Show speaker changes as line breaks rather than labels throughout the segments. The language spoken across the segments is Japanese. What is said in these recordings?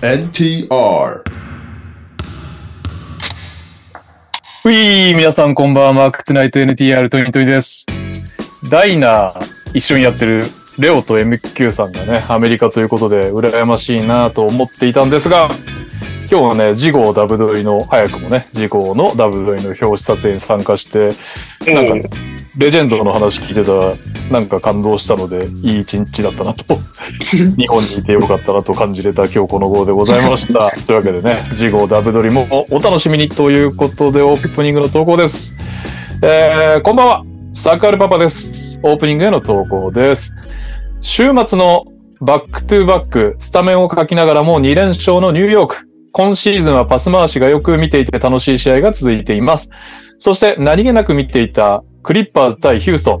NTR
ウィー皆さんこんばんは、マークトゥナイト NTR トニトニです。ダイナー一緒にやってるレオと MQ さんがね、アメリカということで羨ましいなと思っていたんですが、今日はね、次号ダブドリの、早くもね、次号のダブドリの表紙撮影に参加して、なんかね、レジェンドの話聞いてたら、なんか感動したので、いい一日だったなと、日本にいてよかったなと感じれた今日この号でございました。というわけでね、次号ダブドリもおお楽しみにということで、オープニングの投稿です。えーこんばんは、サッカールパパです。オープニングへの投稿です。週末のバックトゥバック、スタメンを書きながらも2連勝のニューヨーク。今シーズンはパス回しがよく見ていて楽しい試合が続いています。そして何気なく見ていたクリッパーズ対ヒューストン。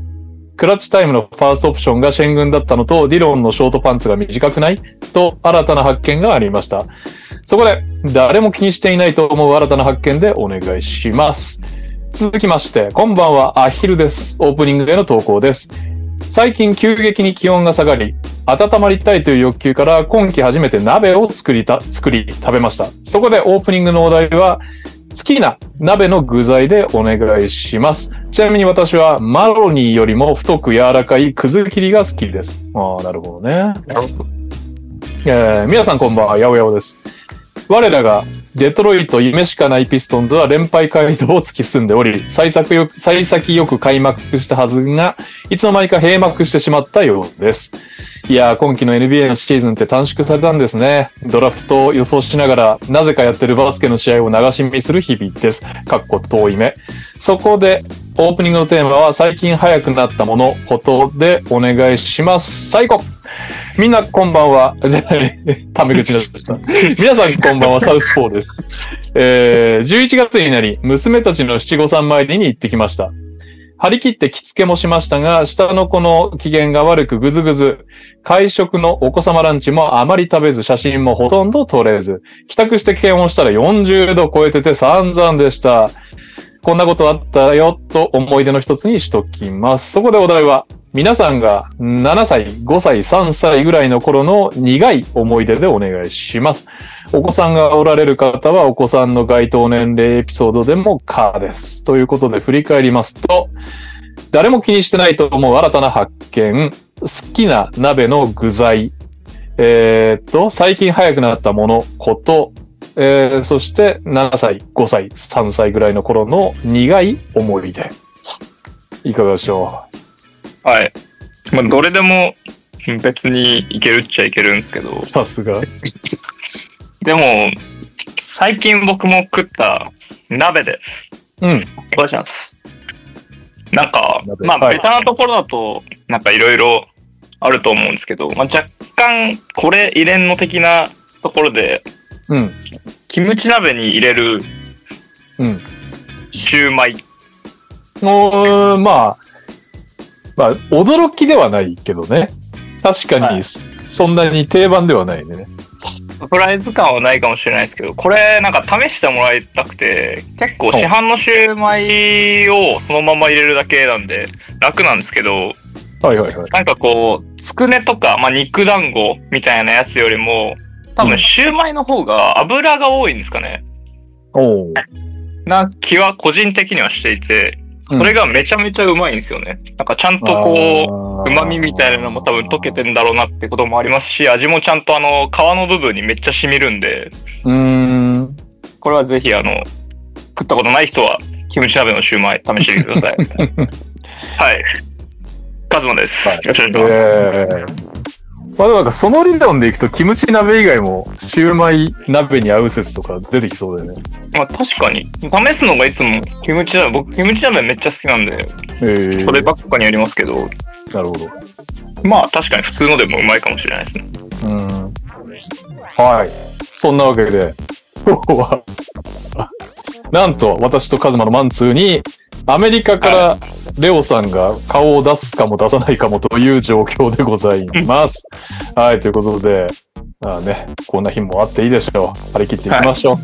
クラッチタイムのファーストオプションがシェン軍だったのと、ディロンのショートパンツが短くないと新たな発見がありました。そこで、誰も気にしていないと思う新たな発見でお願いします。続きまして、こんばんは、アヒルです。オープニングへの投稿です。最近急激に気温が下がり、温まりたいという欲求から今季初めて鍋を作りた、作り食べました。そこでオープニングのお題は、好きな鍋の具材でお願いします。ちなみに私はマロニーよりも太く柔らかいくず切りが好きです。ああ、なるほどね。えー皆さんこんばんは、やおやおです。我らがデトロイト夢しかないピストンズは連敗街道を突き進んでおり、最先よ幸先よく開幕したはずが、いつの間にか閉幕してしまったようです。いやー、今季の NBA のシーズンって短縮されたんですね。ドラフトを予想しながら、なぜかやってるバスケの試合を流し見する日々です。かっこ遠い目。そこで、オープニングのテーマは、最近早くなったもの、ことでお願いします。最高みんなこんばんは。 じゃないタメ口になっちゃった。皆さんこんばんは、サウスポーです。えー、11月になり、娘たちの七五三参りに行ってきました。張り切って着付けもしましたが、下の子の機嫌が悪くぐずぐず、会食のお子様ランチもあまり食べず、写真もほとんど撮れず、帰宅して検温したら40度超えてて散々でした。こんなことあったよ、と思い出の一つにしときます。そこでお題は、皆さんが7歳、5歳、3歳ぐらいの頃の苦い思い出でお願いします。お子さんがおられる方はお子さんの該当年齢エピソードでも可です。ということで振り返りますと、誰も気にしてないと思う新たな発見、好きな鍋の具材、えーっと、最近早くなったもの、こと、えーそして7歳、5歳、3歳ぐらいの頃の苦い思い出。いかがでしょ
はい。まあ、どれでも別にいけるっちゃいけるんですけど
う、さすが。
でも、最近僕も食った鍋で
うん。
お願いします。なんか、
鍋
まあ、
はい
ベタなところだと、なんかいろいろあると思うんですけど、まあ、若干、これ入れんの的なところで、
うん。
キムチ鍋に入れる
うん。
シューマイ。
もう、まあ、まあ、驚きではないけどね。確かに、
はい
そんなに定番ではないね。
サプライズ感はないかもしれないですけど、これなんか試してもらいたくて、結構市販のシューマイをそのまま入れるだけなんで楽なんですけど、
はいはいはい。
なんかこう、つくねとか、まあ、肉団子みたいなやつよりも、多
うん
分シューマイの方が油が多いんですかね。
おお。
な気は個人的にはしていて、それがめちゃめちゃうまいんですよね。なんかちゃんとこう、
こ
うまみみたいなのも多分溶けてんだろうなってこともありますし、味もちゃんとあの、皮の部分にめっちゃ染みるんで、
うーん。
これはぜひあの食ったことない人はキムチ鍋のシューマイ試してみてくださいはいカズマです、
はい
よろしくお願いします、
ええまあでもなんかその理論でいくと、キムチ鍋以外も、シューマイ鍋に合う説とか出てきそうだよね。
まあ確かに試すのがいつもキムチ鍋僕キムチ鍋めっちゃ好きなんで
えー
そればっかにやりますけど、
なるほど。
まあ確かに普通のでもうまいかもしれないですね
うん。はい。そんなわけで、 今日は、なんと私とカズマのマンツーに、アメリカからレオさんが顔を出すかも出さないかもという状況でございます。はい、ということで、まあね、こんな日もあっていいでしょう。張り切っていきましょう。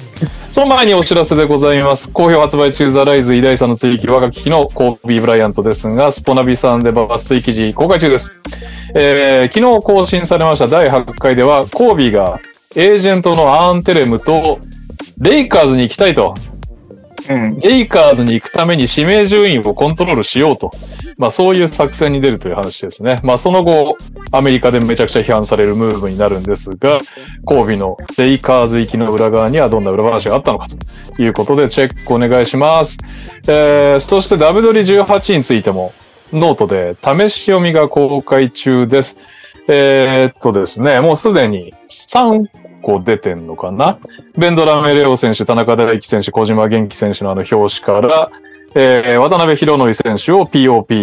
その前にお知らせでございます。好評発売中ザライズ偉大さんの追記若き日のコービー・ブライアントですが、スポナビさんで抜粋記事公開中です。えー昨日更新されました第8回では、コービーがエージェントのアーンテレムと、レイカーズに行きたいと。
うん。
レイカーズに行くために指名順位をコントロールしようと。まあそういう作戦に出るという話ですね。まあその後、アメリカでめちゃくちゃ批判されるムーブになるんですが、コービのレイカーズ行きの裏側にはどんな裏話があったのかということでチェックお願いします。えー、そしてダブドリ18についてもノートで試し読みが公開中です。えー、っとですね、もうすでに3個出てんのかなベンドラメレオ選手、田中大輝選手、小島元気選手のあの表紙から、えー渡辺博則選手を POP、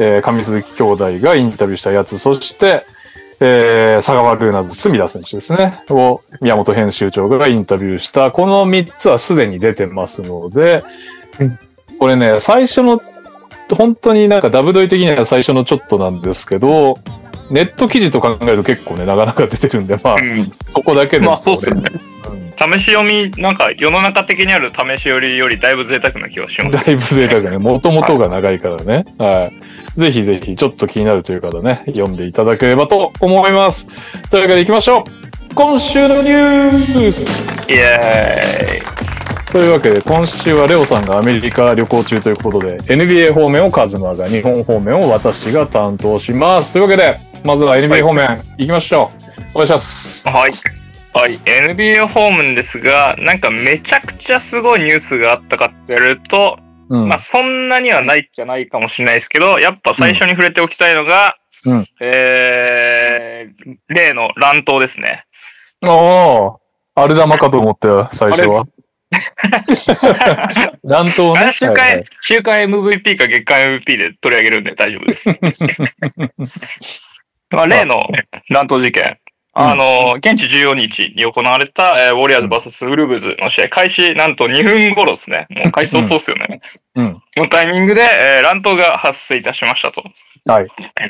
えー上鈴木兄弟がインタビューしたやつ、そして、えー、佐川ルーナズ、隅田選手ですね、を宮本編集長がインタビューした、この3つはすでに出てますので、これね、最初の、本当になんかダブドイ的には最初のちょっとなんですけど、ネット記事と考えると結構ね、なかなか出てるんで、まあ、
う
そこだけで
ん。ま
も
あそうっすよね。
うん
試し読み、なんか世の中的にある試し読みよりだいぶ贅沢な気がしま す。
だいぶ贅 沢だね。もともとが長いからね。はい。ぜひぜひ、ちょっと気になるという方ね、読んでいただければと思います。というわけで行きましょう今週のニュース
イエ
というわけで、今週はレオさんがアメリカ旅行中ということで、NBA 方面をカズマが、日本方面を私が担当します。というわけで、まずは NBA 方面、行きましょう。お願いします
ー。イはい。はい。NBA 方面ですが、なんかめちゃくちゃすごいニュースがあったかってやると、
うん。
まあそんなにはないじゃないかもしれないですけど、やっぱ最初に触れておきたいのが、
うん
えー、例の乱闘ですね。
おー、あれ玉かと思ったよ、最初は。 乱闘ね。
あ週
はいは
間
い、
週間 MVP か月間 MVP で取り上げるんで大丈夫 です。まあ、例の乱闘事件。
うん
あの、現地14日に行われた、えーウォリアーズ VS ウルブズの試合開始、なんと2分頃ですね。もう開始早々ですよね。
うん。
このタイミングで、えー乱闘が発生いたしましたと。
はい。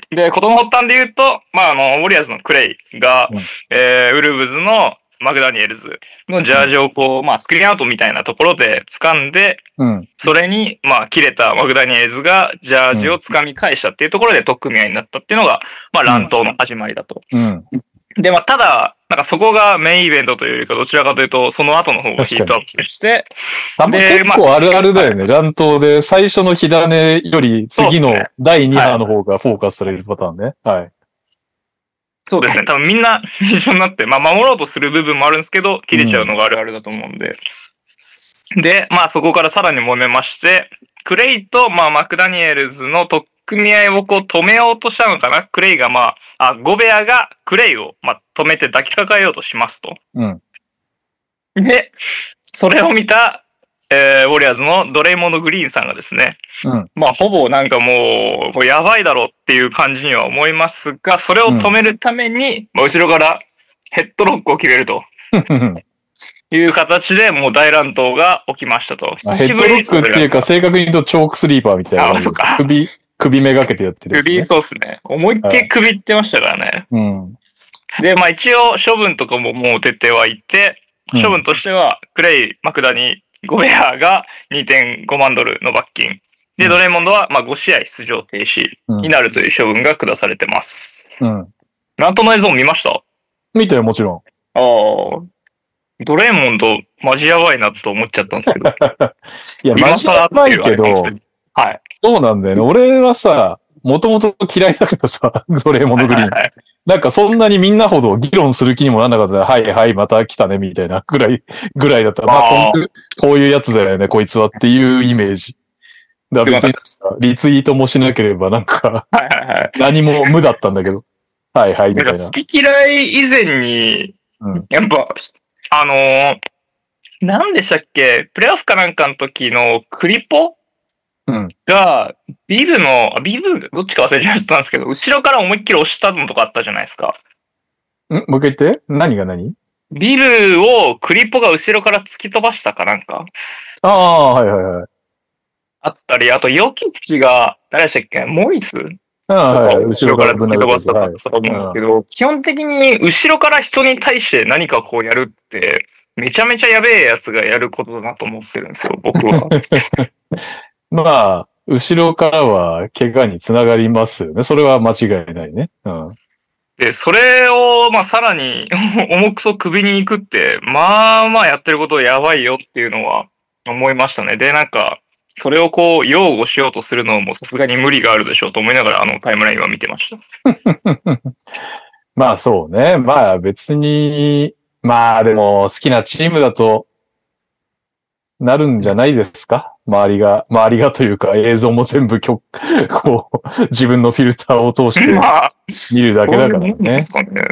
で、ことの発端で言うと、まあ、あの、ウォリアーズのクレイが、
うん
えーウルブズのマグダニエルズのジャージをこう、まあ、スクリーンアウトみたいなところで掴んで、
うん。
それに、まあ、切れたマグダニエルズがジャージを掴み返したっていうところで特組み合いになったっていうのが、まあ、乱闘の始まりだと。
うん。
で、まあ、ただ、なんかそこがメインイベントというよりか、どちらかというと、その後の方がヒートアップして、
たま
で
結構あるあるだよね。乱闘で最初の火種より次
そう
の
ですね
第2波の方がフォーカスされるパターンね。はい。
そうですね、 多分みんな一緒になって、まあ、守ろうとする部分もあるんですけど、切れちゃうのがあるあるだと思うんで。で、まあ、そこからさらに揉めまして、クレイと、まあ、マクダニエルズの特組み合いをこう止めようとしたのかな。クレイが、まあ、あ、ゴベアがクレイを、まあ、止めて抱きかかえようとしますと。
うん。
で、それを見た、えーウォリアーズのドレイモンド・グリーンさんがですね、
うん
まあ、ほぼなんかもう、これやばいだろうっていう感じには思いますが、それを止めるために、まあ、後ろからヘッドロックを決めるという形で、もう大乱闘が起きましたと。
ヘッドロックっていうか、正確に言うとチョークスリーパーみたいな
あそっか。
首、首めがけてやってるやつね、
首、そうですね。思いっきり首いってましたからね。
うん。
で、まあ一応処分とかももう出てはいて、
うん
処分としては、クレイ、マクダニ、ゴベアが2.5万ドルの罰金。
う
で、
ん
ドレモンドはまあ5試合出場停止になるという処分が下されてます。
うん。
なんとの映像見ましたあ
見てよ、もちろん。
あ。ドレモンド、マジやばいなと思っちゃったんですけど。
いや、マジやばいけど、
はい。
そうなんだよね。俺はさ、もともと嫌いだからさ、 ドレーモンドグリーン。
はい
なんかそんなにみんなほど議論する気にもなんなかったねはいはい、また来たね、みたいなぐ らい、ぐらいだった。まあ
あー
こんこういうやつだよね、こいつはっていうイメージ。だから別にリツイートもしなければなんか
はいはいはい。
何も無だったんだけど。はいはい、み
なん
たい
か
な。
好き嫌い以前に、
うん
やっぱ、あのーなんでしたっけ、プレイオフかなんかの時のクリポ
うん
が、ビブの、あビブ、どっちか忘れちゃったんですけど、後ろから思いっきり押したのとかあったじゃないですか。
んもう一回言って何が何
ビブをクリポが後ろから突き飛ばしたかなんか
ああ、はいはいはい。
あったり、あとヨキッチが、誰でしたっけモイス
ああ、はいはい。
後ろから突き飛ばしたかとか思うんですけど、基本的に後ろから人に対して何かこうやるって、めちゃめちゃやべえやつがやることだなと思ってるん ですよ、僕は。
まあ、後ろからは怪我につながりますよね。それは間違いないね。うん。
で、それを、まあ、さらに 重くそ首に行くって、まあまあやってることやばいよっていうのは思いましたね。で、なんか、それをこう、擁護しようとするのもさすがに無理があるでしょうと思いながら、あのタイムラインは見てました。
まあそうね。まあ別に、まあでも好きなチームだとなるんじゃないですか周りが、周りがというか映像も全部きょ こう、自分のフィルターを通して
まあ、
見るだけだから
そういうもんなん
ね
で。すかね。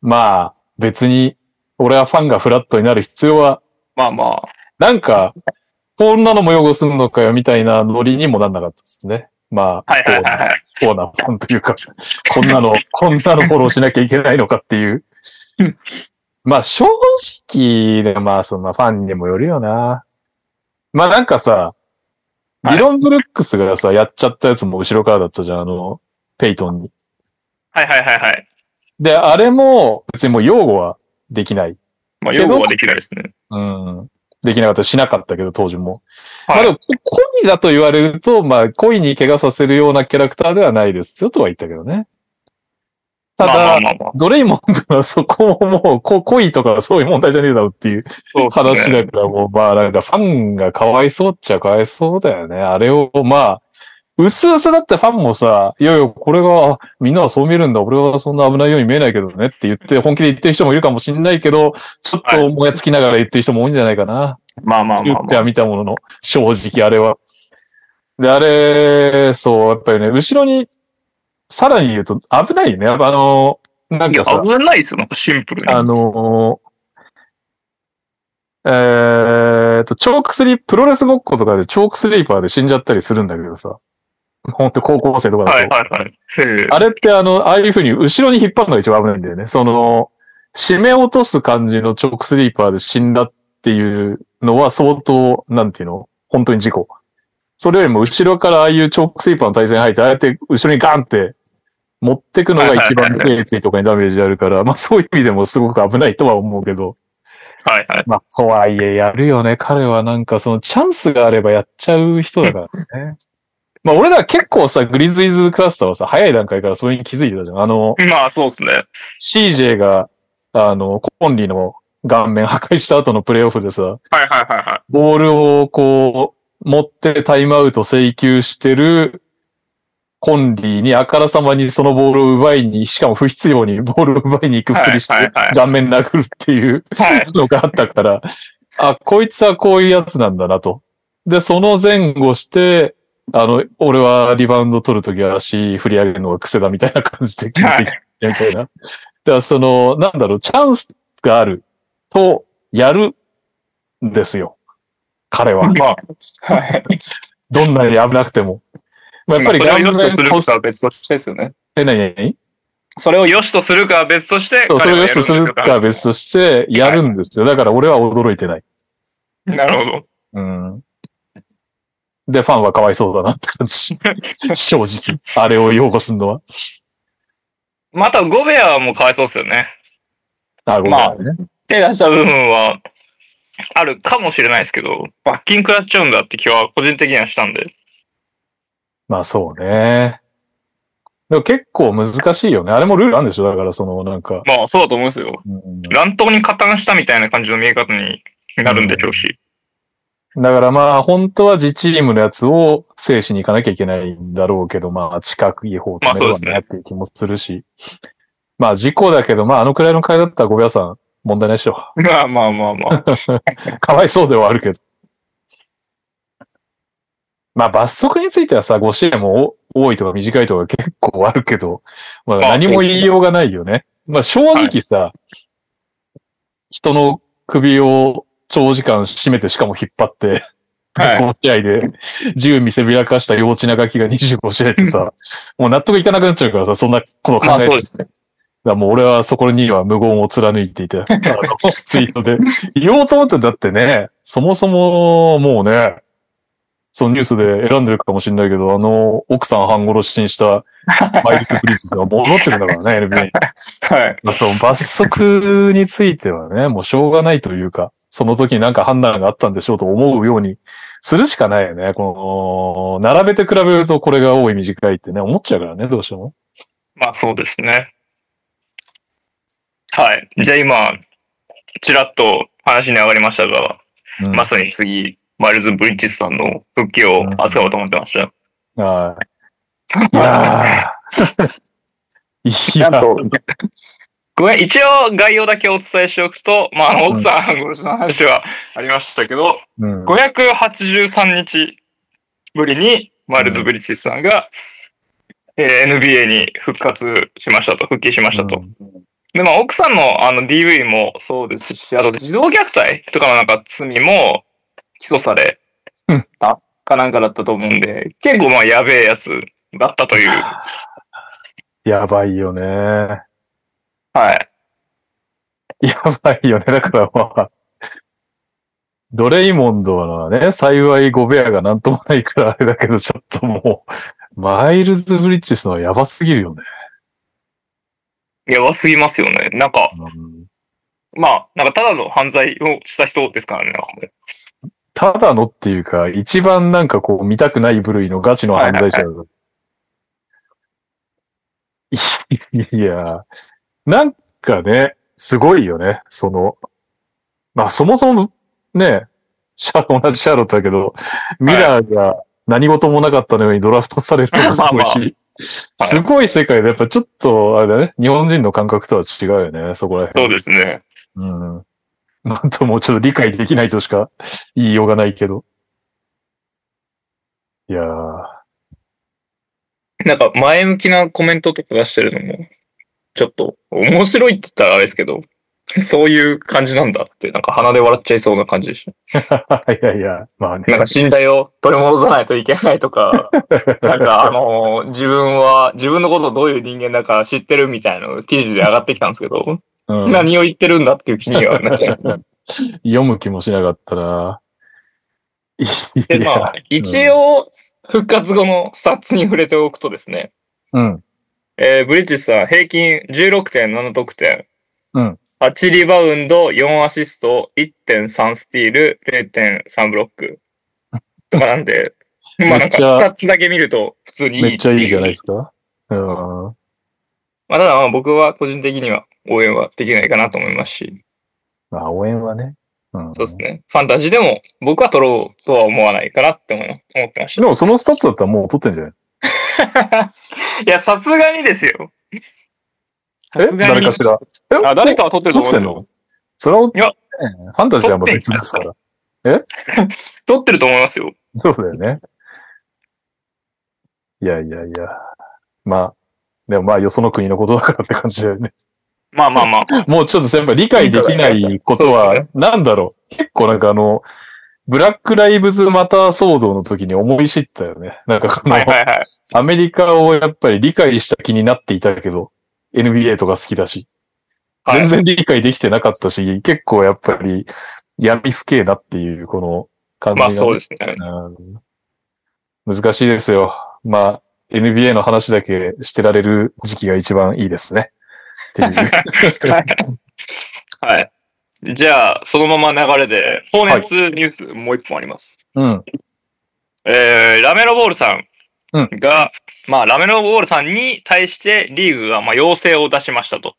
まあ別に俺はファンがフラットになる必要は、
まあまあ、
なんか、こんなのも汚すのかよみたいなノリにもなんなかったですね。まあ、
はいはいはいはい。
コーナーファンというか、こんな の、こんなのフォローしなきゃいけないのかっていう
うん。
まあ正直ね、まあそんなファンにもよるよな。まあなんかさ、デ
はい
ィロン・ブルックスがさ、やっちゃったやつも後ろからだったじゃん、あの、ペイトンに。
はいはいはいはい。
で、あれも別にもう擁護はできない。
まあ、擁護はできないですね。
うん。できなかった、しなかったけど、当時も。
は
ま
い
あでも、こ恋だと言われると、まあ、恋に怪我させるようなキャラクターではないですよ、とは言ったけどね。ただ、
まあまあまあまあ。
ドレイモンドはそこももう、こ恋とかそういう問題じゃねえだろうっていう
そうですね
話だから、もう、まあなんかファンがかわいそうっちゃかわいそうだよね。あれを、まあ、うすうすだってファンもさ、いやいや、これが、あみんなはそう見るんだ、俺はそんな危ないように見えないけどねって言って、本気で言ってる人もいるかもしんないけど、ちょっともやつきながら言ってる人も多いんじゃないかな。
まあまあま
言
あ
って
まあ。
は見たものの、正直あれは。で、あれ、そう、やっぱりね、後ろに、さらに言うと危ないよね。やっぱあの、なん
いや、
かさ、
危ないですよ。なんかシンプルに。
あのーえーっと、チョークスリー、プロレスごっことかでチョークスリーパーで死んじゃったりするんだけどさ。ほんと高校生とかだと。
はいはいはい。へえ
あれってあの、ああいう風に後ろに引っ張るのが一番危ないんだよね。その、締め落とす感じのチョークスリーパーで死んだっていうのは相当、なんていうの本当に事故。それよりも後ろからああいうチョークスリーパーの対戦入って、ああやって後ろにガンって持ってくのが一番冷水とかにダメージあるから、まあそういう意味でもすごく危ないとは思うけど、
はいはい。
まあとはいえやるよね。彼はなんかそのチャンスがあればやっちゃう人だから ね。まあ俺ら結構さ、グリズイズクラスターはさ、早い段階からそれに気づいてたじゃん。あの、
まあ、そうですね。
CJ が、あの、コンリーの顔面破壊した後のプレイオフでさ、
はいはいはいは
ボールをこう、持ってタイムアウト請求してるコンリーにあからさまにそのボールを奪いに、しかも不必要にボールを奪いに行くふりし
は
て
いはいはい
顔面殴るっていう
い。はい。
のがあったから、あ、こいつはこういうやつなんだなと。で、その前後して、あの、俺はリバウンド取るときは足振り上げるのが癖だみたいな感じで聞いてき
はい
て みたいな。だからその、なんだろう、チャンスがあると、やるんですよ。彼は。
まあ、はい。
どんなに危なくても。まあ、やっぱり
まあそれ
顔
を良しとする
面
かは別としてですよね。
え、何何何
それを良しとするかは別として、
そう、そ
彼
れを
は
良
や
し
ん
と
ですよ
るかは別として、やるんですよ。だから俺は驚いてない。
なるほど。
うん。で、ファンはかわいそうだなって感じ。 正直。あれを擁護するのは。
また、ゴベアもかわいそうですよね。
あ、ごめん
まあ
ね。
手出した部分は、あるかもしれないですけど、罰金食らっちゃうんだって気は個人的にはしたんで。
まあそうね。でも結構難しいよね。あれもルールあるんでしょだからその、なんか。
まあ、そうだと思うんですよ。
うん
乱闘に加担したみたいな感じの見え方になるんでしょうし。
だからまあ、本当は自チームのやつを制止に行かなきゃいけないんだろうけど、まあ、近くいい方を止めればねっていう気もするし。まあ、事故だけど、まあ、あのくらいの会だったらごめんなさん、問題ないでしょ。
まあまあまあまあ。
かわいそうではあるけど。まあ罰則についてはさ、5試合もお多いとか短いとか結構あるけど、まあ
まあ
何も言いようがないよね。まあ正直さ、人の首を長時間締めてしかも引っ張って、
はい。
5試合で銃見せびらかした幼稚なガキが25試合って さ、もう納得いかなくなっちゃうからさ、そんなこと考
まあ、
え
そうです
だ
ね。
からもう俺はそこには無言を貫いていて、あのツイートで。言おうと思ってだってね、そもそももうね、そのニュースで選んでるかもしれないけど、あの、奥さん半殺しにしたマイルズ・ブリッジが戻ってるんだからね、NBA に
はい。
まあ。そう、罰則についてはね、もうしょうがないというか、その時になんか判断があったんでしょうと思うようにするしかないよね。この、並べて比べるとこれが多い短いってね、思っちゃうからね、どうしても。
まあ、そうですね。はい。じゃあ今、ちらっと話に上がりましたが、
うん
まさに次、マイルズ・ブリッジスさんの復帰を扱おうと思ってました。
はい。いやー いや
なんと、
ごめん、一応概要だけお伝えしておくと、まああの、奥さん、ごめんなさいの話はありましたけど、
うん
583日ぶりにマイルズ・ブリッジスさんが、えー NBA に復活しましたと、復帰しましたと。で、まあ、奥さんのあの DV もそうですし、あと児童虐待とかのなんか罪も起訴され
うん
たかなんかだったと思うんで、結構まあやべえやつだった という。
やばいよね。や
はい。
ばいよね。だからまあ、ドレイモンドはね、幸いゴベアがなんともないからあれだけど、ちょっともう、マイルズ・ブリッジスのはやばすぎるよね。
やばすぎますよね。なんか、
うん
まあ、なんかただの犯罪をした人ですからね、なんかもう
ただのっていうか、一番なんかこう見たくない部類のガチの犯罪者だ。いや、なんかね、すごいよね。その、まあそもそもね、シャ同じシャーロットだけど、ミラーが何事もなかったのようにドラフトされるのがすごい
まあま
し、すごい世界でやっぱちょっと、あれだね、日本人の感覚とは違うよね、そこら辺。
そうですね。
うん。なんともうちょっと理解できないとしか言いようがないけど。いやー、
なんか前向きなコメントとか出してるのも、ちょっと面白いって言ったらあれですけど、 そういう感じなんだって、なんか鼻で笑っちゃいそうな感じでした。
いやいや、まあね。
なんか信頼を取り戻さないといけない とか、なんかあのー自分は、自分のことをどういう人間だか知ってるみたいなの記事で上がってきたんですけど、
うん
何を言ってるんだっていう気にはなっちゃいます。
読む気もしなかったな。
で、
い
まあ
や、、
一応、復活後のスタッツに触れておくとですね、
うん。
えーブリッジスさん平均16.7得点、
うん
8リバウンド、4アシスト、1.3スティール、0.3ブロッ クとかなんで、 まあなんかスタ
めっちゃ
ッツだけ見ると普通にいい。
めっちゃいいじゃないですか。うん。
まあ、ただまあ僕は個人的には応援はできないかなと思いますし、
まあ、応援はね。うん。
そうですね。ファンタジーでも僕は取ろうとは思わないかなって思い思ってまし
でも、そのスタッツだったらもう取ってんじゃない
た。いや、さすがにですよ。さ
え
すがに
誰かしら。え
あ、誰かは取ってると
取っ
思
て
うんです
の
よ。
それは、
いや
ねファンタジーはまあ別ですから。
取ってると思いますよ。
そうだよね。いやいやいや。まあ、でもまあよその国のことだからって感じだよね。
まあまあまあまあ。
もうちょっとやっぱ理解できないこと
そう
は
です、
なんだろう。結構なんかあの、ブラックライブズマター騒動の時に思い知ったよね。なんかこの
はい、はいはい。
アメリカをやっぱり理解した気になっていたけど、NBA とか好きだし、
はい
全然理解できてなかったし、結構やっぱり闇不景だっていうこの感じが
まあ
ね
そうですね。
うん難しいですよ。まあ、NBA の話だけしてられる時期が一番いいですね。っていう
はい。じゃあ、そのまま流れで、放熱ニュースもう一本あります。
うん。
えーラメロボールさん
うん
が、まあ、ラメロボールさんに対してリーグが、まあ、要請を出しましたと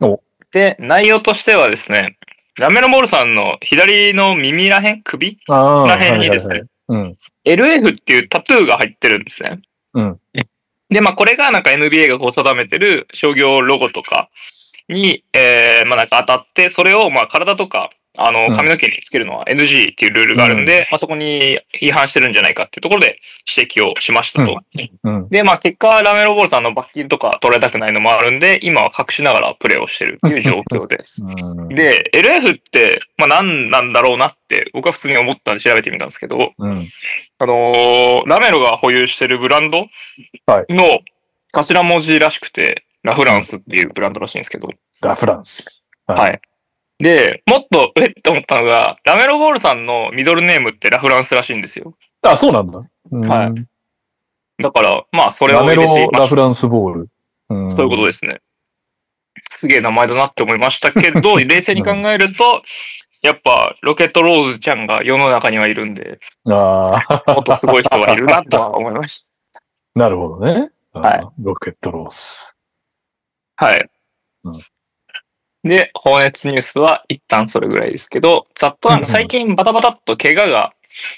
お。
で、内容としてはですね、ラメロボールさんの左の耳らへん、首
ああ。
らへんにですね、
はいはいはい。
LF っていうタトゥーが入ってるんですね。
うん
で、まあ、これがなんか NBA がこう定めてる商業ロゴとかに、えーまあ、なんか当たって、それをまあ、体とか、あ
うん
の、髪の毛につけるのは NG っていうルールがあるんで、まあ、そこに違反してるんじゃないかっていうところで指摘をしましたと。
うん。うん。
で、まあ、結果、ラメロボールさんの罰金とか取られたくないのもあるんで、今は隠しながらプレーをしてるっていう状況です。
うん、
で、LF って、まあ、何なんだろうなって、僕は普通に思ったんで調べてみたんですけど、
うん。
あのーラメロが保有してるブランド
はい
の頭文字らしくて、ラフランスっていうブランドらしいんですけど。
ラフランス。
はいで、もっと、えって思ったのが、ラメロボールさんのミドルネームってラフランスらしいんですよ。
あ、そうなんだ。
はい
い。
だから、まあ、それを
ラ
入
メ
れてい
ロ・
ま
ラ
し
フランスボール。うん
そういうことですね。すげえ名前だなって思いましたけ ど、冷静に考えると、やっぱ、ロケットローズちゃんが世の中にはいるんで、
ああ、
もっとすごい人がいるなとは思いまし
なるほどね。
はい
い。ロケットロース。
た。はい。
うん
で、放熱ニュースは一旦それぐらいですけど、ざっとなんか最近バタバタっと怪我が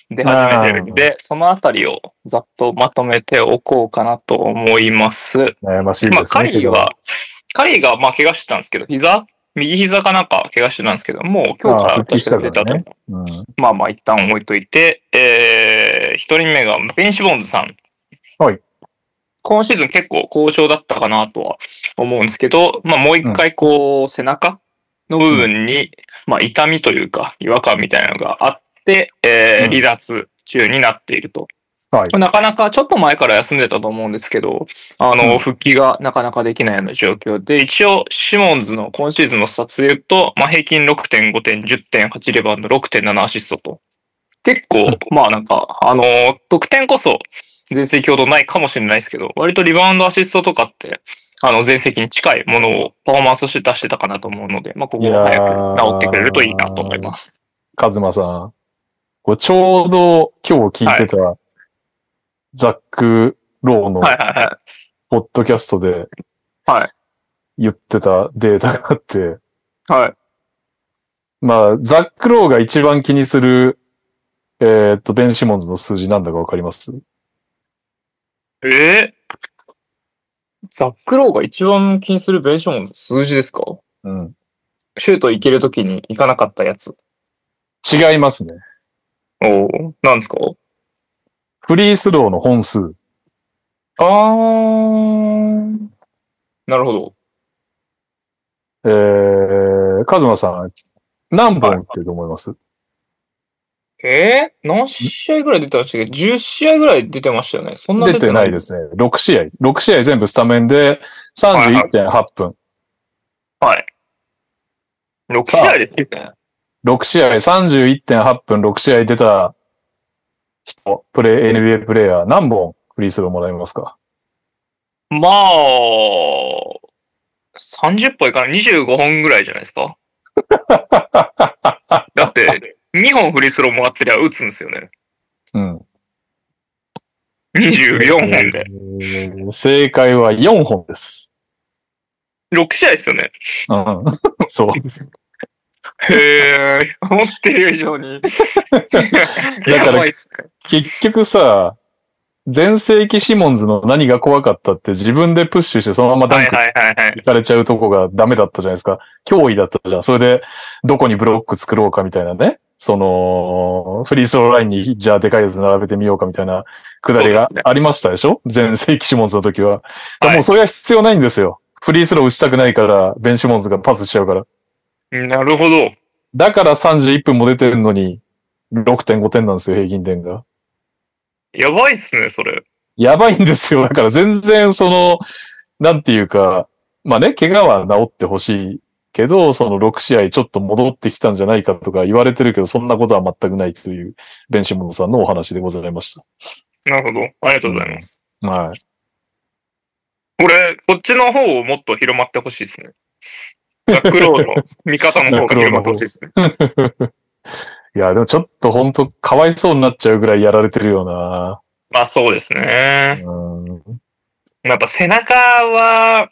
出始めてるんで、そのあたりをざっとまとめておこうかなと思います。
悩ましいですね。
まあ、カリーは、カリーがまあ怪我してたんですけど、膝右膝かなんか怪我してたんですけど、もう今日か
ああ
ら
復帰したからね
確か出たと
けど、うん
まあまあ一旦置いといて、えー、一人目がベンシボンズさん。
はい。
今シーズン結構好調だったかなとは思うんですけど、まあもう一回こう、背中の部分に、まあ痛みというか違和感みたいなのがあって、えー
うん
離脱中になっていると。
はい。
なかなかちょっと前から休んでたと思うんですけど、あの、
うん
復帰がなかなかできないような状況で、一応、シモンズの今シーズンのスタッツで言うと、まあ、平均6.5点、10.8レバウンド、6.7アシストと。結構、まあなんか、あの得点こそ全盛期ほどないかもしれないですけど、割とリバウンドアシストとかって、あの、全盛期に近いものをパフォーマンスとして出してたかなと思うので、まあ、ここが早く治ってくれるといいなと思います。
カズマさん。こうちょうど今日聞いてた、ザック・ローの
はいはいはい。
ポッドキャストで
はい
言ってたデータがあって、
はい。
まあ、ザック・ローが一番気にする、えーっと、ベン・シモンズの数字なんだかわかります
えー、ザックローが一番気にするベンションの数字ですか
うん。
シュート行けるときに行かなかったやつ。
違いますね。
おお、なんですか
フリースローの本数。
あー。なるほど。
えー、カズマさん、何本打ってると思います
えー、何試合ぐらい出てましたっけ ?10 試合ぐらい出てましたよね。そんな。
出てないですすね。6試合。6試合全部スタメンで
いはい
31.8分。
はい。6試合で出てない
6試合31.8分6試合出た人、プレイ、NBA プレイヤー何本フリースローもらえますか
まあ、30本いかない。25本ぐらいじゃないで すかだって、2本フリースローもらってりゃ打つんですよね。
うん。
24本で。
えー正解は4本です。
6試合ですよ ね。
うん。そう。
へえ、思ってる以 上に。
ら
やばいっすね
結局さ、全盛期シモンズの何が怖かったって自分でプッシュしてそのままダ
は
ン
い
ク
はいはいはい。
行かれちゃうとこがダメだったじゃないですか。脅威だったじゃん。それで、どこにブロック作ろうかみたいなね。その、フリースローラインに、じゃあでかいやつ並べてみようかみたいな、くだり
そう
が
ですね
ありましたでしょ前世紀シモンズの時は。だから
はい
もうそれは必要ないんですよ。フリースロー打ちたくないから、ベン・シモンズがパスしちゃうから。
なるほど。
だから31分も出てるのに、6.5点なんですよ、平均点が。
やばいっすね、それ。
やばいんです よ。だから全然その、なんていうか、まあね、怪我は治ってほしいけど、その6試合ちょっと戻ってきたんじゃないかとか言われてるけど、そんなことは全くないという、ベンシモンズさんのお話でございまし
なるほど。ありがとうございます。
た。はい。
これ、こっちの方をもっと広まってほしいです ね。ザックローの味方の方が広まってほしいですね。
いや、でもちょっと本当かわいそうになっちゃうぐらいやられてるよな。
まあそうですね。
うん。
やっぱ背中は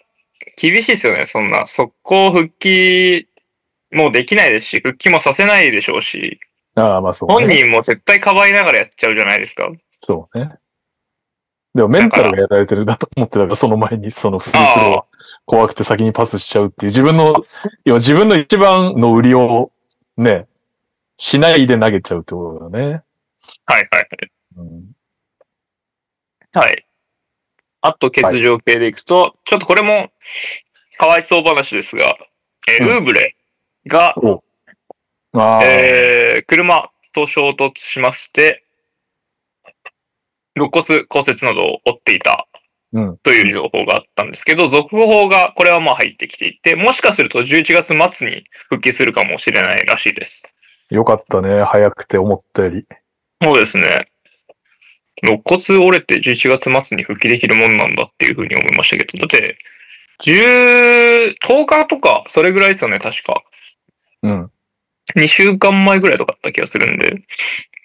厳しいですよね、そんな。速攻復帰もできないですし、復帰もさせないでしょうし、
ああ、まあそう、ね。
本人も絶対かばいながらやっちゃうじゃないですか。
そうね。でもメンタルがやられてるなと思ってたから、その前にそのフリースロー
ああ
怖くて先にパスしちゃうっていう、自分の要は自分の一番の売りをね、しないで投げちゃうってことだね。
はいはい。
うん
はい。あと欠場系でいくと、ちょっとこれもかわいそう話ですが、えー
うん
ウーブレが、
ああ、
えー車と衝突しまして、肋骨骨折などを負っていた
うん
という情報があったんですけど、続報がこれはまあ入ってきていて、もしかすると11月末に復帰するかもしれないらしいです。
よかったね。早くて思ったより。
そうですね。肋骨折れて11月末に復帰できるもんなんだっていうふうに思いましたけど、だって、10、10日とか、それぐらいですよね、確か。
うん。
2週間前ぐらいとかだった気がするんで、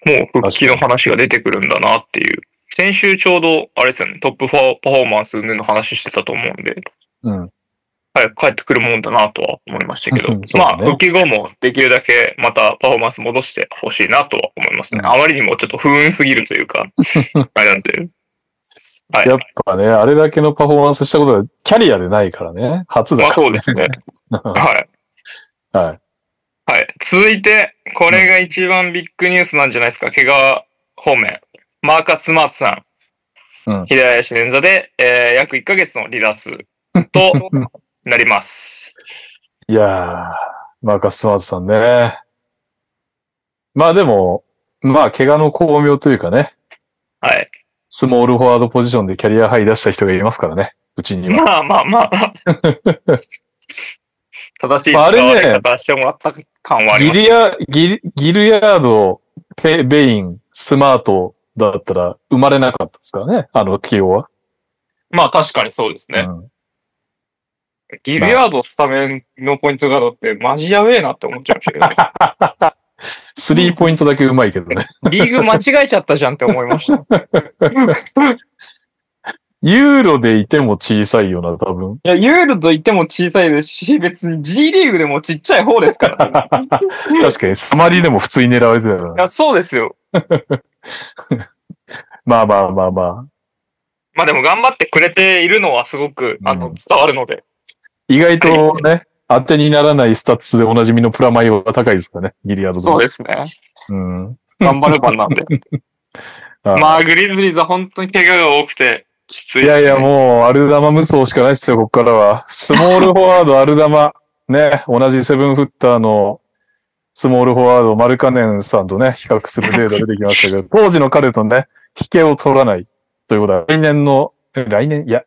もう復帰の話が出てくるんだなっていう。先週ちょうど、あれですよね、トップフォーパフォーマンス云々の話してたと思うんで、
うん。
早く帰ってくるもんだなとは思いましたけど、
うんそう
ま
だね
あ、浮き後もできるだけまたパフォーマンス戻してほしいなとは思いますね。
うん
あまりにもちょっと不運すぎるとい うか、あれなんで。はい
やっぱね、あれだけのパフォーマンスしたことはキャリアでないからね。初
ま
だ
あ
か
そうです ね。
ら。
はい。
はい。
はい。続いて、これが一番ビッグニュースなんじゃないですか。怪我方面。マーカス・スマートさん。
うん
左足捻挫で、えー約1ヶ月の離脱 となります。
いやー、マーカス・スマートさんね。まあでも、まあ怪我の巧妙というかね、
はい。
スモールフォワードポジションでキャリアハイ出した人がいますからね、うちには。
まあまあま あ。正しい使
まああ
わ
れね
れ方してもらった感はあ
ギ
ります。
リア、ギリ、ギルヤード、ペベイン、スマートだったら生まれなかったですからね、あの起用は。
まあ確かにそうですね
う。ん
ギリアードスタメンのポイントガードってマジやべえなって思っちゃいましたけど。
スリーポイントだけうまいけどね。
リーグ間違えちゃったじゃんって思いました。い
ユーロでいても小さいよな、多分。
や、ユーロと言っても小さいですし、 別に G リーグでもちっちゃい方ですから、 ね。
確かに、スマリでも普通に狙われてたよ
い
な。
や、そうですよ。
まあまあまあまあ。
まあでも頑張ってくれているのはすごく、あ
う
の、
ん
伝わるので。
意外とね、当てにならないスタッツでおなじみのプラマイは高いですからね、ギリアード
そう
で
ですね。
す。うん。
頑張ればなん で。
はい
まあ、グリズリーズは本当に怪我が多くて、きつい
い
です、ね。
やいや、もう、アルダマ無双しかないですよ、ここからは。スモールフォワード、アルダマ。ね、同じセブンフッターのスモールフォワード、マルカネンさんとね、比較するデータ出てきました けど、当時の彼とね、引けを取らないということは、来年の、来年、いや、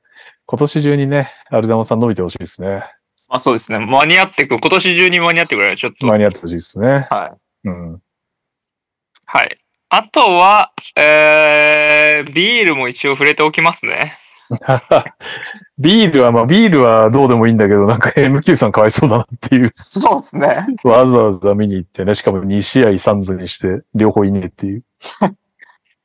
今年中にね、アルダマさん伸びてほしいですね。
まあそうですね。間に合ってく、今年中に間に合ってくれるちょっと。
間に合ってほしいですね。
はい。
うん。
はい。あとは、えー、ビールも一応触れておきますね。
ビールは、まあ、ビールはどうでもいいんだけど、なんか MQ さんかわいそうだなっていう。
そうですね。
わざわざ見に行ってね、しかも2試合サンズにして、両方いねえっていう。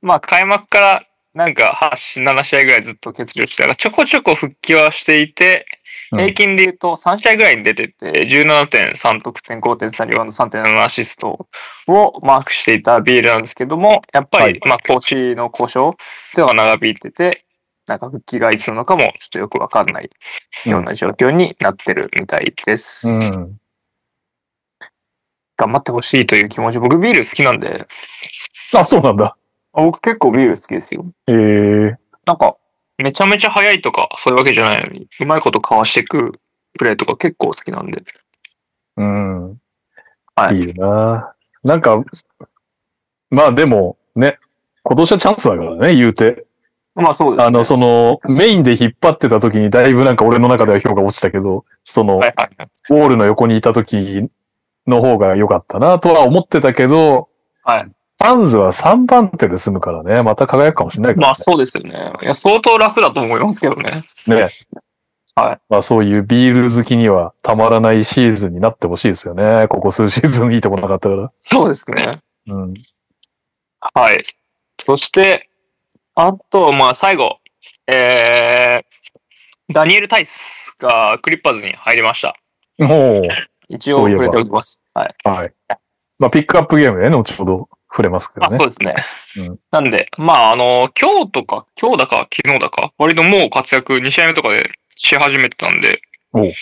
まあ開幕からなんか8、7試合ぐらいずっと欠場してたから、ちょこちょこ復帰はしていて、
うん
平均で言うと3試合ぐらいに出てて、17.3得点、5.3リバウンド、3.7アシストをマークしていたビールなんですけども、やっぱり、
はい
まあコーチの故障というのが長引いてて、なんか復帰がいつなのかもちょっとよくわかんないような状況になってるみたいです。
うん。
頑張ってほしいという気持ち。僕ビール好きなんで、
あ、そうなんだ。
あ僕結構ビール好きですよ。
ええ
なんか、めちゃめちゃ速いとか、そういうわけじゃないのに、うまいことかわしていくプレーとか結構好きなんで。
うん。
はい
いいよな。なんか、まあでも、ね、今年はチャンスだからね、言うて。
まあそうです、ね。
あの、その、メインで引っ張ってた時に、だいぶなんか俺の中では評価落ちたけど、その、
はいはいはい。
ウォールの横にいた時の方が良かったな、とは思ってたけど、
はい。
サンズは3番手で済むからね、また輝くかもしれないから、ね。
まあそうですよね。いや、相当楽だと思いますけどね。
ね。
はい。
まあそういうビール好きにはたまらないシーズンになってほしいですよね。ここ数シーズンいいとこなかったから。
そうですね。
うん。
はい。そして、あと、まあ最後、えー、ダニエル・タイスがクリッパーズに入りました。
もう。
一応
そういえ
触
ば
れておきます。はい。
はい。まあピックアップゲームね、後ほど触れますけど
あ、そ
ね
う。ですね。
うん
なんで、まあ、あの、今日とか、今日だか、昨日だか、割ともう活躍2試合目とかでし始めてたんで
おう、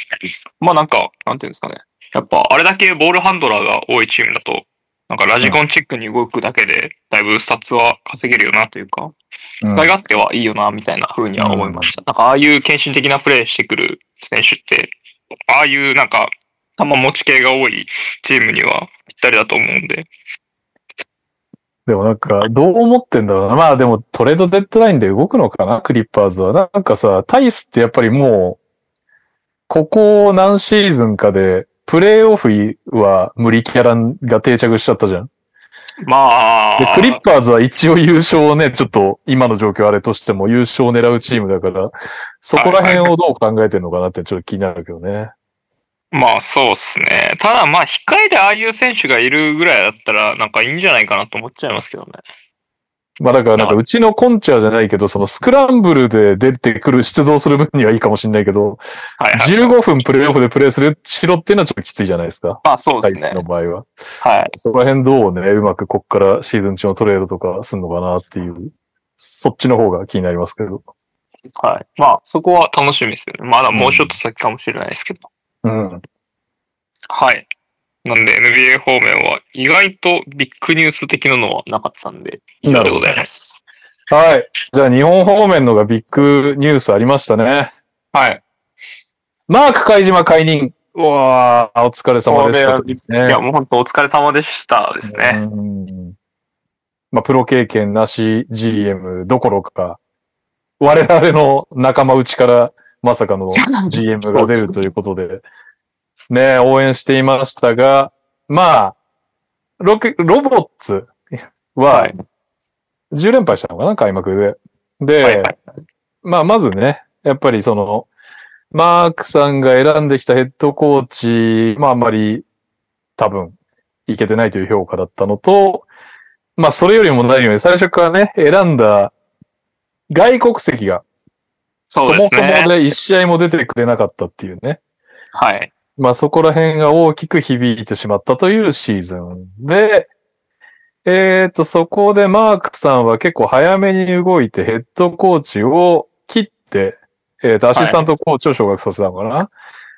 まあなんか、なんていうんですかね。やっぱ、あれだけボールハンドラーが多いチームだと、なんかラジコンチックに動くだけで、だいぶスタッツは稼げるよなというか、
うん
使い勝手はいいよな、みたいな風には思いました。なんか、ああいう献身的なプレーしてくる選手って、ああいうなんか、球持ち系が多いチームにはぴったりだと思うんで、
でもなんか、どう思ってんだろうな。まあでもトレードデッドラインで動くのかな、クリッパーズは。なんかさ、タイスってやっぱりもう、ここ何シーズンかで、プレイオフは無理キャラが定着しちゃったじゃん。
まあ、
で、クリッパーズは一応優勝をね、ちょっと今の状況あれとしても優勝を狙うチームだから、そこら辺をどう考えてるのかなってちょっと気になるけどね。
まあそうっすね。ただまあ控えでああいう選手がいるぐらいだったらなんかいいんじゃないかなと思っちゃいますけどね。
まあだからなんかうちのコンチャーじゃないけど、そのスクランブルで出てくる、出動する分にはいいかもしれないけど、
はいはい。
15分プレイオフでプレイする、しろっていうのはちょっときついじゃないですか。
まあそう
ダ
で
イ
す
ス
ね
の。場合は。
はい。
そこら辺どうね、うまくこっからシーズン中のトレードとかすんのかなっていう、そっちの方が気になりますけど。
はい。まあそこは楽しみですよね。まだもうちょっと先かもしれないですけど。
うん。
はい。なんで NBA 方面は意外とビッグニュース的なのはなかったんで、以上でございます。
はい。じゃあ日本方面のがビッグニュースありましたね。
はい。
マーク海島解任。うわーお疲れ様でしたというね。
いや、もう本当お疲れ様でしたですね。
うんまあ、プロ経験なし GM どころか、我々の仲間内からまさかの GM が出るということで、ね、応援していましたが、まあ、ロケロボッツ
は。
はい10連敗したのかな、開幕で。で、
はいはい
まあ、まずね、やっぱりその、マークさんが選んできたヘッドコーチ、まあ、あんまり多分、いけてないという評価だったのと、まあ、それよりも何より最初からね、選んだ外国籍が、
そうで
も
す
そ
ね
もで一試合も出てくれなかったっていうね。
はい。
まあそこら辺が大きく響いてしまったというシーズンで、えっ、と、そこでマークさんは結構早めに動いてヘッドコーチを切って、えっ、と、アシスタントコーチを昇格させたのかな、っ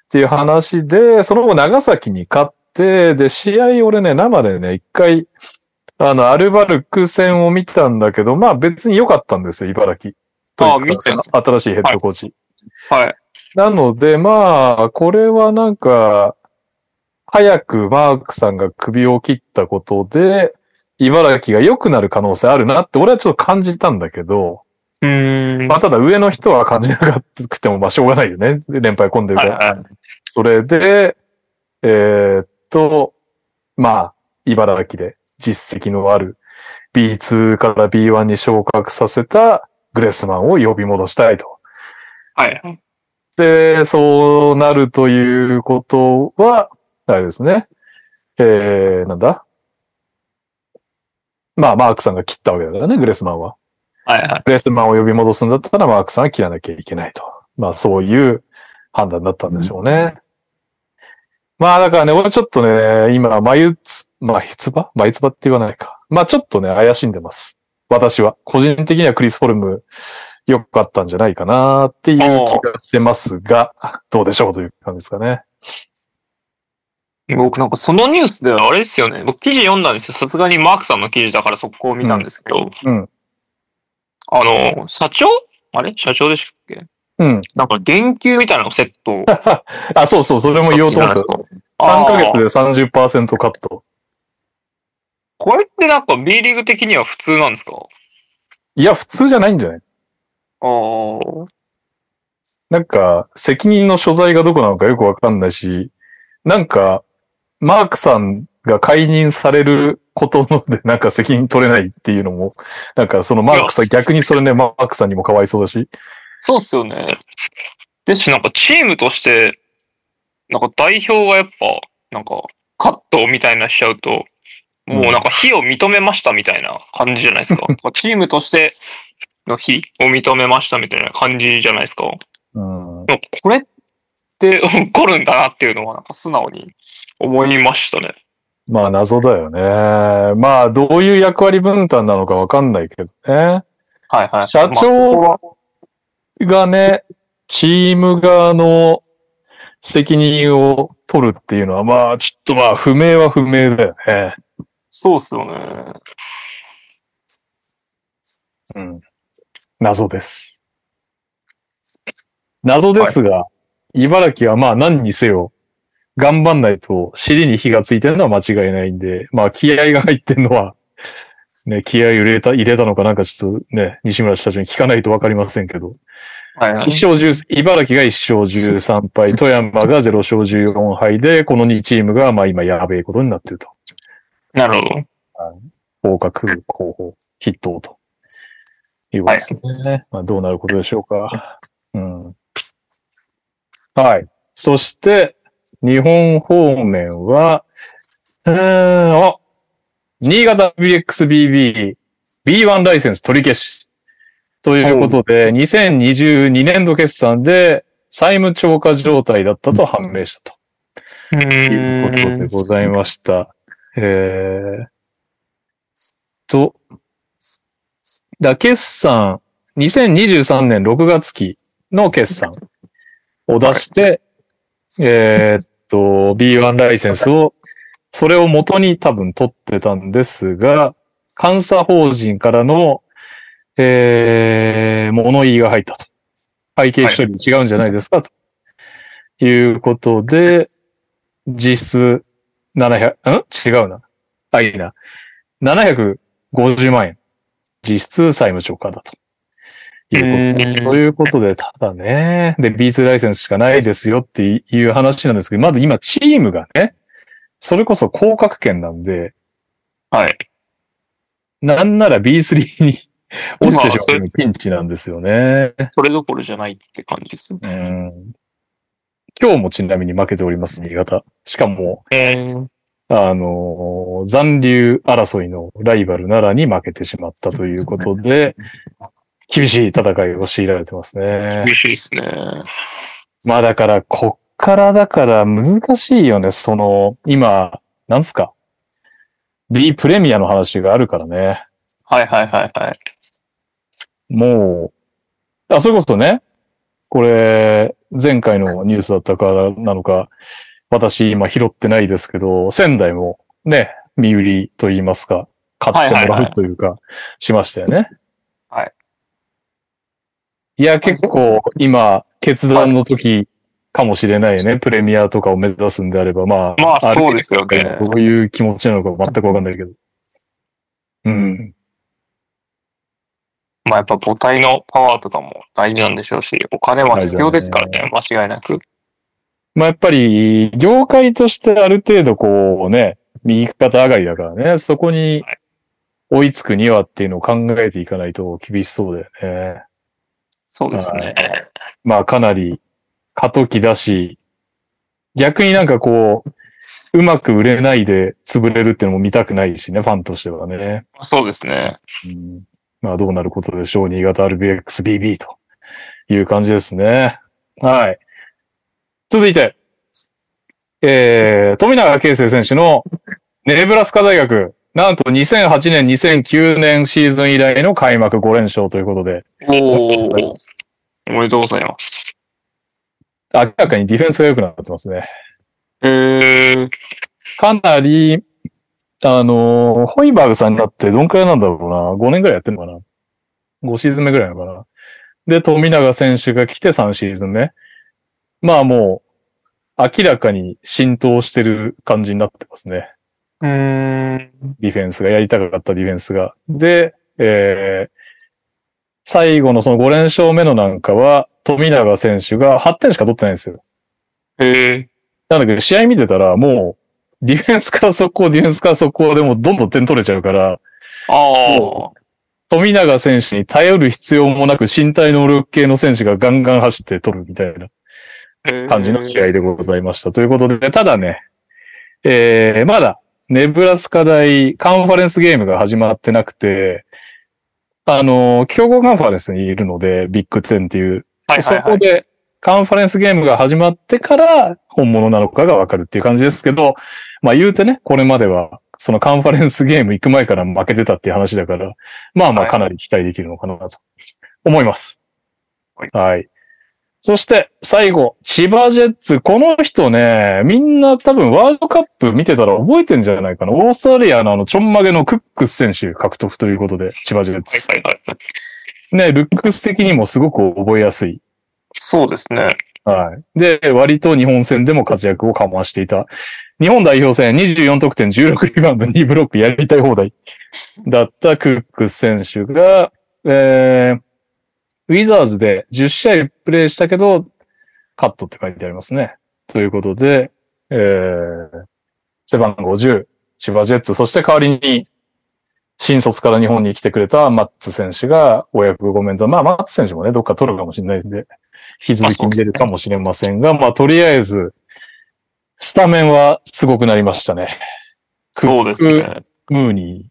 ていう話で、その後長崎に勝って、で、試合俺ね、生でね、一回、あの、アルバルク戦を見たんだけど、まあ別に良かったんですよ、茨城。
あ
というか
見てます
その新しいヘッドコーチ。
はい。
なので、まあ、これはなんか、早くマークさんが首を切ったことで、茨城が良くなる可能性あるなって、俺はちょっと感じたんだけど、
うーん。
ま
は
あ、ただ上の人は感じなかったくても、まあ、しょうがないよね。連敗込んで
い
るから。
は
それで、えーっと、まあ、茨城で実績のある B2 から B1 に昇格させたグレスマンを呼び戻したいと。
い。はい。
で、そうなるということは、あれですね。えー、なんだまあ、マークさんが切ったわけだからね、グレスマンは。
はいはい。
グレスマンを呼び戻すんだったら、マークさんは切らなきゃいけないと。まあ、そういう判断だったんでしょうね。まあ、だからね、俺ちょっとね、今、眉つ、まつば眉つばって言わないか。まあ、ちょっとね、怪しんでます。私は。個人的にはクリス・フォルム、良かったんじゃないかなっていう気がしてますが、どうでしょうという感じですかね。
僕なんかそのニュースではあれですよね。僕記事読んだんですよ。さすがにマークさんの記事だから速攻見たんですけど。
うんうん
あの、社長あれ社長でしたっけ
うん。
なんか減給みたいなのセットを。
あ、そうそう、それ も言おうと思った。3ヶ月
あー
で30%カット。
これってなんか B リーグ的には普通なんですか
いや、普通じゃないんじゃない
ああ。
なんか、責任の所在がどこなのかよくわかんないし、なんか、マークさんが解任されることので、 なんか責任取れないっていうのも、なんかそのマークさん、
いや
逆にそれね、マークさんにもかわいそうだし。
そうっすよね。ですし、なんかチームとして、なんか代表がやっぱ、なんかカットみたいなしちゃうと、もうなんか非を認めましたみたいな感じじゃないです か。なんかチームとしての非を認めましたみたいな感じじゃないですか。
うん。
なんかこれって起こるんだなっていうのは、なんか素直に思いましたね。
まあ、謎だよね。まあ、どういう役割分担なのかわかんないけどね。
はいはい。
社長
まあそこは
がね、チーム側の責任を取るっていうのは、まあ、ちょっとまあ、不明は不明だよね。
そうっすよね。
うん。謎です。謎ですが、茨城はまあ何にせよ、頑張んないと尻に火がついてるのは間違いないんで、まあ気合が入ってるのは、ね、気合入れた、入れたのかなんかちょっとね、西村社長に聞かないとわかりませんけど、
はいはい。
一勝10茨城が1勝13敗、富山が0勝14敗で、この2チームがまあ今やべえことになってると。
なるほど。
合格候補筆頭ということですね。まあ、どうなることでしょうか。うん。はい。そして、日本方面は、うーん、お新潟 BXBB、B B1 ライセンス取り消し。ということで、2022年度決算で債務超過状態だったと判明した
う
というこ
ー
と
ん
でございました。えー、と、だ決算、2023年6月期の決算を出して、えーっと、B1 ライセンスを、それを元に多分取ってたんですが、監査法人からの、えー、物言いが入ったと。背景処理違うんじゃないですか、ということで、実質700、ん違うな。あ、いいな。750万円。実質債務超過だと。いうこと
えー
ということで、ただね、で、B2 ライセンスしかないですよっていう話なんですけど、まだ今チームがね、それこそ降格圏なんで、
はい。
なんなら B3 に 落ちてし
まあそ
ま
れ
うピンチなんですよね。
それどころじゃないって感じですよ
う
ね。
ん今日もちなみに負けております、新潟。しかも、
えー
あのー残留争いのライバル奈良に負けてしまったということで、厳しい戦いを強いられてますね。
厳しいですね。
まあだから、こっからだから難しいよね。その、今、なんすか ?B プレミアの話があるからね。
はいはいはいはい。
もう、あ、それこそね、これ、前回のニュースだったからなのか、私今拾ってないですけど、仙台もね、身売りと言いますか、買っても
はいはい
ら
は
う
い
というか、しましたよね。
はい。
いや、結構今、決断の時かもしれないよね。プレミアとかを目指すんであれば、まあ、
まあ
RX
そうですよね
がどういう気持ちなのか全くわかんないけど。うん。
まあやっぱ母体のパワーとかも大事なんでしょうし、お金は必要ですからね、間違いなく。
まあやっぱり、業界としてある程度こうね、右肩上がりだからね、そこに追いつくにはっていうのを考えていかないと厳しそうだよね。
そうですね。
まあかなり過渡期だし、逆になんかこう、うまく売れないで潰れるっていうのも見たくないしね、ファンとしてはね。
そうですね。
うんまあどうなることでしょう、新潟 RBXBB という感じですね。はい。続いて、えー、富永啓生選手のネブラスカ大学、なんと2008年、2009年シーズン以来の開幕5連勝ということで、
おお。おめでとうございます。
明らかにディフェンスが良くなってますね。
えー、
かなり、あのーホイバーグさんになってどんくらいなんだろうな。5年くらいやってるのかな。5シーズン目くらいなのかな。で、富永選手が来て3シーズン目。まあもう、明らかに浸透してる感じになってますね。
うーん。
ディフェンスが、やりたかったディフェンスが。で、えー最後のその5連勝目のなんかは、富永選手が8点しか取ってないんですよ。
え
なんだけど、試合見てたら、もう、ディフェンスから速攻、ディフェンスから速攻でもうどんどん点取れちゃうから、
ー、ああ
そ。富永選手に頼る必要もなく身体能力系の選手がガンガン走って取るみたいな
えー
感じの試合でございました。ということで、ただね、えー、まだ、ネブラスカ大カンファレンスゲームが始まってなくて、あの、強豪カンファレンスにいるので、ビッグ10っていう
はいはい
そ
は
こ
い。
でカンファレンスゲームが始まってから本物なのかがわかるっていう感じですけど、まあ言うてね、これまではそのカンファレンスゲーム行く前から負けてたっていう話だから、まあまあ
はい
かなり期待できるのかなと思います。
はい
はい。そして最後、千葉ジェッツ。この人ね、みんな多分ワールドカップ見てたら覚えてんじゃないかな。オーストラリアのあのちょんまげのクックス選手獲得ということで、千葉ジェッツ。
はいはいはい。
ね、ルックス的にもすごく覚えやすい
そうですね。
はい。で、割と日本戦でも活躍をかましていた。日本代表戦24得点16リバウンド2ブロックやりたい放題だったクックス選手が、えー、ウィザーズで10試合プレーしたけど、カットって書いてありますね。ということで、えー、背番号10、千葉ジェッツ、そして代わりに、新卒から日本に来てくれたマッツ選手がお役ごめんと、まあマッツ選手もね、どっか取るかもしれないんで、引き続き見れるかもしれませんが、まあとりあえず、スタメンはすごくなりましたね。
そうですね。
ムーニ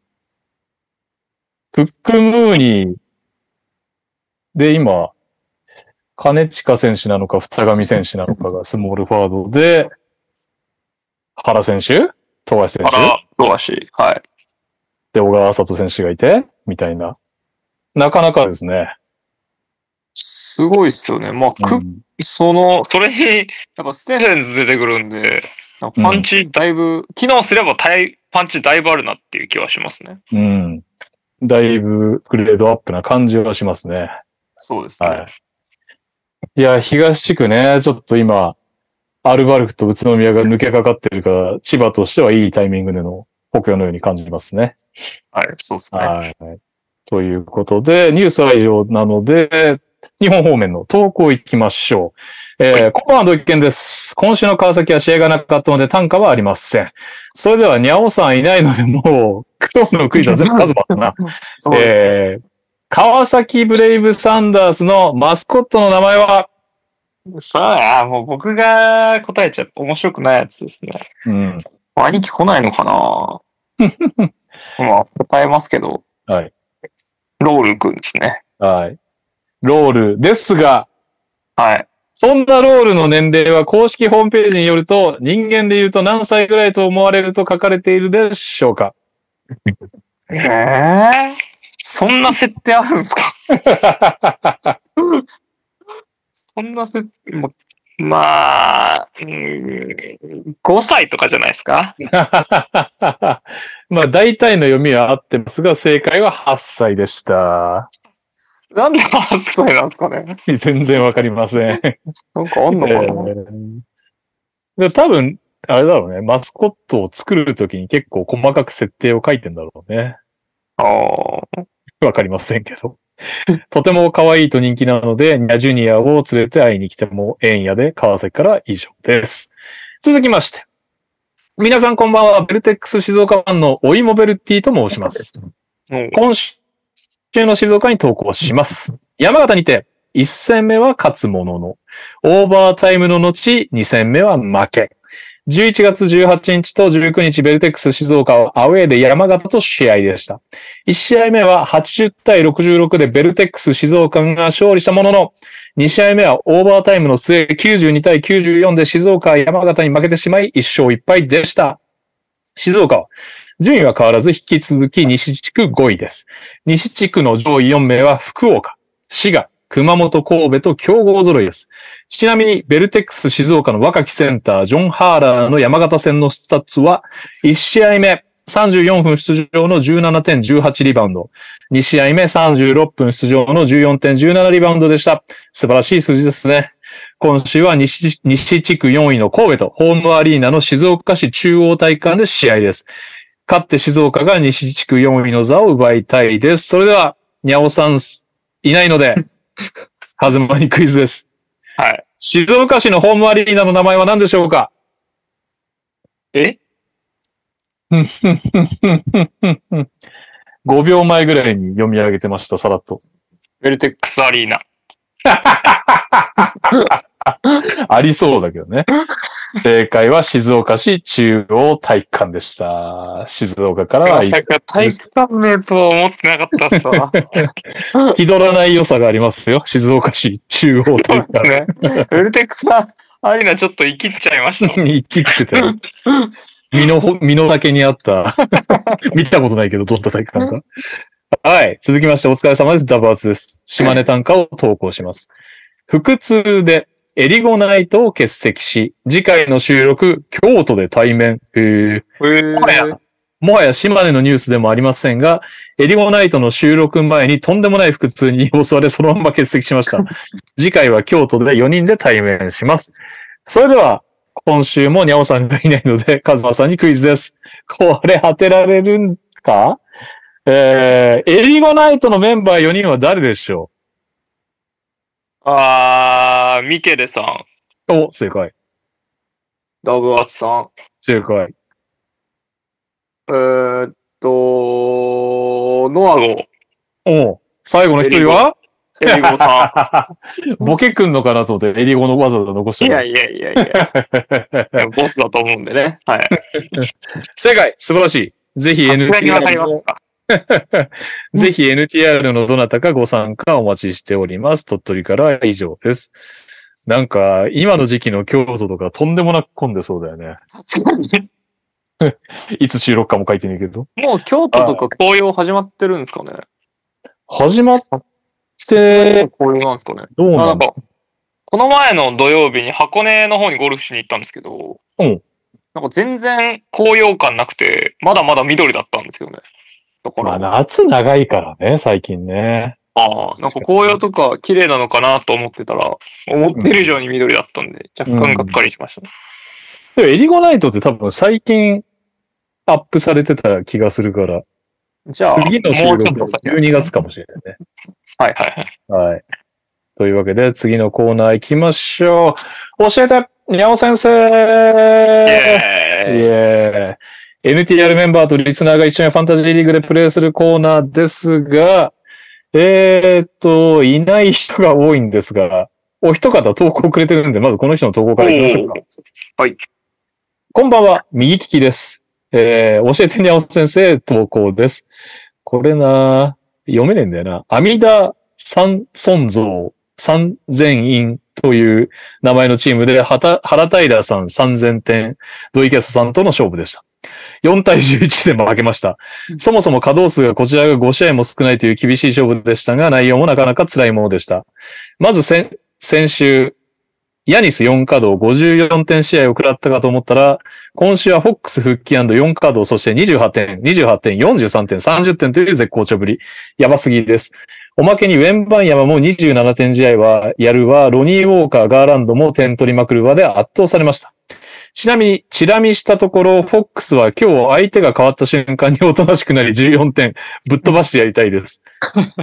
クックムーニーで今、金近選手なのか、二上選手なのかがスモールフォワードで、原選手富樫選手
あら、富樫。はい。
で、小川里選手がいて、みたいな。なかなかですね。
すごいっすよね。まあ、ク
う
ッ
ん
その、それに、やっぱステフェンズ出てくるんで、なんかパンチだいぶ、機能すればたいパンチだいぶあるなっていう気はしますね。
うん。だいぶグレードアップな感じはしますね。
そうですね。
はい。いや、東地区ね、ちょっと今、アルバルクと宇都宮が抜けかかってるから、千葉としてはいいタイミングでの補強のように感じますね。
はい、そうですね。
はい。ということで、ニュースは以上なので、日本方面の投稿行きましょう。えー、今晩の一見です。今週の川崎は試合がなかったので単価はありません。それでは、にゃおさんいないので、もう、今日のクイズは全部カズマだな。
そうですね。
えー、川崎ブレイブサンダースのマスコットの名前は、
さあ、もう僕が答えちゃって面白くないやつですね。
うん、
兄貴来ないの かなまあ、答えますけど。
はい。
ロールくんですね。
はい。ロールですが、
はい。
そんなロールの年齢は公式ホームページによると、人間で言うと何歳ぐらいと思われると書かれているでしょうか
ええそんな設定あるんですかそんな設定、ま、まあ、うーん、5歳とかじゃないですか
まあ、大体の読みは合ってますが、正解は8歳でした。
なんで8歳なんですかね
全然わかりません。
なんかあんのかな、
えーで多分、あれだろうね、マスコットを作るときに結構細かく設定を書いてんだろうね。
あ
わかりませんけど。 とても可愛いと人気なので、ニャジュニアを連れて会いに来ても、えんやで、川崎から以上です。続きまして。皆さんこんばんは、ベルテックス静岡版のおいもベルティと申します。
あ、もう
今週の静岡に投稿します。山形にて、1戦目は勝つものの、オーバータイムの後、2戦目は負け。11月18日と19日、ベルテックス静岡はアウェーで山形と試合でした。1試合目は80対66でベルテックス静岡が勝利したものの、2試合目はオーバータイムの末92対94で静岡は山形に負けてしまい1勝1敗でした。静岡は順位は変わらず引き続き西地区5位です。西地区の上位4名は福岡、滋賀、熊本、神戸と競合揃いです。ちなみに、ベルテックス静岡の若きセンター、ジョン・ハーラーの山形戦のスタッツは、1試合目、34分出場の17点18リバウンド。2試合目、36分出場の14点17リバウンドでした。素晴らしい数字ですね。今週は西西地区4位の神戸とホームアリーナの静岡市中央体育館で試合です。勝って静岡が西地区4位の座を奪いたいです。それでは、にゃおさんいないので、カズマにクイズです。
はい。
静岡市のホームアリーナの名前は何でしょうか
え
?5 秒前ぐらいに読み上げてました、さらっと。
ベルテックスアリーナ。
ありそうだけどね。正解は静岡市中央体育館でした。静岡からは
まさか体育館名とは思ってなかったっ すわ。
気取らない良さがありますよ。静岡市中央体
そう
育
です
館
ね。ベルテックスアリーナちょっと生きっちゃいま した。
に行きってたよ。身のほ、身の丈にあった。 見たことないけど、どんな体育館か。はい。続きまして、お疲れ様です。ダバーツです。島根短歌を投稿します。腹痛で、エリゴナイトを欠席し、次回の収録、京都で対面。へー
えー
はやもはや島根のニュースでもありませんが、エリゴナイトの収録前にとんでもない腹痛に 襲われ、そのまま欠席しました。次回は京都で4人で対面します。それでは、今週もにゃおさんがいないので、カズマさんにクイズです。これ当てられるんかえー、エリゴナイトのメンバー4人は誰でしょ
あー、ミケレさん、
うお、正解。
ダブアツさん、
正解。
えーっと、ノアゴ、
お最後の一人は
エリゴ さ
ボケくんのかなと思って、エリゴのわざわざ残し
ん。
た
い
の
やいやいやいや、ボスだと思うんでね。はい。
正解素晴らしいぜひ
さすがに
NTR
わかりま
の
すか。
ぜひ NTR のどなたかご参加お待ちしております。鳥取からは以上です。なんか、今の時期の京都とかとんでもなく混んでそうだよね。 いつ収録かも書いてねえけど。
もう京都とか紅葉始まってるんですかね
始まって、
紅葉なんですかね
どう
あ
な
なんん
だ
か、この前の土曜日に箱根の方にゴルフしに行ったんですけど、
うん
なんか全然紅葉感なくて、まだまだ緑だったんですよね。だか
ま
ら、
あ、夏長いからね、最近ね。
あーなんか紅葉とか綺麗なのかなと思ってたら、思ってる以上に緑だったんで、若干がっかりしましたね。
でも、エリゴナイトって多分最近アップされてた気がするから、
じゃあ、もう
次
ち
の収
ょっ
録
と
は
先。
12月かもしれないね。
はいはいはい。
はい。というわけで、次のコーナー行きましょう。教えて、にゃお先
イ
生イ
エーイ
エーイ NTR メンバーとリスナーが一緒にファンタジーリーグでプレイするコーナーですが、えー、っと、いない人が多いんですが、お一方投稿くれてるんで、まずこの人の投稿から行きましょうか。こんばんは、右利きです。えー、教えてにゃお先生、投稿です。これな読めねえんだよな。阿弥陀三尊像三千院という名前のチームで、はた原平さん三千点、土井キャストさんとの勝負でした。4対11で負けました。そもそも稼働数がこちらが5試合も少ないという厳しい勝負でしたが、内容もなかなか辛いものでした。まず先、先週、ヤニス4カードを54点試合を食らったかと思ったら、今週はフォックス復帰 &4 カード、そして28点、28点、43点、30点という絶好調ぶり。やばすぎです。おまけにウェンバンヤマも27点試合はやるわ、ロニー・ウォーカー、ガーランドも点取りまくるわで圧倒されました。ちなみに、チラ見したところ、フォックスは今日相手が変わった瞬間におとなしくなり14点ぶっ飛ばしてやりたいです。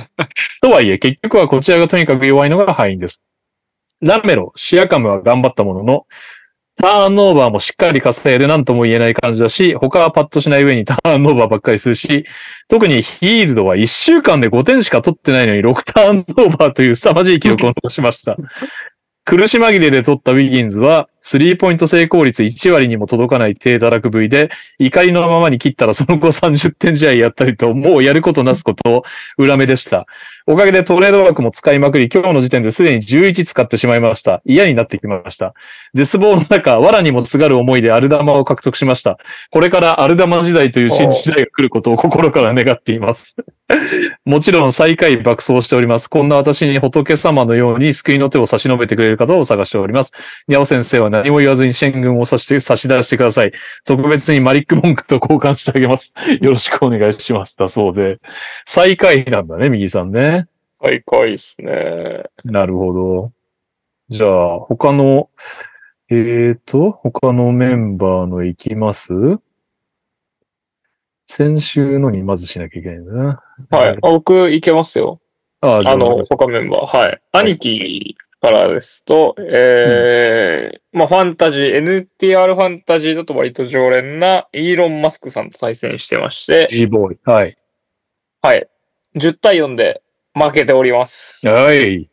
とはいえ、結局はこちらがとにかく弱いのが敗因です。ラメロ、シアカムは頑張ったものの、ターンオーバーもしっかり稼いで何とも言えない感じだし、他はパッとしない上にターンオーバーばっかりするし、特にヒールドは1週間で5点しか取ってないのに6ターンオーバーという凄まじい記録を残しました。苦し紛れで取ったウィギンズは、スリーポイント成功率1割にも届かない低堕落部位で、怒りのままに切ったらその後30点試合やったりと、もうやることなすこと、裏目でした。おかげでトレード枠も使いまくり、今日の時点ですでに11使ってしまいました。嫌になってきました。絶望の中、藁にもすがる思いでアルダマを獲得しました。これからアルダマ時代という新時代が来ることを心から願っています。 もちろん最下位爆走しております。こんな私に仏様のように救いの手を差し伸べてくれる方を探しております。にゃお先生は何も言わずに戦軍を差して差し出してください。特別にマリック文句と交換してあげます。よろしくお願いします。だそうで。最下位なんだね、右さんね。
最下位ですね。
なるほど。じゃあ、他の、えーと、他のメンバーのいきます先週のにまずしなきゃいけないんだな。
は
え
い。あ僕、いけますよ。
ー。あ、じゃあ、
あの、他メンバー、はい。兄貴からですと、えーまあ、ファンタジー、NTR ファンタジーだと割と常連なイーロン・マスクさんと対戦してまして、
G ボーイ。はい。
はい。10対4で負けております。
はい。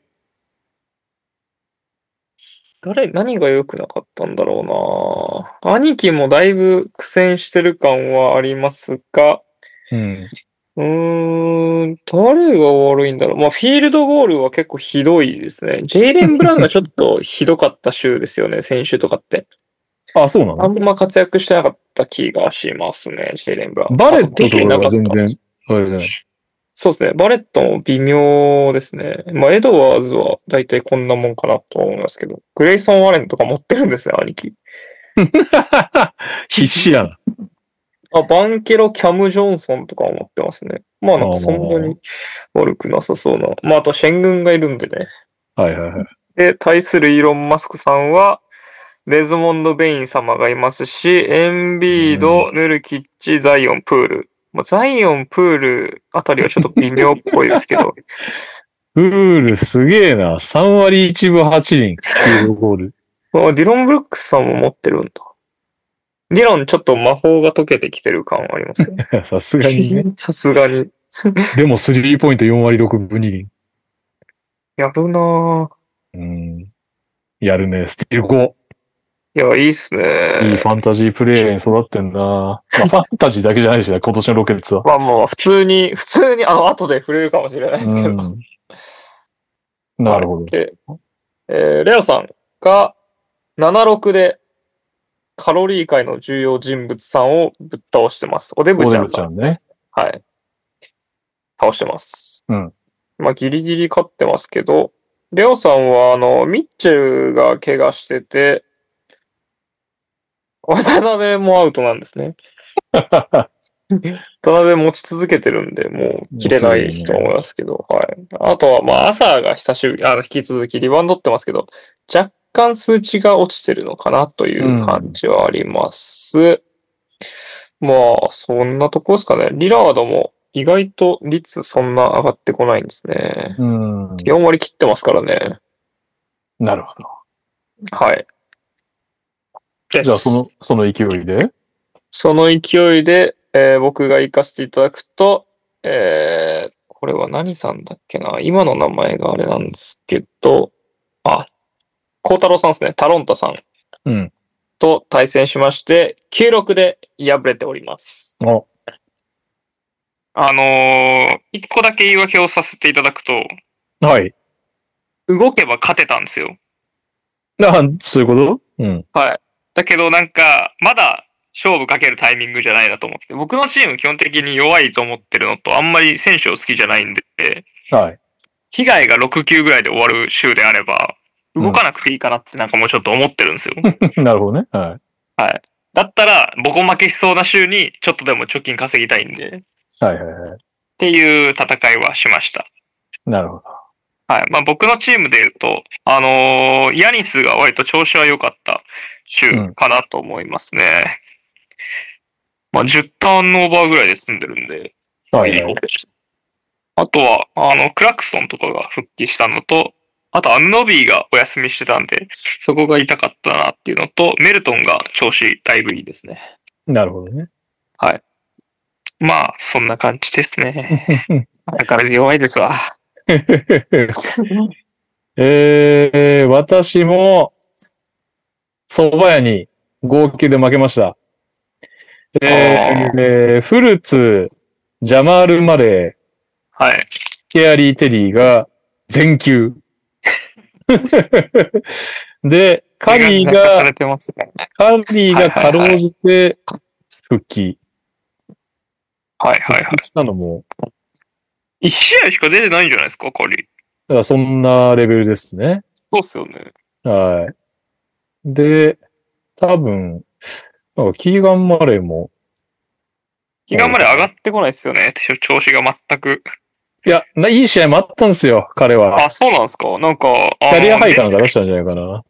誰、何が良くなかったんだろうな兄貴もだいぶ苦戦してる感はありますが、
うん。
うーん、誰が悪いんだろう。まあ、フィールドゴールは結構ひどいですね。ジェイレン・ブラウンがちょっとひどかった週ですよね、 先週とかって。
あ、そうな
あ
の
んま活躍してなかった気がしますね、ジェイレン・ブラウン。
バレット
あ
と
適
か
宜なか
が
った
全然、あれじゃない。
そうですね、バレットも微妙ですね。まあ、エドワーズは大体こんなもんかなと思いますけど、グレイソン・ワレンとか持ってるんですね、兄貴。
必死やな。
あ、バンケロ、キャム・ジョンソンとかも持ってますね。まあ、なんかそんなに悪くなさそうな。まあ、あと、シェン軍がいるんでね。
はいはいはい。
で、対するイーロン・マスクさんは、デズモンド・ベイン様がいますし、エンビード、ヌルキッチ、ザイオン、プール。まあ、ザイオン、プールあたりはちょっと微妙っぽいですけど、
プールすげえな。3割1分8厘。フィールドゴール。
まあディロン・ブルックスさんも持ってるんだ。ディロン、ちょっと魔法が解けてきてる感はあります ね。
さすがに ね。
さすがに。
でもスリーポイント4割6分2厘。
やるなぁ。
うん。やるね。スティール5。
いや、いいっす
いい
ね。
ファンタジープレイヤーに育って んな。まあ、ファンタジーだけじゃないしね、今年のロケッツは。
まあもう、普通に、普通に、あの、後で触れるかもしれないですけど。
うん、なるほど。
で、えーレオさんが76でカロリー界の重要人物さんをぶっ倒してます。おでぶ
お
ち
で
ゃ
ぶ
ん
ち
さ
ゃ
ん。
んね。
はい。倒してます。
うん。
まあ、ギリギリ勝ってますけど、レオさんは、あの、ミッチェルが怪我してて、渡辺もアウトなんですね。渡辺持ち続けてるんで、もう切れないと思いますけど、はい。あとは、まあ、朝が久しぶり、あの、引き続きリバウンド取ってますけど、若干数値が落ちてるのかなという感じはあります。まあ、そんなとこですかね。リラードも意外と率そんな上がってこないんですね。
うん。
4割切ってますからね。
なるほど。
はい。です
じゃあ、その、その勢いで。
その勢いで、えー僕が行かせていただくと、えーこれは何さんだっけな今の名前があれなんですけど、あ、孝太郎さんですね。タロンタさん
うん。
と対戦しまして、96で敗れております。
お
あのー、一個だけ言い訳をさせていただくと、
はい。
動けば勝てたんですよ。
な、そういうことうん。
はい。だけどなんか、まだ勝負かけるタイミングじゃないなと思って、僕のチーム基本的に弱いと思ってるのと、あんまり選手を好きじゃないんで、
はい。
被害が6級ぐらいで終わる週であれば、動かなくていいかなってなんかもうちょっと思ってるんですよ。
なるほどね。は
だったら、ボコ負けしそうな週に、ちょっとでも貯金稼ぎたいんで、っ
い。はいはいは
ていう戦いはしました。
い。なるほど。
はい。まあ僕のチームで言うと、あのーヤニスが割と調子は良かった週かなと思いますね。まあ10ターンオーバーぐらいで済んでるんで、
はいはい。
あとは、あの、クラクソンとかが復帰したのと、あとアムノビーがお休みしてたんで、そこが痛かったなっていうのと、メルトンが調子だいぶいいですね。
なるほどね。
まあ、そんな感じですね。 だからず弱いですわ。
えー、私も、蕎麦屋に合計で負けました。えーえーフルーツ、ジャマール・マレー、
はい。
ケアリー・テリーが全球。 で、カリー
手抜かさ
が、
れてますね
カリーがかろうじて復帰。
はいはいはい。
復帰したのも、
一試合しか出てないんじゃないですか、カリー。
だからそんなレベルですね。
そうっすよね。
はい。で、多分、なんかキーガン・マレーも、
気がまで上がってこないですよね。調子が全く。
いや、ないい試合もあったんですよ、彼は。
あ、そうなんですか。なんか、キ
キャリアハイかなんか出したんじゃないかな。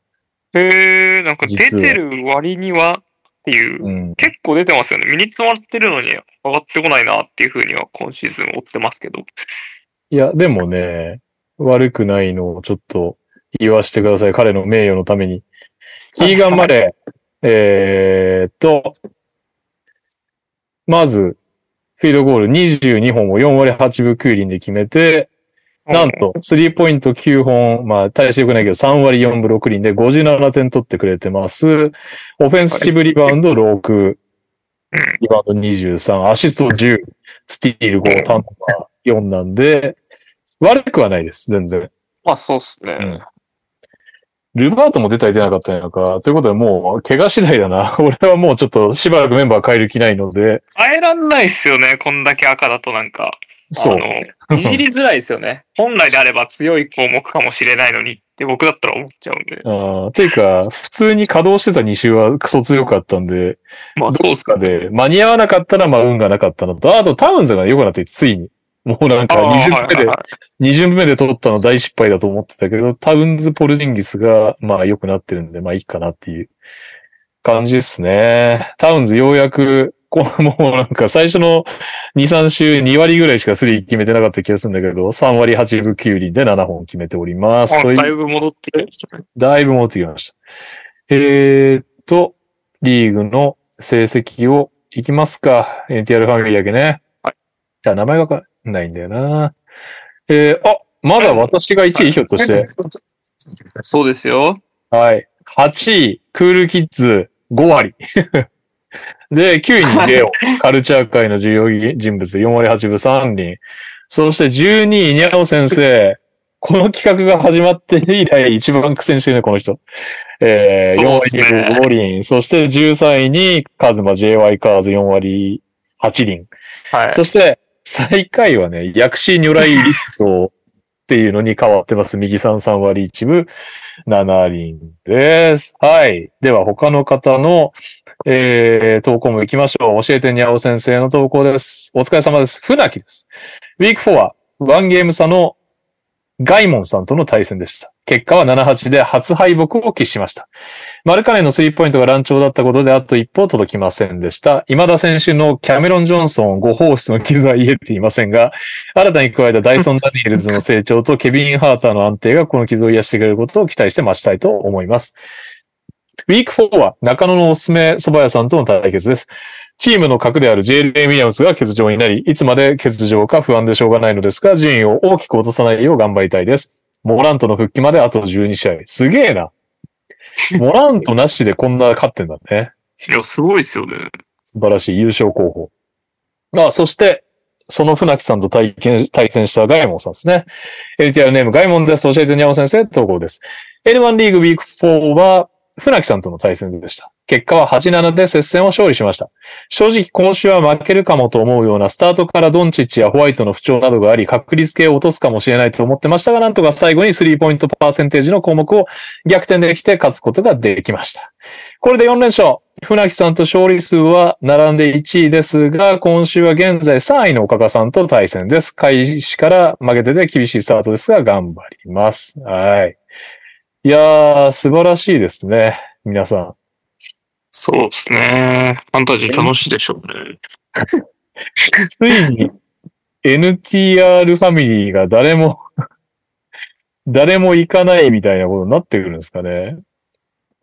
へえ、なんか出
実は
てる割にはっていう、
うん。
結構出てますよね。ミニッツもらってるのに上がってこないなっていうふうには今シーズン追ってますけど。
いや、でもね、悪くないのをちょっと言わしてください、彼の名誉のために。キーガン・マレー、えーっと、まず、フィードゴール22本を4割8分9厘で決めて、なんと、スリーポイント9本、まあ、大して良くないけど、3割4分6厘で57点取ってくれてます。オフェンシブリバウンド6、リバウンド23、アシスト10、スティール5、ターンオーバー4なんで、悪くはないです、全然。
まあそうっすね。
うんルバートも出たり出なかったりなんか、ということでもう、怪我次第だな。 俺はもうちょっとしばらくメンバー変える気ないので、
変えらんないっすよね。こんだけ赤だとなんか。
そう。
あの、いじりづらいですよ ね。本来であれば強い項目かもしれないのにって僕だったら思っちゃうんで。
あーていうか、普通に稼働してた2週はクソ強かったんで、
まあ
ど
そう
う
っ
す
すね
かで、間に合わなかったら、まあ、運がなかったのと、あと、タウンズが良くなって、ついに。もうなんか、
あーはい
20
は
目
い
で
はい、
二巡目で取ったの大失敗だと思ってたけど、タウンズ・ポルジンギスが、まあ、良くなってるんで、まあ、いいかなっていう感じですね。タウンズ、ようやく、こう、 もうなんか、最初の2、3週、2割ぐらいしかスリー決めてなかった気がするんだけど、3割8分9厘で7本決めております。と
あ
いう
だいぶ戻ってきましたね。
だいぶ戻ってきました。えー、っと、リーグの成績をいきますか。NTR ファミリーだけね。
はい。
じゃあ名前わかんないんだよな。えー、あ、まだ私が1位ひょっとして。
そうですよ。
はい。8位、クールキッズ5割。 で、9位 にレオ、カルチャー界の重要人物4割8分3人。そして12位、にゃお先生。この企画が始まって以来一番苦戦してるね、この人。えー、4
そうっ
割
すね
5分5厘。そして13位にカズマ JY カーズ4割8厘。
はい。
そして、最下位はね、薬師如来立想っていうのに変わってます。右3、3割一部、7輪です。はい。では、他の方の、えー、投稿も行きましょう。教えてにゃお先生の投稿です。お疲れ様です。船木です。ウィーク4は、ワンゲーム差のガイモンさんとの対戦でした。結果は7-8で初敗北を喫しました。マルカネのスリーポイントが乱調だったことであと一歩届きませんでした。今田選手のキャメロン・ジョンソンご放出の傷は癒えていませんが、新たに加えたダイソン・ダニエルズの成長とケビン・ハーターの安定がこの傷を癒してくれることを期待して待ちたいと思います。ウィーク4は中野のおすすめ蕎麦屋さんとの対決です。チームの核である JL ・ウィリアムズが欠場になり、いつまで欠場か不安でしょうがないのですが、順位を大きく落とさないよう頑張りたいです。モラントの復帰まであと12試合。すげえな。モラントなしでこんな勝ってんだね。
いや、すごいですよね。
素晴らしい優勝候補。あ、そして、その船木さんと対見対戦したガイモンさんですね。LTR ネームガイモンです。教えてにゃお先生、投稿です。L1 リーグウィーク4は、船木さんとの対戦でした。結果は8-7で接戦を勝利しました。正直今週は負けるかもと思うようなスタートからドンチッチやホワイトの不調などがあり、確率系を落とすかもしれないと思ってましたが、なんとか最後にスリーポイントパーセンテージの項目を逆転できて勝つことができました。これで4連勝。船木さんと勝利数は並んで1位ですが、今週は現在3位の岡かさんと対戦です。開始から負けてて厳しいスタートですが、頑張ります。はい。いやー、素晴らしいですね。皆さん。
そうですね。ファンタジー楽しいでしょうね。
ついに NTR ファミリーが誰も、誰も行かないみたいなことになってくるんですかね。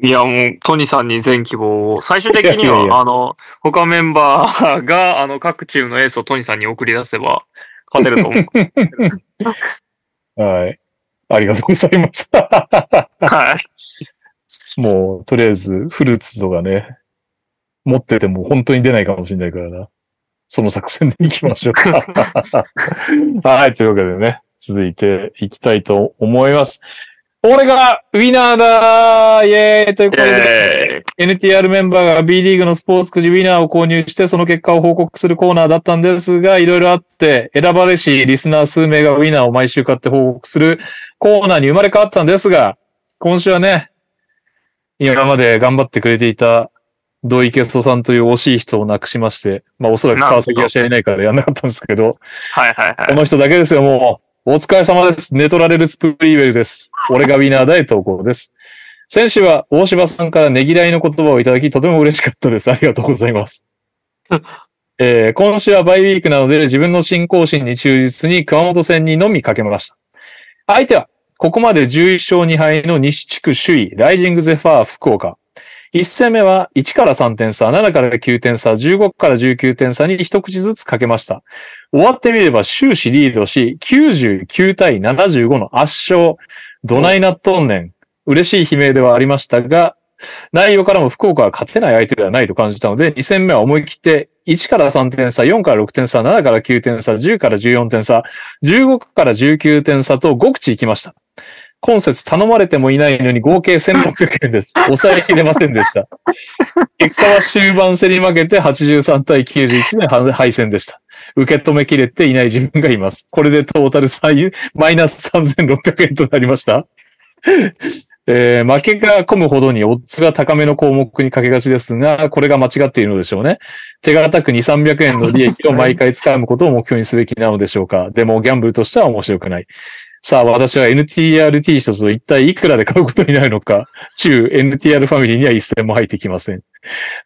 いや、もう、トニさんに全希望を。最終的に
いやい
は、
やいや
あの、他メンバーが、あの、各チームのエースをトニさんに送り出せば、勝てると思う。
はい。ありがとうございます。
はい。
もう、とりあえず、フルーツとかね、持ってても本当に出ないかもしれないからな。その作戦でいきましょ う。はい、というわけでね、続いていきたいと思います。俺がウィナーだーイエーイということで、
え
NTR メンバーが B リーグのスポーツくじウィナーを購入して、その結果を報告するコーナーだったんですが、いろいろあって、選ばれしリスナー数名がウィナーを毎週買って報告するコーナーに生まれ変わったんですが、今週はね、今まで頑張ってくれていた、土井ケストさんという惜しい人を亡くしまして、まあおそらく川崎が試合いないからやんなかったんですけど、
はいはいは
こ
い。
の人だけですよ、もう。お疲れ様です。寝取られるスプリーベルです。俺がウィナーだい投稿です。先週は大柴さんからねぎらいの言葉をいただき、とても嬉しかったです。ありがとうございます。えー今週はバイウィークなので、自分の信仰心に忠実に熊本戦にのみかけました。相手は、ここまで11勝2敗の西地区首位、ライジングゼファー福岡。1戦目は1から3点差、7から9点差、15から19点差に一口ずつかけました。終わってみれば終始リードし、99対75の圧勝。どないなっとんねん。嬉しい悲鳴ではありましたが、内容からも福岡は勝てない相手ではないと感じたので、2戦目は思い切って、1から3点差、4から6点差、7から9点差、10から14点差、15から19点差と5口いきました。今節頼まれてもいないのに合計1600円です。抑えきれませんでした。結果は終盤競り負けて83対91で敗戦でした。受け止めきれていない自分がいます。これでトータル3、マイナス3600円となりました。 えー負けが込むほどにオッズが高めの項目にかけがちですが、これが間違っているのでしょうね。手堅く2、300円の利益を毎回掴むことを目標にすべきなのでしょうか。でも、ギャンブルとしては面白くない。さあ、私は NTR T シャツを一体いくらで買うことになるのか。中 NTR ファミリーには一銭も入ってきません。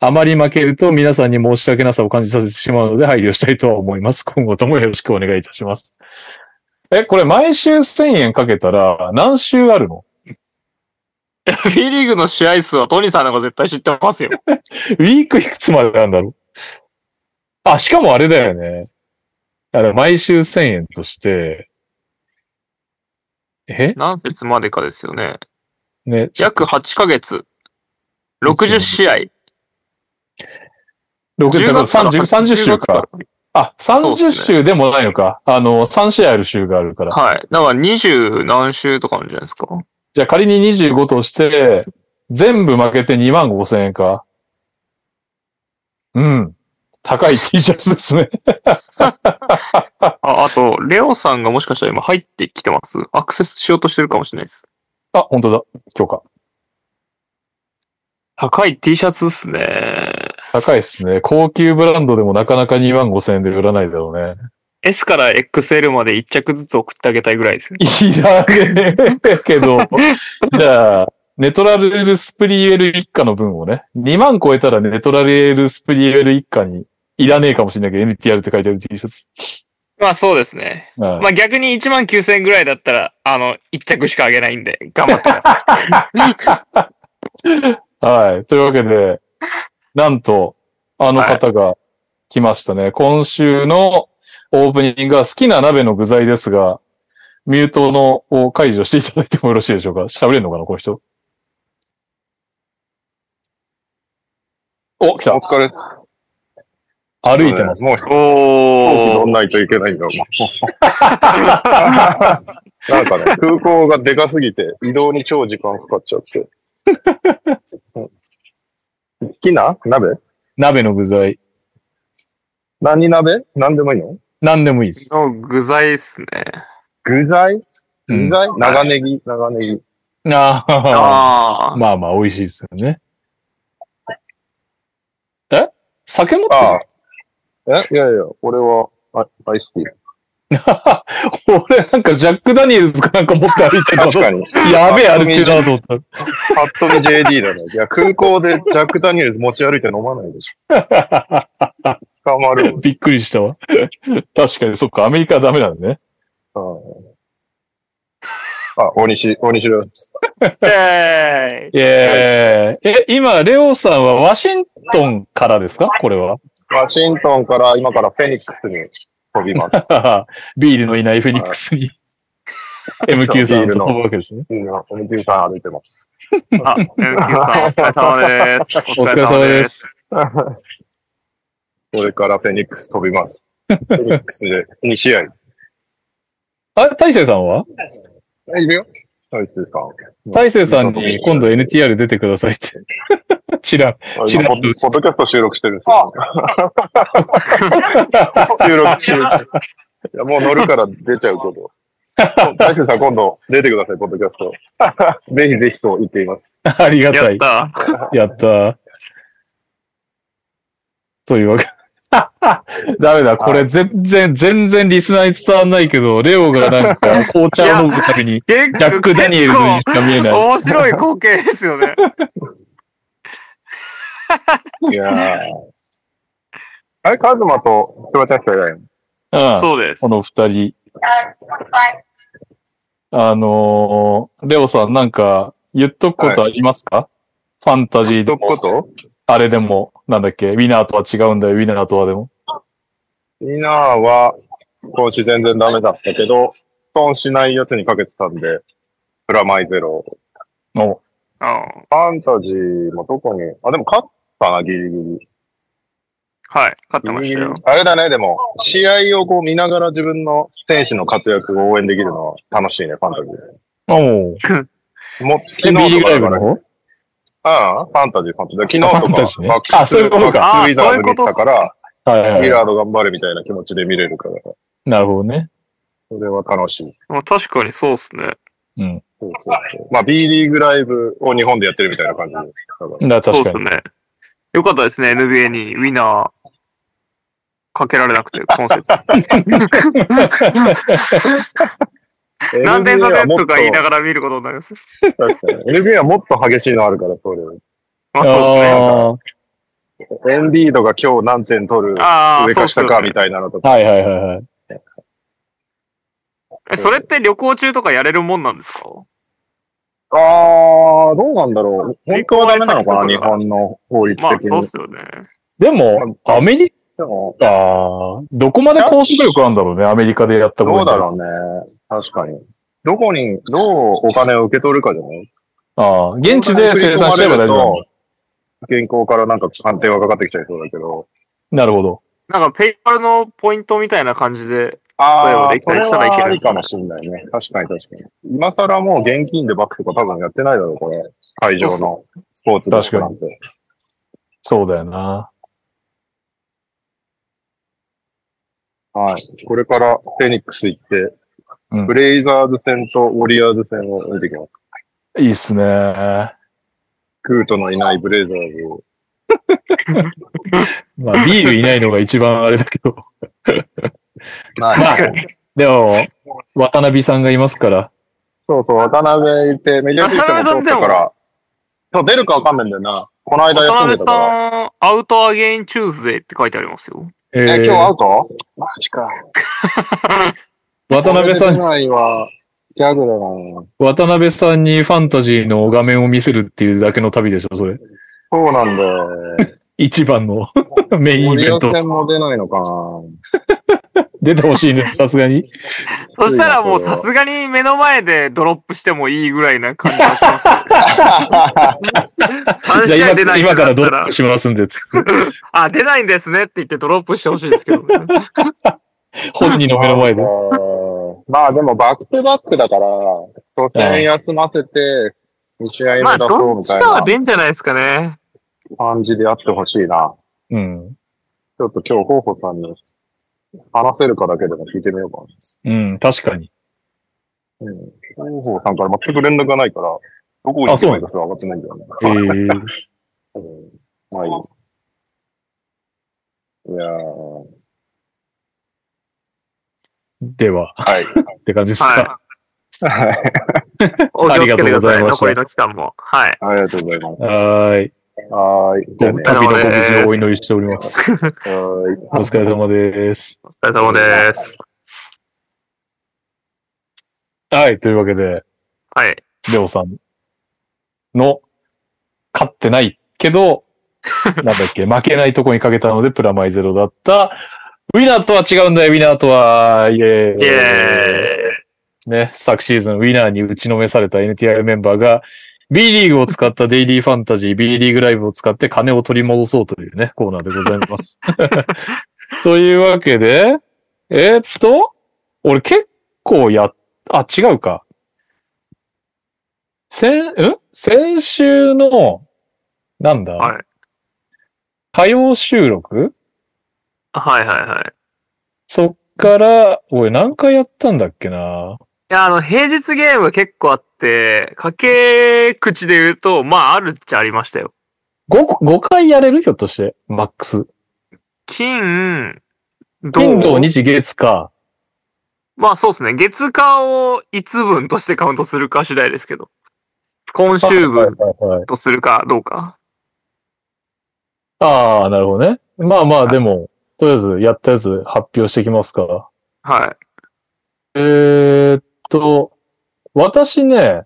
あまり負けると皆さんに申し訳なさを感じさせてしまうので配慮したいとは思います。 今後ともよろしくお願いいたします。え、これ毎週1000円かけたら何週あるの
B リーグの試合数はトニさんの方が絶対知ってますよ。
ウィークいくつまでなんだろうあ、しかもあれだよね。あの、毎週1000円として、え
何節までかですよね。
ね、
約8ヶ月。 60試合。
6だから30、30週か。。あ、
そう
30
です
週でもないのか。あの、3試合ある週があるから。
はい。だから20何週とかあるんじゃないですか。
じゃあ仮に25として、全部負けて2万5千円か。うん。高い T シャツですね。
あ、あと、レオさんがもしかしたら今入ってきてます。アクセスしようとしてるかもしれないです。
あ、本当だ。許可。
高い T シャツっすね。
高いっすね。高級ブランドでもなかなか2万5千円で売らないだろうね。
S から XL まで1着ずつ送ってあげたいぐらいです。
いらねえけど。じゃあ、ネトラルスプリエル一家の分をね、2万超えたらネトラルスプリエル一家にいらねえかもしれないけど、NTR って書いてある T シャツ。
まあそうですね。
うん
まあ逆に1万9000円ぐらいだったら、あの、1着しかあげないんで、頑張ってください。
はい。というわけで、なんと、あの方が来ましたね。今週のオープニングは好きな鍋の具材ですが、ミュートのを解除していただいてもよろしいでしょうか喋れるのかなこの人。お、来
お
た。
疲れ。
歩いてます。
もう飛行機
お
乗ん
ー。
ないといけない んだもん。なんかね、空港がでかすぎて、移動に超時間かかっちゃって。好きな鍋
鍋の具材。
何鍋何でもいいの
何でもいいです。
の具材っすね。
具材
うん
具材、長ネギ、長ネギ。
ああ。
ああ。
まあまあ、美味しいですよね。え酒持って
あ
る
あ。えいやいや、俺は、あアイスティー。
俺なんかジャック・ダニエルズかなんか持って歩いてたの
確かに。
やべえ、あれ違うと思った。
パッと見 JD だね。いや、空港でジャック・ダニエルズ持ち歩いて飲まないでし ょ。捕まるもん。
びっくりしたわ。確かに、そっか、アメリカはダメなんだね。
うんあ、大西、大西です。
えー
イエーイえ、今、レオさんはワシントンからですかこれは。
ワシントンから今からフェニックスに飛 びます。
ビールのいないフェニックスに。MQ さんと飛ぶわけですね。
今、おみきさん歩いてます。
あ、MQ さん、お疲れ様です。
お疲れ様で。す。
これからフェニックス飛びます。フェニックスで2試合。
あれ、大勢さんは
えいるよ。大勢さん。
大勢さんに今度 NTR 出てくださいって。 知らん。
あ
知
今
ら
ポ
んと映っ
ッポッドキャスト収録してるんですよ。 収録中。いや、もう乗るから出ちゃうけ ど。大勢さん、今度出てください、ポッドキャスト。ぜひぜひと言っています。
ありがた
や
い
っ。た。
やったー。というわけ。 ダメだ、これ全然、全然リスナーに伝わんないけど、レオがなんか紅茶を飲むたびに、
結
ジャック・ダニエルズにし
結
か見え
構
ない。
面白い光景ですよね。
いやーあれ、カズマとすばちゃんしかいないの
うん。
そうです
こ。の二人。あのー、レオさんなんか言っとくことありますか、ファンタジーで
どこ
も、
と
あれでも、なんだっけ、ウィナーとは違うんだよ、ウィナーとはでも。
みんなは、今週全然ダメだったけど、損しないやつにかけてたんで、プラマイゼロ。
の
うん
ファンタジーもどこに、あ、でも勝ったな、ギリギリ。
はい、勝って
ギ
ま
リ
し
ギ
た
リ
よ。
あれだね、でも、試合をこう見ながら自分の選手の活躍を応援できるのは楽しいね、ファンタジ
おう。
ー。もう、
え、
昨
B リ
日
ーグ
と
ラ
か
イブの
だから、
方
ああ、ファンタジー、ファンタジー。
あファンタ
昨
ジー
ジー
ね
バックス、
あそういうことか
バックスウィザーズに行ったから、
はい
ミ
はいは
ラード頑張れみたいな気持ちで見れるから、そ
い。なるほどね。
れは楽しい。
まあ確かにそうですね。
そうそうそうまあ、B リーグライブを日本でやってるみたい な感じだから。
な
そ
確か
うです
に。
ね。よかったですね、NBA にウィナーかけられなくて、今節。何点差でとか言いながら見ることになります。
ら。確かに NBA はもっと激しいのあるから、それ。
まあそうですね。
あー
エンビードが今日何点取る、
ああ、そ
上
う
か
っす
下
よ
か
ね
みたいなのとか。
はいはいはいはい。
えそれって旅行中とかやれるもんなんですか
ああ、どうなんだろう。本当はダメなのかな、
リ
日
コーダー
本の法律
まあ
的に。
そうっすよね。
でも、
まあ
アメリ
でも
カ、どこまで拘束力あるんだろうね、アメリカでやったこと
どう
に
だろうね。確かに。どこに、どうお金を受け取るかじゃない
ああ、現地で生産しちゃえば大丈夫なの。
健康からなんか判定がかかってきちゃいそうだけど。
なるほど。
なんか、ペイパルのポイントみたいな感じで、
あ
例えばできたりしたらいけるんです
か
か
も
ね
しんないね。確かに確かに。今更もう現金でバックとか多分やってないだろう、これ。会場のスポーツバックなんて。
そうだよな。
はい。これからフェニックス行って、
うん
ブレイザーズ戦とウォリアーズ戦を見てきます。
いいっすね。
クートのいないブレイザーズを。
まあ、ビールいないのが一番あれだけど。
まあ
まあ、でも、渡辺さんがいますから。
そうそう、渡辺いて、メディアシステム通ったから、そう出るかわかんないんだよな。この間
渡
休んで
辺
た
さ
から。
ん、アウトアゲインチューズデーって書いてありますよ。
え
え、
ー
今日アウトマジか。
渡辺さ
これ
ん、
で出ないは、ギャグだな。
渡辺さんにファンタジーの画面を見せるっていうだけの旅でしょ、それ。
そうなんだよ。
一番の メインイ
森
ベン
尾
ト。
戦も出ないのかな。
出てほしいね、さすがに。
そしたらもうさすがに目の前でドロップしてもいいぐらいな感じがします よ。3
じゃ
試
あ今
合出ないんだ
今
っ
か
た
らドロップしますんで、つって
あ、出ないんですねって言ってドロップしてほしいですけど ね。
本人の目の前で。
まあでもバックトゥバックだから、初戦休ませて、2試
ま
合目
あ、
出そ
ど
う
っ
み
ち
たい
かは
な
出んじゃないですかね。
感じでやってほしいな。
うん。
ちょっと今日、候補さんに話せるかだけでも聞いてみようかな。
うん、確かに。
広報さんから全く連絡がないから、どこに行けばいいかすら分かってないんだよね。
えー、
うんまあいい。いやー
では、
はい。
って感じですか。
は
はい
い。お気をつ
ありが
けてくださ
とうござい
い。
ました
残りの期間も。はい。
ありがとうございます。
はーい。
はーい。じゃあ
ご
ね
旅のご無事をお祈りしております。
はーい。
お疲れ様です。
お疲れ様です。
はい、というわけで、
はい。
レオさんの、勝ってないけど、なんだっけ、負けないとこにかけたのでプラマイゼロだった。ウィナーとは違うんだよ、ウィナーとは、イエー
イエーイ。
ね、昨シーズンウィナーに打ちのめされた NTR メンバーが、B リーグを使ったデイリーファンタジー、B リーグライブを使って金を取り戻そうというね、コーナーでござい ます。というわけで、えーっと、俺結構やっ、あ、違うか。先、ん先週の、なんだ、
はい
火曜収録
はいはいはい。
そっから、俺何回やったんだっけない
や、あの、平日ゲームが結構あって、掛け口で言うと、まあ、あるっちゃありましたよ。
5, 5回やれるひょっとして、マックス。
金、銅
金土日月か。
まあそうですね。月間をいつ分としてカウントするか次第ですけど。今週
はい
分
はいはい。
とするかどうか。
ああ、なるほどね。まあまあ、
い
でも、とりあえずやったやつ発表してきますから。
はい。
えー、っと、私ね、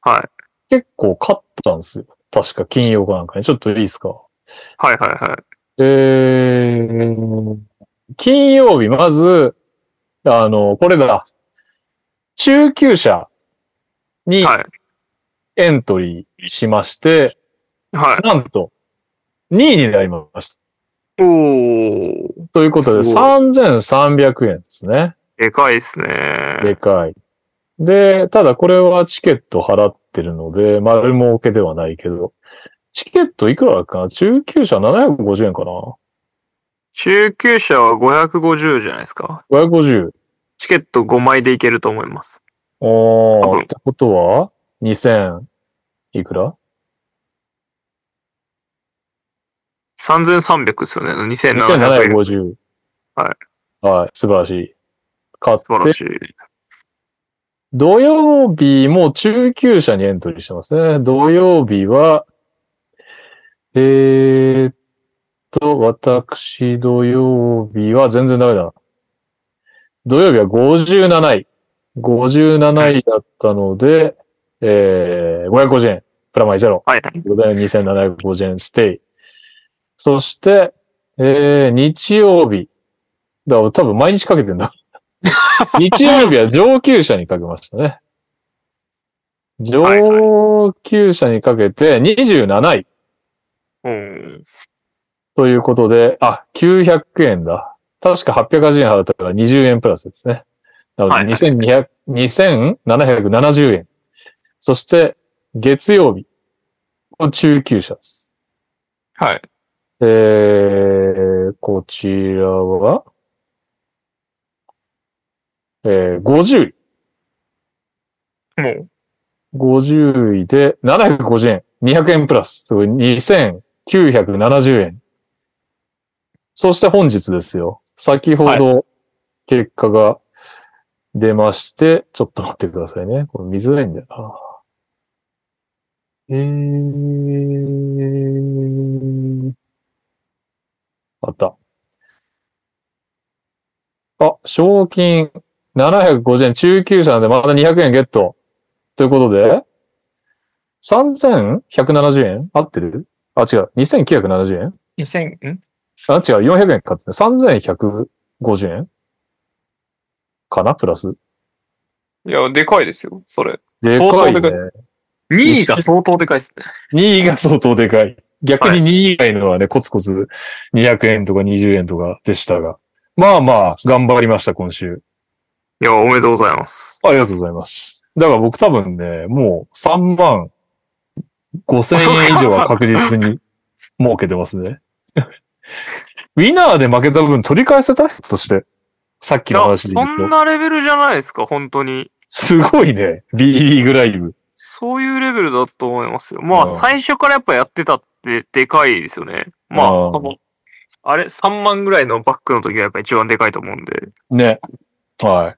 はい。
結構勝ったんですよ。確か金曜かなんかに。ちょっといいですか。
はいはいはい。
えー、金曜日、まず、あの、これだ。中級者に
は
エントリーしまして、
い。はい。
なんと、2位になりました。
おー。
ということで、
すごい
3300円ですね。
でかいです
で
ね。
かい。で、ただこれはチケット払ってるので、丸儲けではないけど、チケットいくらだっけな中級者750円かな
中級者は550じゃないですか。
?550。
チケット5枚でいけると思います。
お
多
ー、
分
ってことは、2000、いくら
3300ですよね。2700円。
?2750。。
はい
はい、素晴らしい。買っ
素晴
て
ら、しい。
土曜日も中級者にエントリーしてますね。土曜日は、えーっと、私土曜日は全然ダメだな。土曜日は57位。57位だったので、えー、550円。プラマイゼロ。
はい。
ということで2750円ステイ。そして、えー、日曜日。だから多分毎日かけてん だ。日曜日は上級者にかけましたね。
いはい
上級者にかけて27位。
うん。
ということで、あ、900円だ。確か880円払ったから20円プラスですね。なの
はい
で、2200、2770円。そして、月曜日。この中級者です。
はい。
えー、こちらは、えー、50位。
もう。
50位で750円。200円プラス。すごい。2970円。そして本日ですよ。先ほど結果が出まして、ちょっと待ってくださいね。これ見づらいんだよな。えー。あった。あ、賞金750円、中級者なんでまだ200円ゲット。ということで、3170円合ってるあ、違う。2970円
2000、ん
あ、違う。400円買ってる。3150円かなプラス。
いや、でかいですよ、それ。
でか
相
いね
当で。
2位が相当でかいっすね。
2位が相当でかい。逆に2位以外のはね、コツコツ200円とか20円とかでしたが。まあまあ、頑張りました、今週。
いや、おめでとうございます。
ありがとうございます。だから僕多分ね、もう3万5000円以上は確実 に儲けてますね。ウィナーで負けた分取り返せたそして、さっき
い
の
や、
話で
そ
言うんと。
なレベルじゃないですか、本当に。
すごいね。B リーグライブ。
そういうレベルだと思いますよ。まあ、
うん
最初からやっぱやってたってでかいですよね。まあ、
うん
多分あれ、3万ぐらいのバックの時がやっぱ一番でかいと思うんで。
ね。は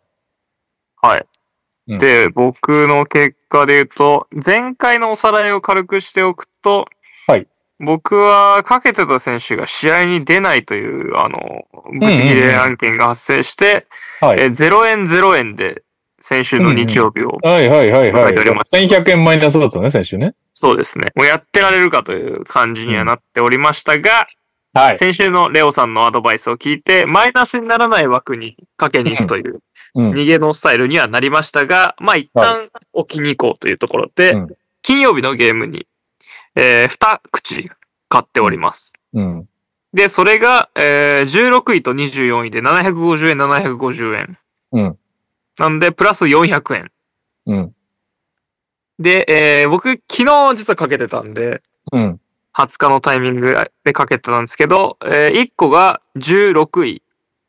うん
で、僕の結果で言うと、前回のおさらいを軽くしておくと、
はい
僕はかけてた選手が試合に出ないという、あの、ブチ切れ案件が発生して、
い。はい
え。0円0円で先週の日曜日を、
はいはいはいは
書
い。
いております
1100円マイナスだったね、先週ね。
そうですね、もうやってられるかという感じにはなっておりましたが、
はい。
先週のレオさんのアドバイスを聞いて、マイナスにならない枠にかけに行くという、
うん
逃げのスタイルにはなりましたが、まあ一旦置きに行こうというところで、
うん
金曜日のゲームに、えー、2口買っております。
うん。
で、それが、えー、16位と24位で750円、750円。
うん
なんで、プラス400円。
うん。
で、えー、僕、昨日実はかけてたんで、
うん。
20日のタイミングでかけてたんですけど、え1個が16位。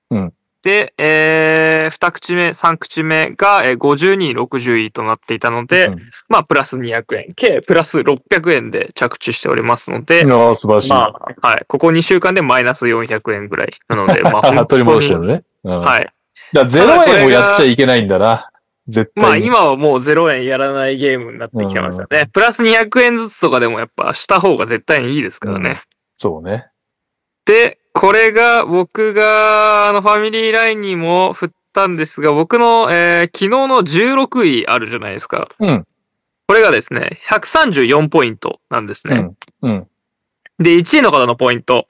うん
で、え2口目、3口目がえー52位、60位となっていたので、まあ、プラス200円、計プラス600円で着地しておりますので、
うん、ああ、素晴らしい。
まあ、はい、ここ2週間でマイナス400円ぐらいな ので、まあ本当
取
に、
り戻してるね。うん
はい。
だから0円をやっちゃいけないんだな。絶対に。
まあ今はもう0円やらないゲームになってきてますよね。プラス200円ずつとかでもやっぱした方が絶対にいいですからね。
うんそうね。
で、これが僕が、あの、ファミリーラインにも振ったんですが、僕の、えー昨日の16位あるじゃないですか。
うん
これがですね、134ポイントなんですね。
うん。うん。
で、1位の方のポイント、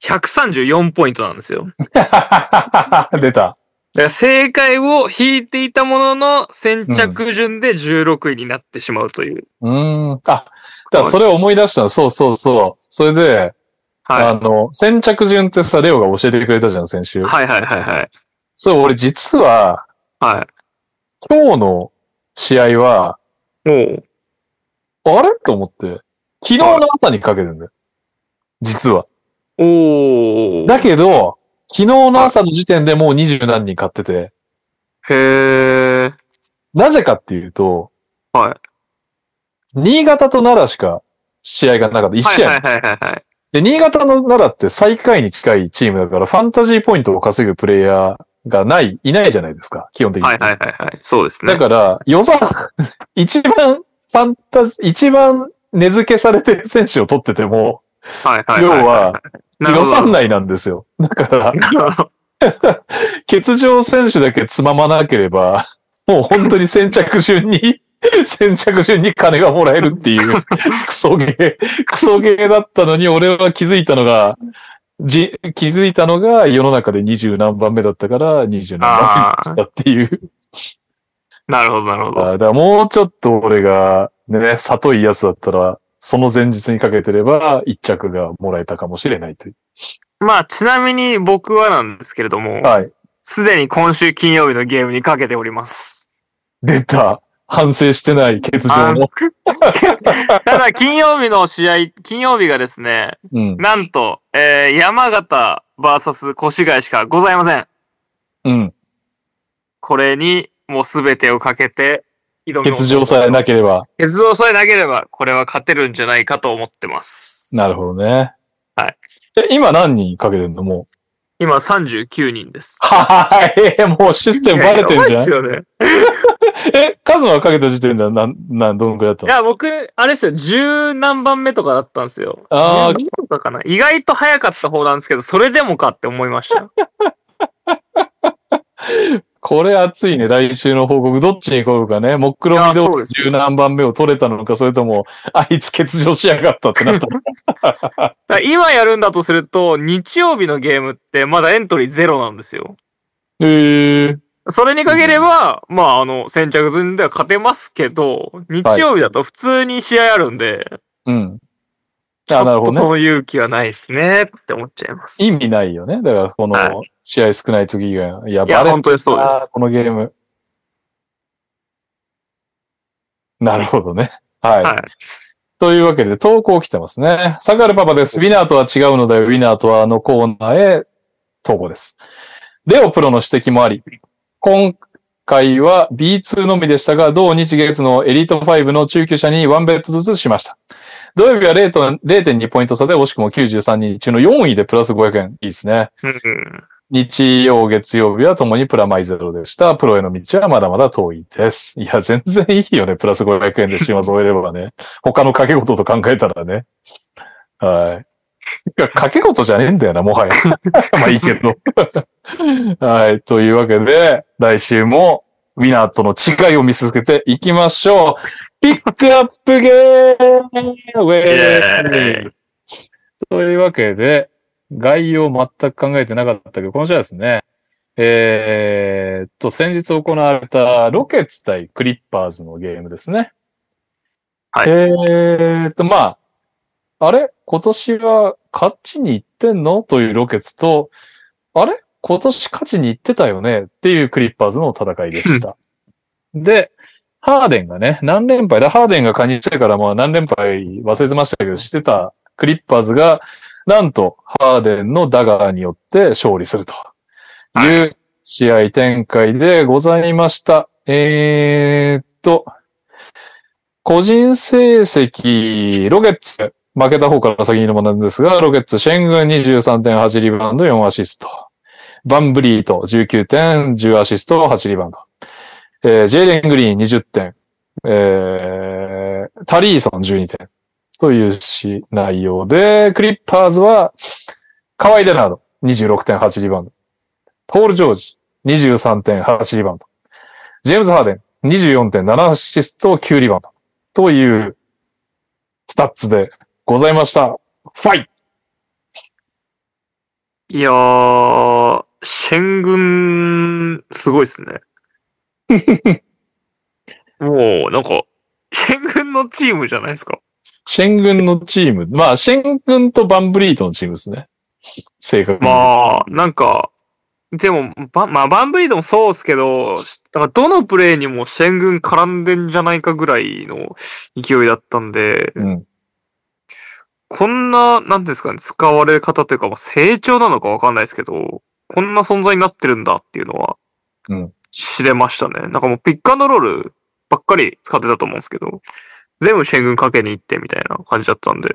134ポイントなんですよ。
出た。
だから正解を引いていたものの、先着順で16位になってしまうという。
うーん。あ、だからそれを思い出したの。そうそうそう。それで、あ
は
の、先着順ってさ、レオが教えてくれたじゃん、先週。
い。はいはいはいはい。
そう、俺実は、
は
今日の試合は、
い。もう、
あれと思って、昨日の朝にかけてるんだよ。実は。
おー。
だけど、昨日の朝の時点でもう二十何人買ってて、
へー。
なぜかっていうと、
はい。
新潟と奈良しか試合がなかった。一試合。
はいはいはいはいはい。
で、新潟の奈良って最下位に近いチームだから、ファンタジーポイントを稼ぐプレイヤーがない、いないじゃないですか、基本的に。
はいはいはいはい。そうですね。
だから、予算、 一番ファンタジー、一番根付けされてる選手を取ってても、
はいはい
要
はいい、
は、
なるほ
予
ど
算内なんですよ。だから、
なる ほど
欠場選手だけつままなければ、 もう本当に先着順に、 先着順に金がもらえるっていう、 クソゲー、クソゲーだったのに、俺は気づいたのが、じ、気づいたのが世の中で二十何番目だったから、二十何番
ああ、
目だったっていう。
なるほどなるほ
あ
ど。
ーだからもうちょっと俺が、ね、里いやつだったら、その前日にかけてれば、1着がもらえたかもしれないとい
まあ、ちなみに僕はなんですけれども
う。、はい。
すでに今週金曜日のゲームにかけております。
出た。反省してない欠場の。
ただ、金曜日の試合、金曜日がですね、
うん。
なんと、えー、山形 VS 越谷しかございません。
うん。
これに、もうすべてをかけて、挑
欠場さえな
け
ければ。
れば。欠場さえなければ、これは勝てるんじゃないかと思ってます。
なるほどね。
はい。
え、今何人かけてんのもう。
今39人です。
はい。もうシステムバレてるんじゃ
や
な
ばいっす
い
よね。
え、カズマがかけた時点ではなん、なん、どのくらいだった
い
の
や、僕、あれですよ、十何番目とかだったんですよ。
あー
十何番とかかな。意外と早かった方なんですけど、それでもかって思いました。
これ熱いね。来週の報告。どっちに行こうかね。もっくろみ
いやそう
ど
です
十何番目を取れたのか、それと も、あいつ欠場しやがったってなったのか。
だから今やるんだとすると、日曜日のゲームってまだエントリーゼロなんですよ。
へえ。
それにかければ、まあ、あの、先着順では勝てますけど、日曜日だと普通に試合あるんで、
うん。
ち
あ、なる
ょ
ほ
っとそ
どね。
の勇気はないですねって思っちゃいます。い
意味ないよね。だから、この
は、
試合少ない時以外。いや、
や、
バレ
本当にそうで
あーこのゲーム。なるほどね。はい。
はい
というわけで、投稿来てますね。サガルパパです。ウィナーとは違うのだよ。ウィナーとはのコーナーへ投稿です。レオプロの指摘もあり、今回は B2 のみでしたが、同日月のエリート5の中級者にワンベットずつしました。土曜日は0と0.2ポイント差で惜しくも93人中の4位でプラス500円。いいですね。
す。うん。
日曜、月曜日はともにプラマイゼロでした。プロへの道はまだまだ遠いです。いや、全然いいよね。プラス500円で週末終えればね。他の掛け事と考えたらね。はい。いや、掛け事じゃねえんだよな、もはや。 まあいいけど。 はい。というわけで、来週もウィナーとの違いを見続けていきましょう。ピックアップゲームウ
エ
ェイというわけで、概要全く考えてなかったけど、この試合ですね。えーっと、先日行われたロケッツ対クリッパーズのゲームですね。
はい
えーっと、まあ、あれ今年は勝ちに行ってんのというロケッツと、あれ今年勝ちに行ってたよねっていうクリッパーズの戦いでした。で、ハーデンがね、何連敗だハーデンが加入してからまあ何連敗忘れてましたけど、してたクリッパーズが、なんと、ハーデンのダガーによって勝利するという試合展開でございました。えーっと、個人成績、ロケッツ、負けた方から先にのもなんですが、ロケッツ、シェングン23.8リバウンド4アシスト。バンブリート19点、10アシスト、8リバウンド。えージェイレン・グリーン20点、えータリーソン12点というし内容で、クリッパーズは、カワイ・レナード26.8リバウンド、ポール・ジョージ23.8リバウンド、ジェームズ・ハーデン24.7アシスト、9リバウンドというスタッツでございました。ファイ
いやー、シェン軍、すごいですね。 もう、なんか、シェン軍のチームじゃないですか。
シェン軍のチーム。まあ、シェン軍とバンブリートのチームですね。正確に。
まあ、なんか、でも、ばまあ、バンブリードもそうっすけど、しだからどのプレーにも戦軍絡んでんじゃないかぐらいの勢いだったんで、
うん。
こんな、なんていうんですかね、使われ方というか、まあ、成長なのかわかんないですけど、こんな存在になってるんだっていうのは
うん、
知れましたね。なんかもうピックアンドロールばっかり使ってたと思うんですけど、全部戦軍かけに行ってみたいな感じだったんで、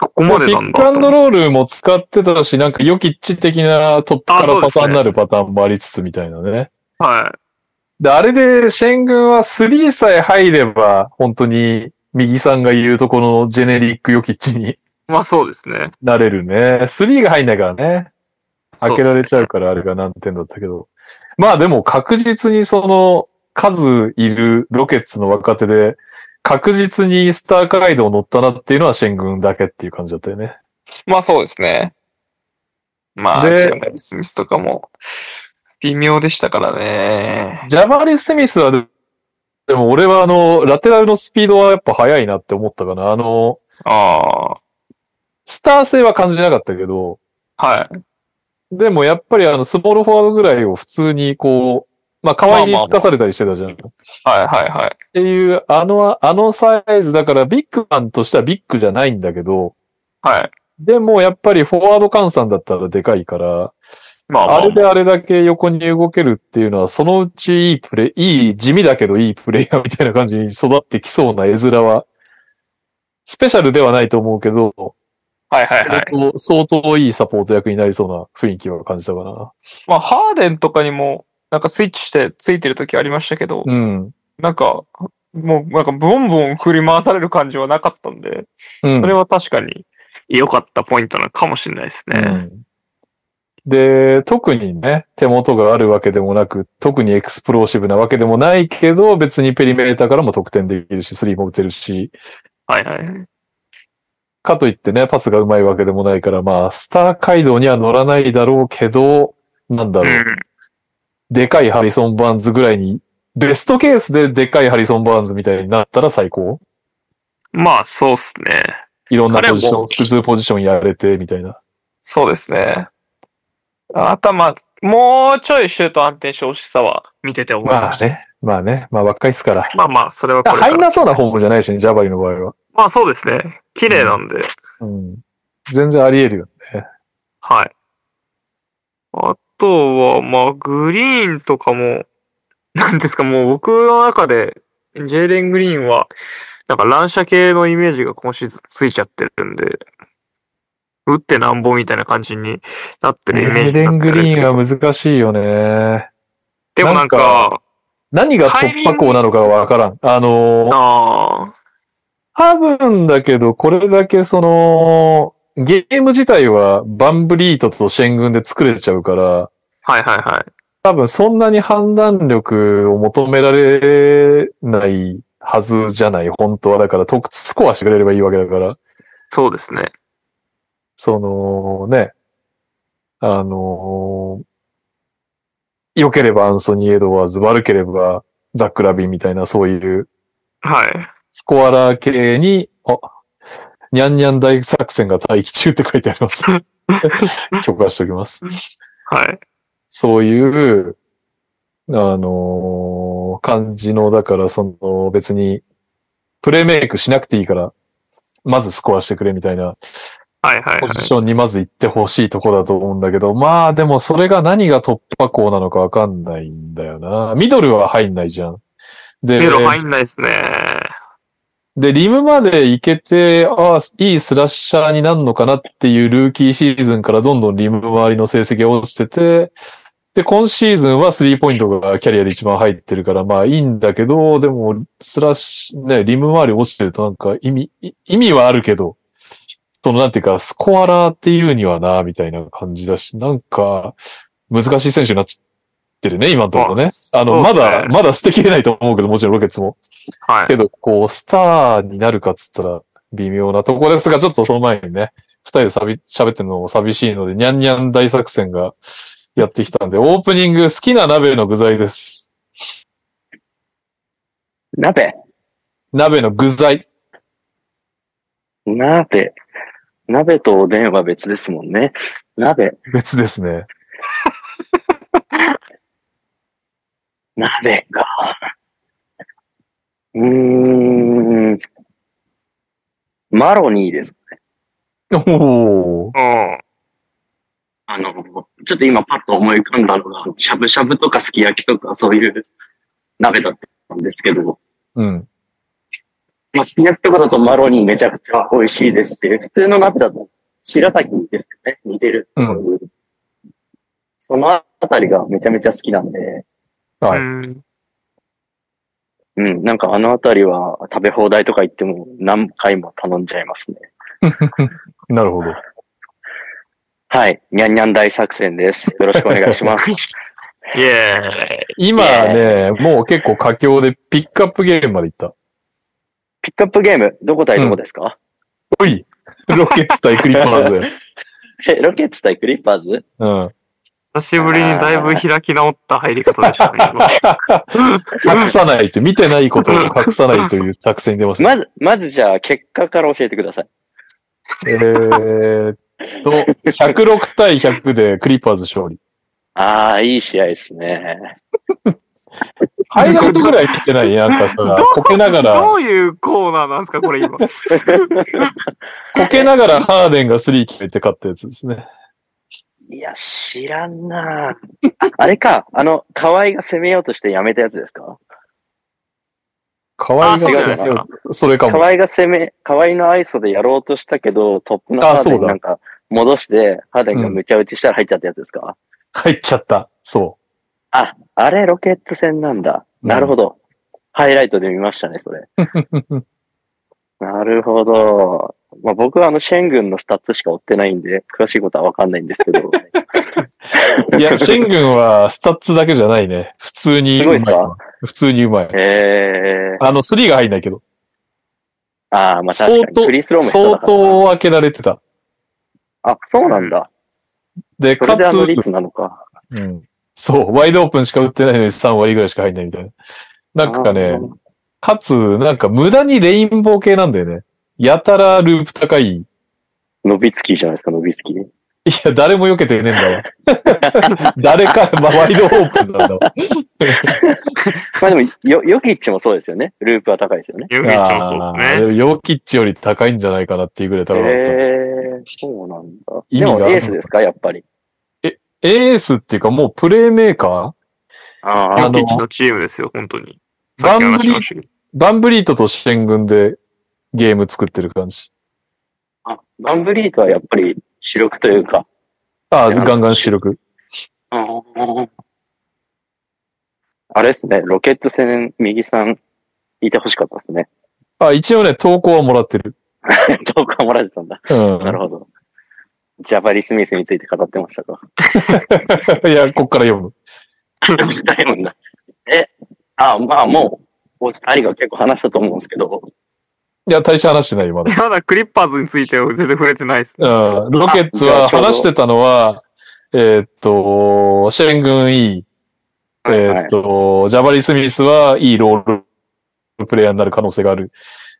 ここまでなんだ
ピック
と
ア
思
ン
って
ドロールも使ってたし、なんかヨキッチ的なトップか
あそ
ら
うで
パ
す
タ
ね
ーンになるパターンもありつつみたいなね。
はい。
で、あれで、シェン軍は3さえ入れば、本当に、右さんが言うとこのジェネリックヨキッチに
まあそうですね。
なれるね。3が入んないからね。開けられちゃうからあれが難点だったけど。まあでも確実にその数いるロケッツの若手で確実にスター街道乗ったなっていうのはシェン軍だけっていう感じだったよね。
まあそうですね。まあ、
で
ジェナリスミスとかも微妙でしたからね。
ジャバリ・スミスはででも俺はあの、ラテラルのスピードはやっぱ速いなって思ったかな。あの、
あ
スター性は感じなかったけど、
あ、はい。
でもやっぱりあの、スモールフォワードぐらいを普通にこう、まあ、可愛いにつかされたりしてたじゃん。
はいはいはい。
っていう、あの、あのサイズだからビッグマンとしてはビッグじゃないんだけど、
はい。
でもやっぱりフォワード換算だったらでかいから、
まあ、まあ、
あれであれだけ横に動けるっていうのは、そのうちいいプレイ、いい地味だけどいいプレイヤーみたいな感じに育ってきそうな絵面は、スペシャルではないと思うけど、
はいはいはい。
それと相当いいサポート役になりそうな雰囲気は感じたかな。
まあ、ハーデンとかにも、なんかスイッチしてついてる時ありましたけど、
うん。
なんか、もうなんかボンボン振り回される感じはなかったんで、
うん
それは確かに良かったポイントなのかもしれないですね。
うんで、特にね、手元があるわけでもなく、特にエクスプローシブなわけでもないけど、別にペリメーターからも得点できるし、スリーも打てるし、
はいはい。
かといってね、パスがうまいわけでもないから、まあ、スター街道には乗らないだろうけど、なんだ
う
ろう、
ん。
でかいハリソン・バーンズぐらいに、ベストケースででかいハリソン・バーンズみたいになったら最高。
まあ、そうっすね。
いろんなポジシ
彼
ョ
も
ン、普通ポジションやれて、みたいな。
そうですね。あとはまあ、もうちょいシュート安定してほしさは見てて思い
ま
ま
あ
した。
ね、まあね、まあ若いっすから。
まあまあ、それはこれから
入んなそうなフォームじゃないしね、ジャバリの場合は。
まあそうですね。綺麗なんで。
うん。全然あり得るよ。
はい。あとは、まあ、グリーンとかも、なんですか、もう僕の中で、ジェイレン・グリーンは、なんか乱射系のイメージが今シーズンついちゃってるんで、打ってなんぼみたいな感じになってるイメージ
レ
に
ン
なっ
グ
てるんで
リ
すけ
ー
ど。
ンは難しいよね。
でもな
な
んか、
何が突破口なのかわからん。あのー、
あ
多分だけど、これだけその、ゲーム自体はバンブリートとシェン軍で作れちゃうから、
あ、はいはいはい。
多分そんなに判断力を求められないはずじゃない、本当は。だから、とスコアしてくれればいいわけだから。
そうですね。
そのね、あのー良ければアンソニー・エドワーズ、悪ければザック・ラビンみたいなそういう
はい。
スコアラー系に、あ、ニャンニャン大作戦が待機中って書いてあります。許可しておきます。
はい。
そういう、あのー感じの、だからその別にプレイメイクしなくていいから、まずスコアしてくれみたいな
はいはい
ポ
は
ジションにまず行ってほしいとこだと思うんだけど、まあでもそれが何が突破口なのかわかんないんだよな。ミドルは入んないじゃん。
い。
で、
ミドル入んないですね。
で、リムまで行けて、ああ、いいスラッシャーになるのかなっていうルーキーシーズンからどんどんリム周りの成績が落ちてて、で、今シーズンはスリーポイントがキャリアで一番入ってるから、まあいいんだけど、でも、スラッシュ、ね、リム周り落ちてるとなんか意味、い意味はあるけど、そのなんていうか、スコアラーっていうにはな、みたいな感じだし、なんか、難しい選手になっちゃってるね、今のところね。
あ
あの、
そ
ま
うですね
だ、まだ捨てきれないと思うけど、もちろんロケッツも。
はい。
けど、こう、スターになるかっつったら微妙なとこですが、ちょっとその前にね、二人でさび喋ってるのも寂しいので、にゃんにゃん大作戦がやってきたんで、オープニング好きな鍋の具材です。
鍋
鍋の具材。
鍋鍋とおでんは別ですもんね。鍋
別ですね。
鍋か。うーん。マロニーです。
おー。
うん。
あの、ちょっと今パッと思い浮かんだのが、しゃぶしゃぶとかすき焼きとかそういう鍋だったんですけど、
うん。
まあ、すき焼きとかだとマロニーめちゃくちゃ美味しいですし、普通の鍋だと白滝ですよね。似てる。
うん。
そのあたりがめちゃめちゃ好きなんで、
はい
うん
うん、なんかあのあたりは食べ放題とか行っても何回も頼んじゃいますね。
なるほど。
はい。にゃんにゃん大作戦です。よろしくお願いし ます。
イェ
今ね、もう結構佳境でピックアップゲームまで行った。
ピックアップゲーム、どこ対どこですか、
お いロケッツ対クリッパーズだよ。
え、ロケッツ対クリッパーズ
うん。
久しぶりにだいぶ開き直った入り方でしたね。 今
隠さないって、見てないことを隠さないという作戦に出ました。
まず、まずじゃあ、結果から教えてください。
えーっと、106対100でクリッパーズ勝利。
ああ、いい試合ですね。
ハイライトぐらい見てないなんかさ、こけながら
ど、ういうコーナーなんですか、これ 今。
こけながらハーデンがスリー決めて勝ったやつですね。
いや、知らんなああれか、あの、河合が攻めようとしてやめたやつですか
河合が
あそうじゃないですか
それかも
河。合が攻め、河合の愛想でやろうとしたけど、トップの
あ
ハーデ
そう
ン
だ
なんか戻して、ハーデンがむちゃ打ちしたら入っちゃったやつですか、
入っちゃった。そ
あ、あれロケット戦なんだ。
うん
なるほど。ハイライトで見ましたね、それ。
う。
なるほど。まあ、僕はあの、シェン軍のスタッツしか追ってないんで、詳しいことはわかんないんですけど。
い や、シェン軍はスタッツだけじゃないね。普通に
す
うまい
ごいっすか
普通にうまい。
えー、
あの、スリーが入んないけど。
ああ、まあ確
相
かに、フリースロ
当、
ー
相
も下手だからな
当開けられてた。
あ、そうなんだ。
で、
そ
か
れであ
つ、
の率なのか。
うん。そう、ワイドオープンしか打ってないのに3割ぐらいしか入んないみたいな。なんかね、かつ、なんか無駄にレインボー系なんだよね。やたらループ高い。い
伸びつきじゃないですか、伸びつき。
や、誰も避けてねえんだ わ。誰か、まあ、ワイドオープンなんだわ。
まあでも、よ、ヨキッチもそうですよね。ループは高いですよね。
ユーフィッチもそうです
あー
ね。
もヨーキッチより高いんじゃないかなっていうぐらい
え
高かった。
ー、そうなんだ。
意味
で
がある
も、エースですか、やっぱり。
エースっていうかもうプレイメーカ
あ
ー
あ、
あ
ヨキッチ
の、
のチームですよ、本当に。さ
バ
っき
ン
話
ブ
し
リ
ましたけど。
バンブリートと援軍でゲーム作ってる感じ。
あバンブリートはやっぱり主力というか。
ああ、
いや
ガンガン主力。
あれですね、ロケット戦、右さん、いてほしかったですね。
あ、一応ね、投稿はもらってる。
投稿もらえてたんだ。
う
なる
ん。
ほど。ジャバリ・スミスについて語って ましたか。
いや、こっから読む。
ダイモンだ。え、あ、まあもう、お二人が結構話したと思うんですけど、
いや、大して話してないよ、まだ。
まだクリッパーズについては全然触れてないです。
うんロケッツは
あじゃあちょうど
話してたのは、えーっと、シェン軍いい、え
はいはい
ーっと、ジャバリ・スミスはいいロールプレイヤーになる可能性がある。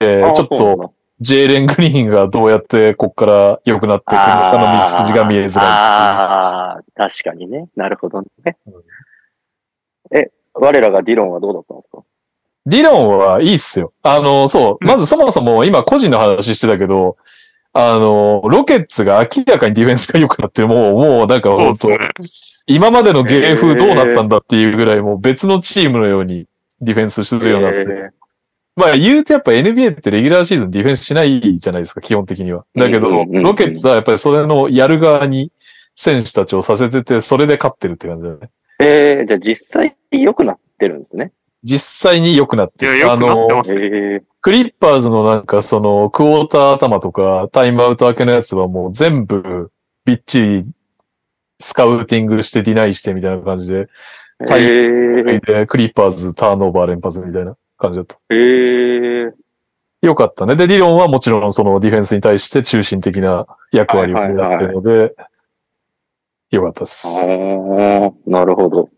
えー
あ
ちょっ
そう
と、
なの
ジェーレン・グリーンがどうやってこっから良くなっていくのかの道筋が見えづら
あーあー、確かにね。なるほどね。え、我らがディロンはどうだったんですか
い。ディロンはいいっすよ。あの、そう。
うん
まずそもそも今個人の話してたけど、あの、ロケッツが明らかにディフェンスが良くなって、もう、もうなんか
そう
本
です
当、
ね。
今までの芸風どうなったんだっていうぐらい、もう別のチームのようにディフェンスしてるようになって。
え
まあ言うてやっぱ NBA ってレギュラーシーズンディフェンスしないじゃないですか、基本的には。だけど、
うんうんうんうん
ロケッツはやっぱりそれのやる側に選手たちをさせてて、それで勝ってるって感じだよね。
ーえーじゃあ実際良くなってるんですね。
実際に良くなって
い
る。
や良くなってま
の
す、
えー、
クリッパーズのなんかそのクォーター頭とかタイムアウト明けのやつはもう全部びっちりスカウティングしてディナイしてみたいな感じで、
え
体
ー、
でクリッパーズターンオーバー連発みたいな感じだった。
えー、
よかったね。で、ディロンはもちろんそのディフェンスに対して中心的な役割を担ってるので、よかったです。
ああ、なるほど。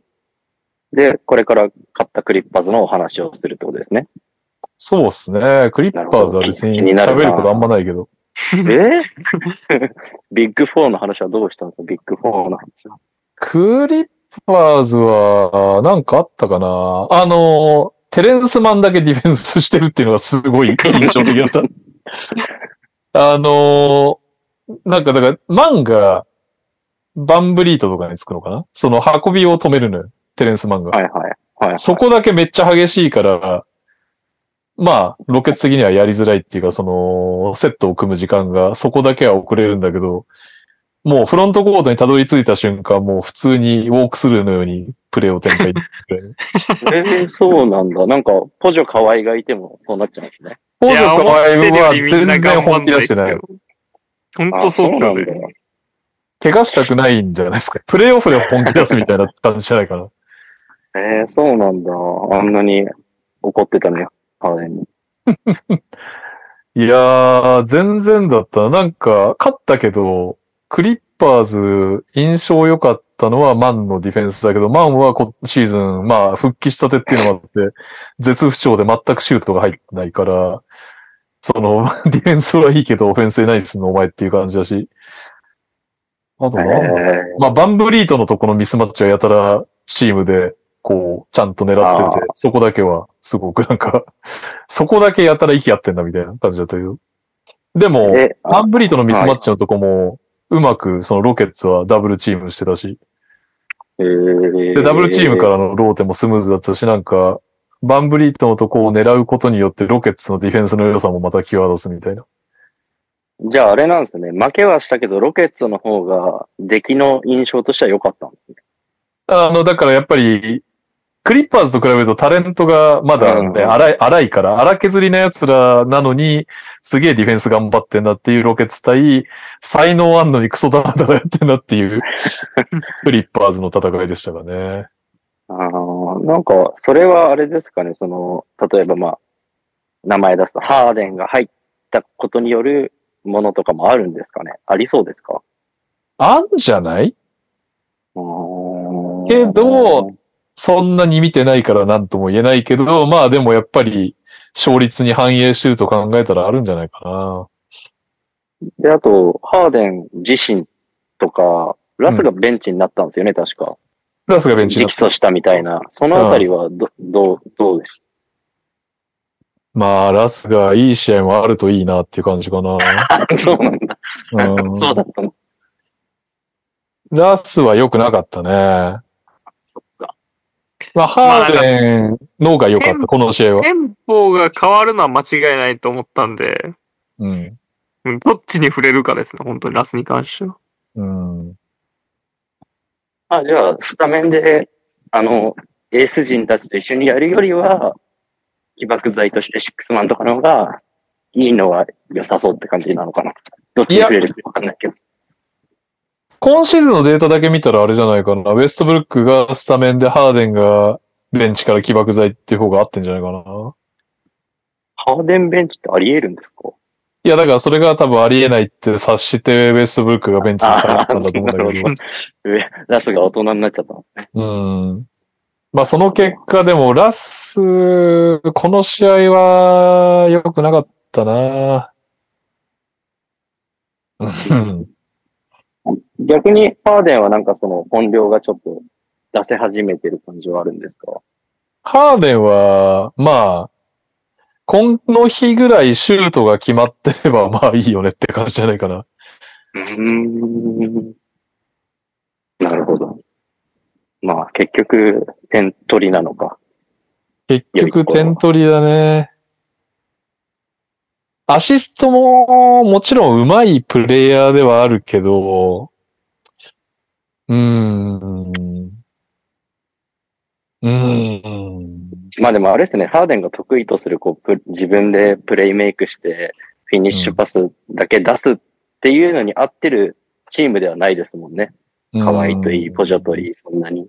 で、これから買ったクリッパーズのお話をするってことで すね。
そうですね。クリッパーズは別に
なるほど気になるな
喋ることあんまないけど。
えー、 ビッグフォーの話はどうしたんですかビッグフォーの話は。
クリッパーズは、なんかあったかなあの、テレンスマンだけディフェンスしてるっていうのがすごい 印象的だった。あの、なんかだから、マンが、バンブリートとかにつくのかなその運びを止めるのよ。テレンスマンが。
はいはい。はい、は い。
そこだけめっちゃ激しいから、まあ、ロケツ的にはやりづらいっていうか、その、セットを組む時間が、そこだけは遅れるんだけど、もうフロントコートにたどり着いた瞬間、もう普通にウォークスルーのようにプレーを展 開。
えー、そうなんだ。なんか、ポジョ河合がいてもそうなっちゃうんですね。
北
いや
条
思っ
河合
てるよ
は
りみんな
全然
頑張
本
ん
気
ない
出
っ
し
す
て
よ
ない。
本
あ
当そうっすよ
なんだ
ね。
怪我したくないんじゃないですか。プレイオフで本気出すみたいな感じじゃないかな。
えー、そうなんだ。あんなに怒ってたね、ハーデンに。
いやー、全然だった。なんか、勝ったけど、クリッパーズ、印象良かったのはマンのディフェンスだけど、マンは今シーズン、まあ、復帰したてっていうのもあって、絶不調で全くシュートが入ってないから、その、 ディフェンスはいいけど、オフェンスで何すんのお前っていう感じだし。あと
え
は、まあ、バンブリートのとこのミスマッチはやたらチームで、こう、ちゃんと狙ってて、そこだけは、すごくなんか、 そこだけやたら息合ってんだみたいな感じだったけど。でも、
ーえ、
ア
あ
ンブリートのミスマッチのとこも、うまく、そのロケッツはダブルチームしてたし、
えー
で、ダブルチームからのローテもスムーズだったし、なんか、バンブリートのとこを狙うことによって、ロケッツのディフェンスの良さもまた際立つみたいな。
じゃああれなんですね。負けはしたけど、ロケッツの方が、出来の印象としては良かったんですね。
あの、だからやっぱり、クリッパーズと比べるとタレントがまだね、
うん
荒い、荒いから、荒削りな奴らなのに、すげえディフェンス頑張ってんだっていうロケッツ対、才能あんのにクソだらだらやってんだって いう、クリッパーズの戦いでしたかね。
あーなんか、それはあれですかね。その、例えばまあ、名前出すと、ハーデンが入ったことによるものとかもあるんですかね。ありそうですか
あんじゃないけ
け
ど、そんなに見てないから何とも言えないけど、まあでもやっぱり勝率に反映してると考えたらあるんじゃないかな。
で、あと、ハーデン自身とか、ラスがベンチになったんですよね、確か。
プラスがベンチ
直
だ
訴したみたいな。そのあたりはど、どう、どうです
まあ、ラスがいい試合もあるといいなっていう感じか な。
そうなんだ。
うん
そうだったの。
ラスは良くなかったね。
そっか。
まあ、ハーデンのが良かっ
まあなんか
た、この試合は。
テンポが変わるのは間違いないと思ったんで、
うん。
うんどっちに触れるかですね、本当にラスに関しては。
うん。
あ、じゃあ、スタメンで、あの、エース陣たちと一緒にやるよりは、起爆剤としてシックスマンとかの方が、いいのは良さそうって感じなのかな。どっちに触れるかわかんないけど。
今シーズンのデータだけ見たらあれじゃないかな。ウェストブルックがスタメンでハーデンがベンチから起爆剤っていう方が合ってんじゃないかな。
ハーデンベンチってあり得るんですか
いや、だからそれが多分ありえないって察してウェストブルックがベンチに下がったんだと思うんだけど。
ラスが大人になっちゃったの。
うん。まあその結果でもラス、この試合は良くなかったな。 うん
逆に、ハーデンはなんかその本領がちょっと出せ始めてる感じはあるんですか
ハーデンは、まあ、この日ぐらいシュートが決まってればまあいいよねって感じじゃないかな。
うーん。なるほど。まあ、結局、点取りなのか。
結局
良いところ
点取りだね。アシストももちろん上手いプレイヤーではあるけど、うーん。うーん。
まあでもあれですね、ハーデンが得意とする、こうプ、自分でプレイメイクして、フィニッシュパスだけ出すっていうのに合ってるチームではないですもんね。可愛いといい、ポジョといい、そんなに。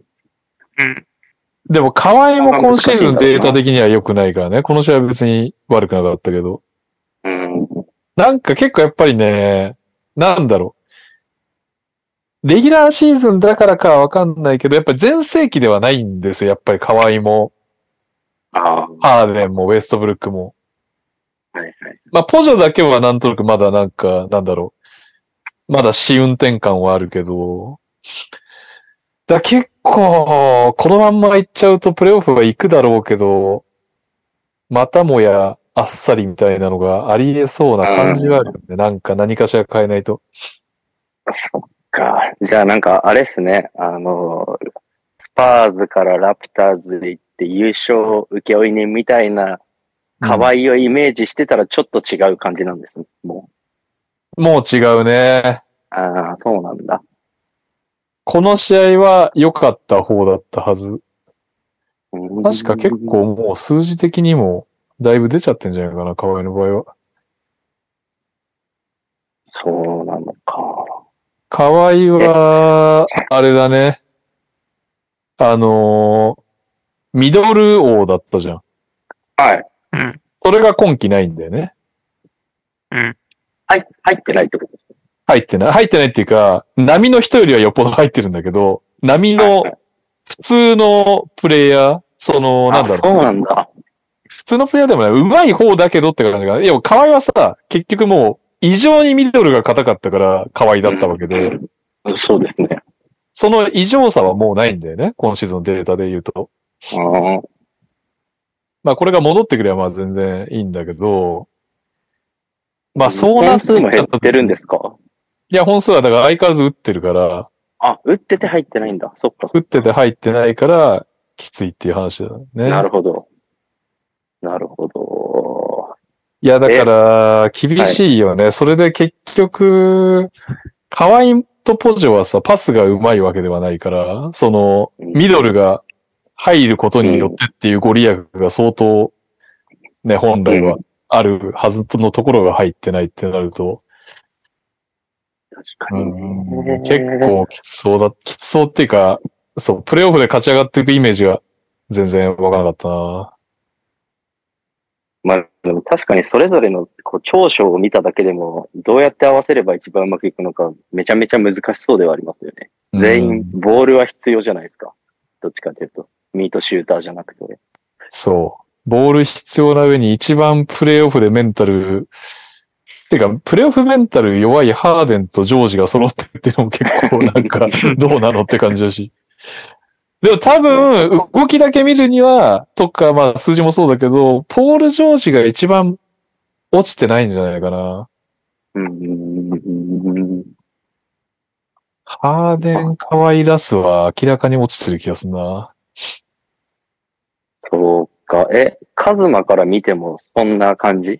うん。
でも、河合も今シーズンデータ的には良くないからね。この試合は別に悪くなかったけど。
うん。
なんか結構やっぱりね、なんだろう。レギュラーシーズンだからかわかんないけど、やっぱり全盛期ではないんですよ。やっぱり河合も、
ああ、は
ハーデンも、ウェストブルックも。
いはい。
まあ、ポジョだけはなんとなくまだなんか、なんだろう。まだ試運転感はあるけど、だから結構、このまんま行っちゃうとプレイオフは行くだろうけど、またもやあっさりみたいなのがありえそうな感じはあるよね。なんか何かしら変えないと。
そっか。じゃあなんかあれっすね。あの、スパーズからラプターズで行って優勝請負人みたいな、河合をイメージしてたらちょっと違う感じなんですね。も
もう違うね。
う。ああ、そうなんだ。
この試合は良かった方だったはず。
うん
確か結構。もう数字的にもだいぶ出ちゃってんじゃないかな、河合の場合は。
そうなのか。
河合は、あれだね。あのーミドル王だったじゃん。
はい。
それが今季ないんだよね。
はい、入ってないってことですね。
入ってない。入ってないっていうか、波の人よりはよっぽど入ってるんだけど、波の
はい
普通のプレイヤー、その、なん
あ、
だ
そ
ろう。
うなんだ。
普通のプレイヤーでもない。上手い方だけどって感じが。いや、河合はさ、結局もう、異常にミドルが硬かったから、河合だったわけで、
うんそうですね。
その異常さはもうないんだよね。今シーズンのデータで言うと。
あー
まあ、これが戻ってくれば、まあ、全然いいんだけど、まあ、そうな
本
って
数も
きち
減
ゃっ
ったてるんですか
いや、本数はだから相変わらず打ってるから、
あ、打ってて入ってないんだ。そっか。
打ってて入ってないから、きついっていう話だよね。
なるほど。なるほど。
いや、だから、厳しいよね。それで結局、河合とポジョはさ、パスがうまいわけではないから、その、
うん
ミドルが入ることによってっていうご利益が相当、ね、本来はあるはずのところが入ってないってなると、
確か
う
にね
ん。結構きつそうだ、きつそうっていうか、そう、プレイオフで勝ち上がっていくイメージが全然わからなかったな。
まあ、でも確かにそれぞれのこう長所を見ただけでも、どうやって合わせれば一番うまくいくのか、めちゃめちゃ難しそうではありますよね。
うん
全員、ボールは必要じゃないですか。どっちかというと。ミートシューターじゃなくて。
そう。ボール必要な上に一番プレイオフでメンタル、てか、プレイオフメンタル弱いハーデンとジョージが揃ってるっていうのも結構なんか、どうなのって感じだし。でも多分、動きだけ見るには、とか、まあ数字もそうだけど、ポール・ジョージが一番落ちてないんじゃないかな。
うんうんうんうん。
ハーデン・カワイ・ラスは明らかに落ちてる気がするな。
そうか。え、カズマから見てもそんな感じ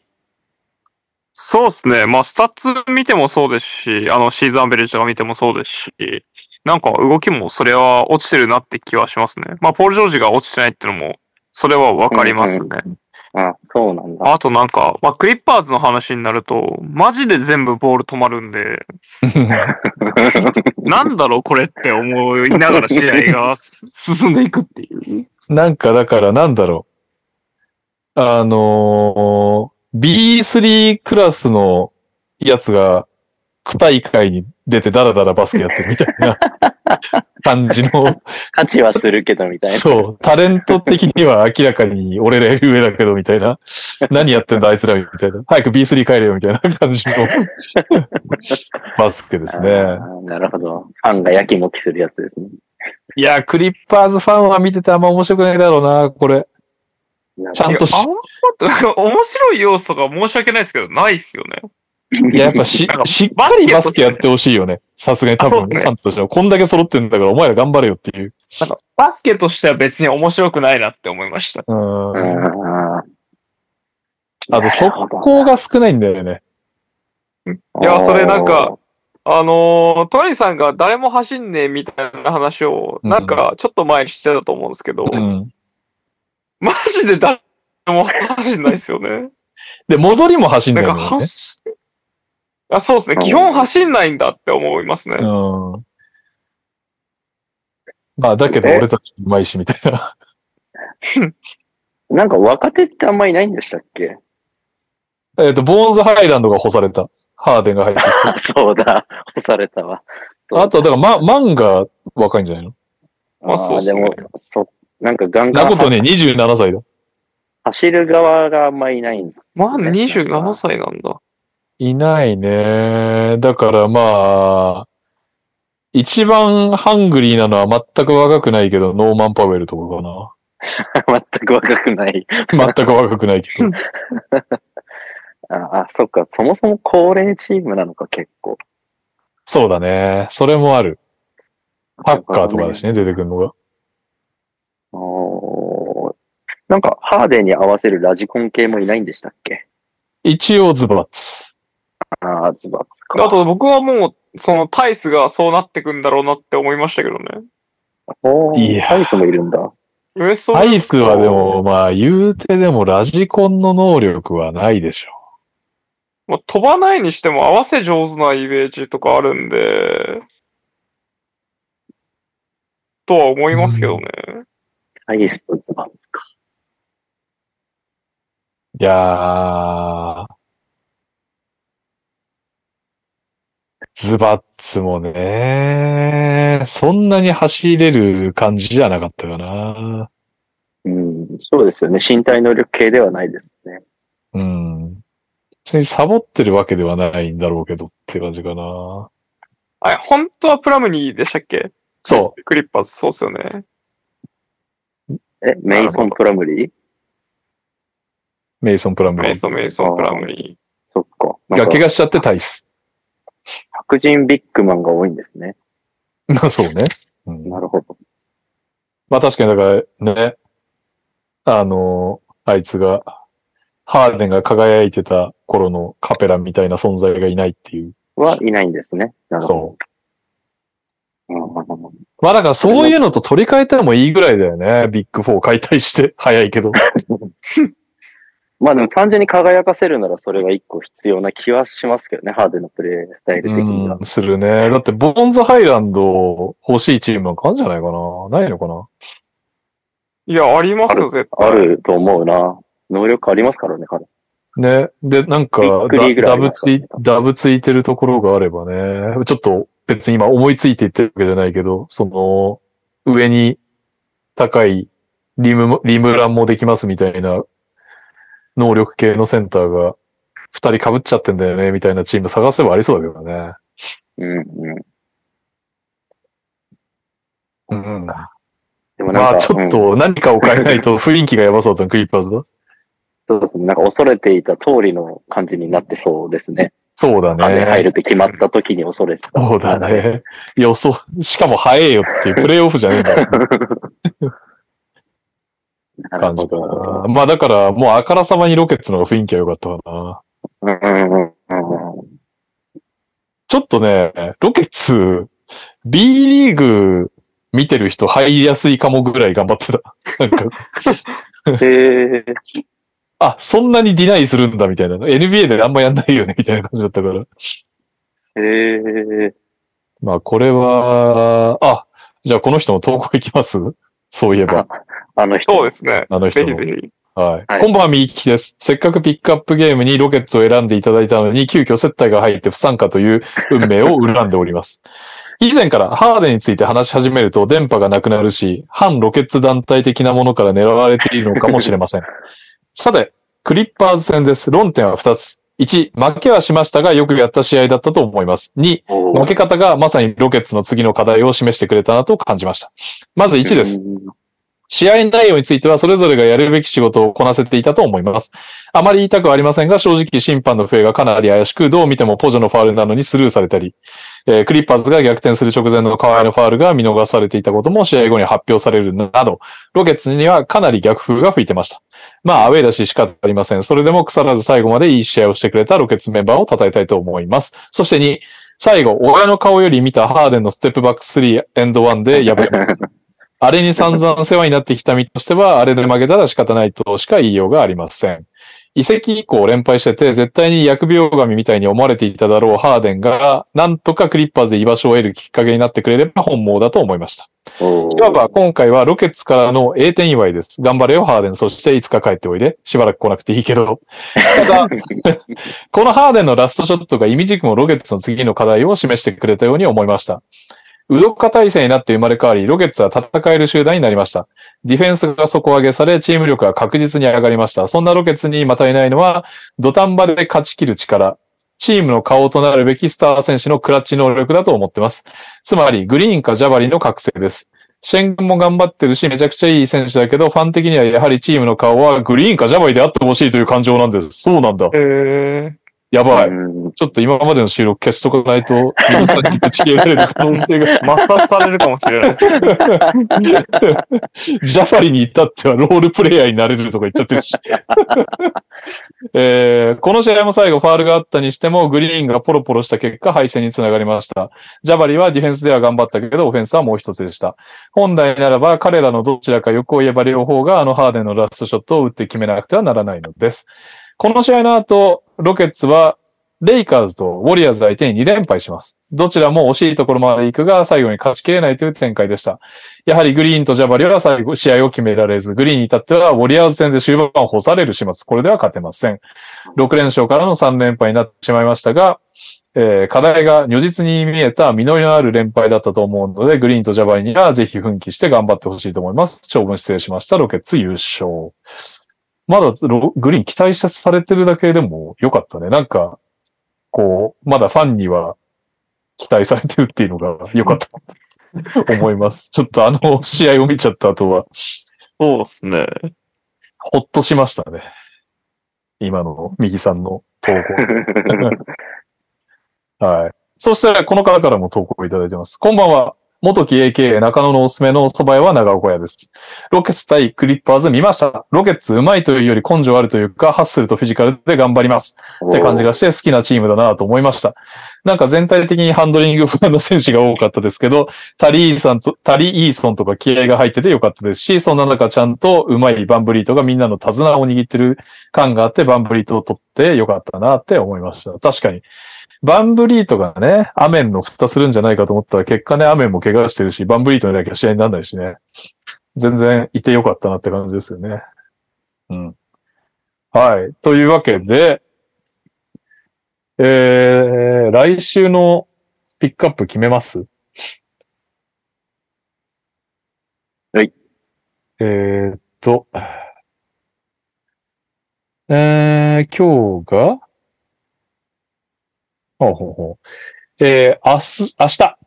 そうですね。まあ、スタッツ見てもそうですし、あの、シーズンアベレージとか見てもそうですし、なんか動きもそれは落ちてるなって気はしますね。まあ、ポール・ジョージが落ちてないってのも、それはわかりますね。
あ、そうなんだ。
あとなんか、まあ、クリッパーズの話になると、マジで全部ボール止まるんで、 なんだろうこれって思いながら試合 がす進んでいくっていう。
なんかだからなんだろう。あのー B3 クラスのやつが区大会に出てダラダラバスケやってるみたい な感じの、
価値はするけどみたいな。
そう、タレント的には明らかに俺らより上だけどみたいな。何やってんだあいつらみたいな。早く B3 帰れよみたいな感じの バスケですね。
あーなるほど。ファンがやきもきするやつですね。
いや、クリッパーズファンは見ててあんま面白くないだろうな、これ。ちゃんとし
いやあんまなんか面白い要素が申し訳ないですけど、ないっすよね。
いや、やっぱ し
なん、か
しっかりバスケやってほしいよね。さすがに多
あそ
分、
うっす
フ
ね
ァンとしては。こんだけ揃ってんだから、お前ら頑張れよっていう。
なんか、バスケとしては別に面白くないなって思いました。
う。
うんん。あ
あと、速攻が少ないんだよね。
いやそれなんか、あのートニーさんが誰も走んねえみたいな話を、
うん
なんかちょっと前にしてたと思うんですけど、
うん。
マジで誰も走んないですよね。
で、戻りも走ん
な
だ
んか
よね。
走、あそうですね。基本走んないんだって思いますね。
うん。まあ、だけど俺たちうまいし、みたいな。
なんか若手ってあんまいないんでしたっけ
えっと、ボーンズハイランドが干された。ハーデンが入ってき
あそうだ。干されたわ。
た。あと、だから、ま、マンが若いんじゃないの
まあそうっすね
あーでも、そう。なんかガンガ
な
ン
ことね、27歳だ。
走る側があんまいないんです。
まあ27歳なんだ。
いないね。だからまあ、一番ハングリーなのは全く若くないけど、ノーマン・パウエルとか
全く若くない。
か な。全く若くないけど。
ああ、そっか。そもそも高齢チームなのか、結構。
そうだね。それもある。サッカーとかだしね、出てくるのが。
おーなんか、ハーデンに合わせるラジコン系もいないんでしたっけ
一応ズバッツ。
ああ、ズバッツ
あ
か。
と僕はもう、そのタイスがそうなってくんだろうなって思いましたけどね。
おー
いや
ハイスもいるんだ。
ウエストブ
ア
ルック
イスはでも、まあ、言うてでもラジコンの能力はないでしょ。
まあ、飛ばないにしても合わせ上手なイメージとかあるんで、とは思いますけどね。
ハイスとズバッツか。
いやー。ズバッツもね、そんなに走れる感じじゃなかったかな。
うん、そうですよね。身体能力系ではないですね。
うん。別にサボってるわけではないんだろうけどって感じかな。
あれ、本当はプラムニーでしたっけ。
そう
クリッパーズ、そうっすよね。
え、メイソン・プラムリー
う、メイソン・プラム
メ
リ
イ
ー。
ソン、メイソン、プラムニ
そっか。なん
が
か
怪我しちゃってタイス。
白人ビッグマンが多いんですね。
まあ そうね。うん
なるほど。
まあ確かにだからね、あの、あいつが、ハーデンが輝いてた頃のカペラみたいな存在がいないっていう。
はいないんですね。なるほど。
そう。
うん
まあだからそういうのと取り替えてもいいぐらいだよね。ビッグ4解体して。早いけど。
まあでも単純に輝かせるならそれが一個必要な気はしますけどね、ハーデンのプレースタイル的には
う。んするね。だってボンズハイランド欲しいチームなんかあるんじゃないかな。ないのかな。
ー。いや、ありますよ、絶対。
あると思うな。能力ありますからね、彼。
ね。で、なんか
ビッグリーグ
ダ、ダ
らいあり
ブ
ます
つ
よね
い、ダブついてるところがあればね。ちょっと別に今思いついて言ってるわけじゃないけど、その、上に高いリムも、リムランもできますみたいな、能力系のセンターが、二人被っちゃってんだよね、みたいなチーム探せばありそうだけどね。
うんうん。
うん。
でもなんか、
まあちょっ
うん
と何かを変えない と雰囲気がやばそうだったの、クリッパーズだ。
そうですね。なんか恐れていた通りの感じになってそうですね。
そうだ
雨入
ね。
るって決まった時に恐れてた。
そうだ。ね。予想、しかも早えよっていうプレイオフじゃねえんだ
なる
感
ほ
じか
ど。
な。まあだから、もうあからさまにロケッツの方が雰囲気は良かったかな。
うんうんうんうん。
ちょっとね、ロケッツ、B リーグ見てる人入りやすいかもぐらい頑張ってた。 なんか、
へえ。
あ、そんなにディナイするんだみたいな。NBA であんまやんないよねみたいな感じだったから。
へえ。
まあこれは、あ、じゃあこの人の投稿いきますそういえば、
あの人。
そうですね。
あの
ぜ
人
ひ
の。
ぜひ。
はい。
はい
こんばんは、みゆきです。せっかくピックアップゲームにロケッツを選んでいただいたのに、急遽接待が入って不参加という運命を恨んでおります。 以前からハーデンについて話し始めると電波がなくなるし、反ロケッツ団体的なものから狙われているのかもしれません。 さて、クリッパーズ戦です。論点は2つ。1、負けはしましたが、よくやった試合だったと思います。2、
おー
負け方がまさにロケッツの次の課題を示してくれたなと感じました。まず1です。
うん
試合内容についてはそれぞれがやるべき仕事をこなせていたと思います。あまり言いたくはありませんが、正直審判の笛がかなり怪しく、どう見てもポジョのファールなのにスルーされたり、えークリッパーズが逆転する直前の河合のファールが見逃されていたことも試合後に発表されるなど、ロケッツにはかなり逆風が吹いてました。まあ、アウェイだし仕方ありません。それでも腐らず最後までいい試合をしてくれたロケッツメンバーを称えたいと思います。そして2、最後、親の顔より見たハーデンのステップバック3エンド1でやばい。あれに散々世話になってきた身としては、あれで負けたら仕方ないとしか言いようがありません。移籍以降連敗してて、絶対に疫病神みたいに思われていただろうハーデンが、なんとかクリッパーズで居場所を得るきっかけになってくれれば本望だと思いました。
おー
いわば今回はロケッツからの栄転祝いです。頑張れよ、ハーデン。そしていつか帰っておいで。しばらく来なくていいけど。ただ、このハーデンのラストショットが意味軸もロケッツの次の課題を示してくれたように思いました。ウドカ体制になって生まれ変わり、ロケッツは戦える集団になりました。ディフェンスが底上げされ、チーム力が確実に上がりました。そんなロケッツにまたいないのは、土壇場で勝ち切る力、チームの顔となるべきスター選手のクラッチ能力だと思ってます。つまり、グリーンかジャバリの覚醒です。シェンも頑張ってるし、めちゃくちゃいい選手だけど、ファン的にはやはりチームの顔はグリーンかジャバイであってほしいという感情なんです。そうなんだ。
へー。
やばい。
うん
ちょっと今までの収録消しとかないと、皆さんに打ち切られる可能性が。
抹殺されるかもしれない です。
ジャバリに至ってはロールプレイヤーになれるとか言っちゃってるし。 えーこの試合も最後ファールがあったにしても、グリーンがポロポロした結果、敗戦につながりました。ジャバリはディフェンスでは頑張ったけど、オフェンスはもう一つでした。本来ならば、彼らのどちらか欲を言えば両方があのハーデンのラストショットを打って決めなくてはならないのです。この試合の後、ロケッツは、レイカーズとウォリアーズ相手に2連敗します。どちらも惜しいところまで行くが、最後に勝ちきれないという展開でした。やはりグリーンとジャバリは最後、試合を決められず、グリーンに至ってはウォリアーズ戦で終盤を干される始末。これでは勝てません。6連勝からの3連敗になってしまいましたが、えー課題が如実に見えた実りのある連敗だったと思うので、グリーンとジャバイにはぜひ奮起して頑張ってほしいと思います。長文失礼しました。ロケッツ優勝。まだログリーン期待されてるだけでも良かったね。なんか、こう、まだファンには期待されてるっていうのが良かった思います。ちょっとあの試合を見ちゃった後は、
そうですね。
ほっとしましたね。今の右さんの投稿。はい。そして、この方からも投稿いただいてます。こんばんは。元木 AKA 中野のおすすめのお蕎麦屋は長岡屋です。ロケッツ対クリッパーズ見ました。ロケッツうまいというより根性あるというか、ハッスルとフィジカルで頑張ります。って感じがして好きなチームだなと思いました。なんか全体的にハンドリング不安な選手が多かったですけど、タリーさんと、タリーイーソンとか気合が入っててよかったですし、そんな中ちゃんとうまいバンブリートがみんなの手綱を握ってる感があって、バンブリートを取ってよかったなって思いました。確かに。バンブリートがね、アメンの蓋するんじゃないかと思ったら、結果ね、アメンも怪我してるし、バンブリートだけは試合にならないしね。全然いてよかったなって感じですよね。うん。はい。というわけで、えー、来週のピックアップ決めます
はい。
えーっと、えー、今日が、ほうほうほう。えー、明日、明日、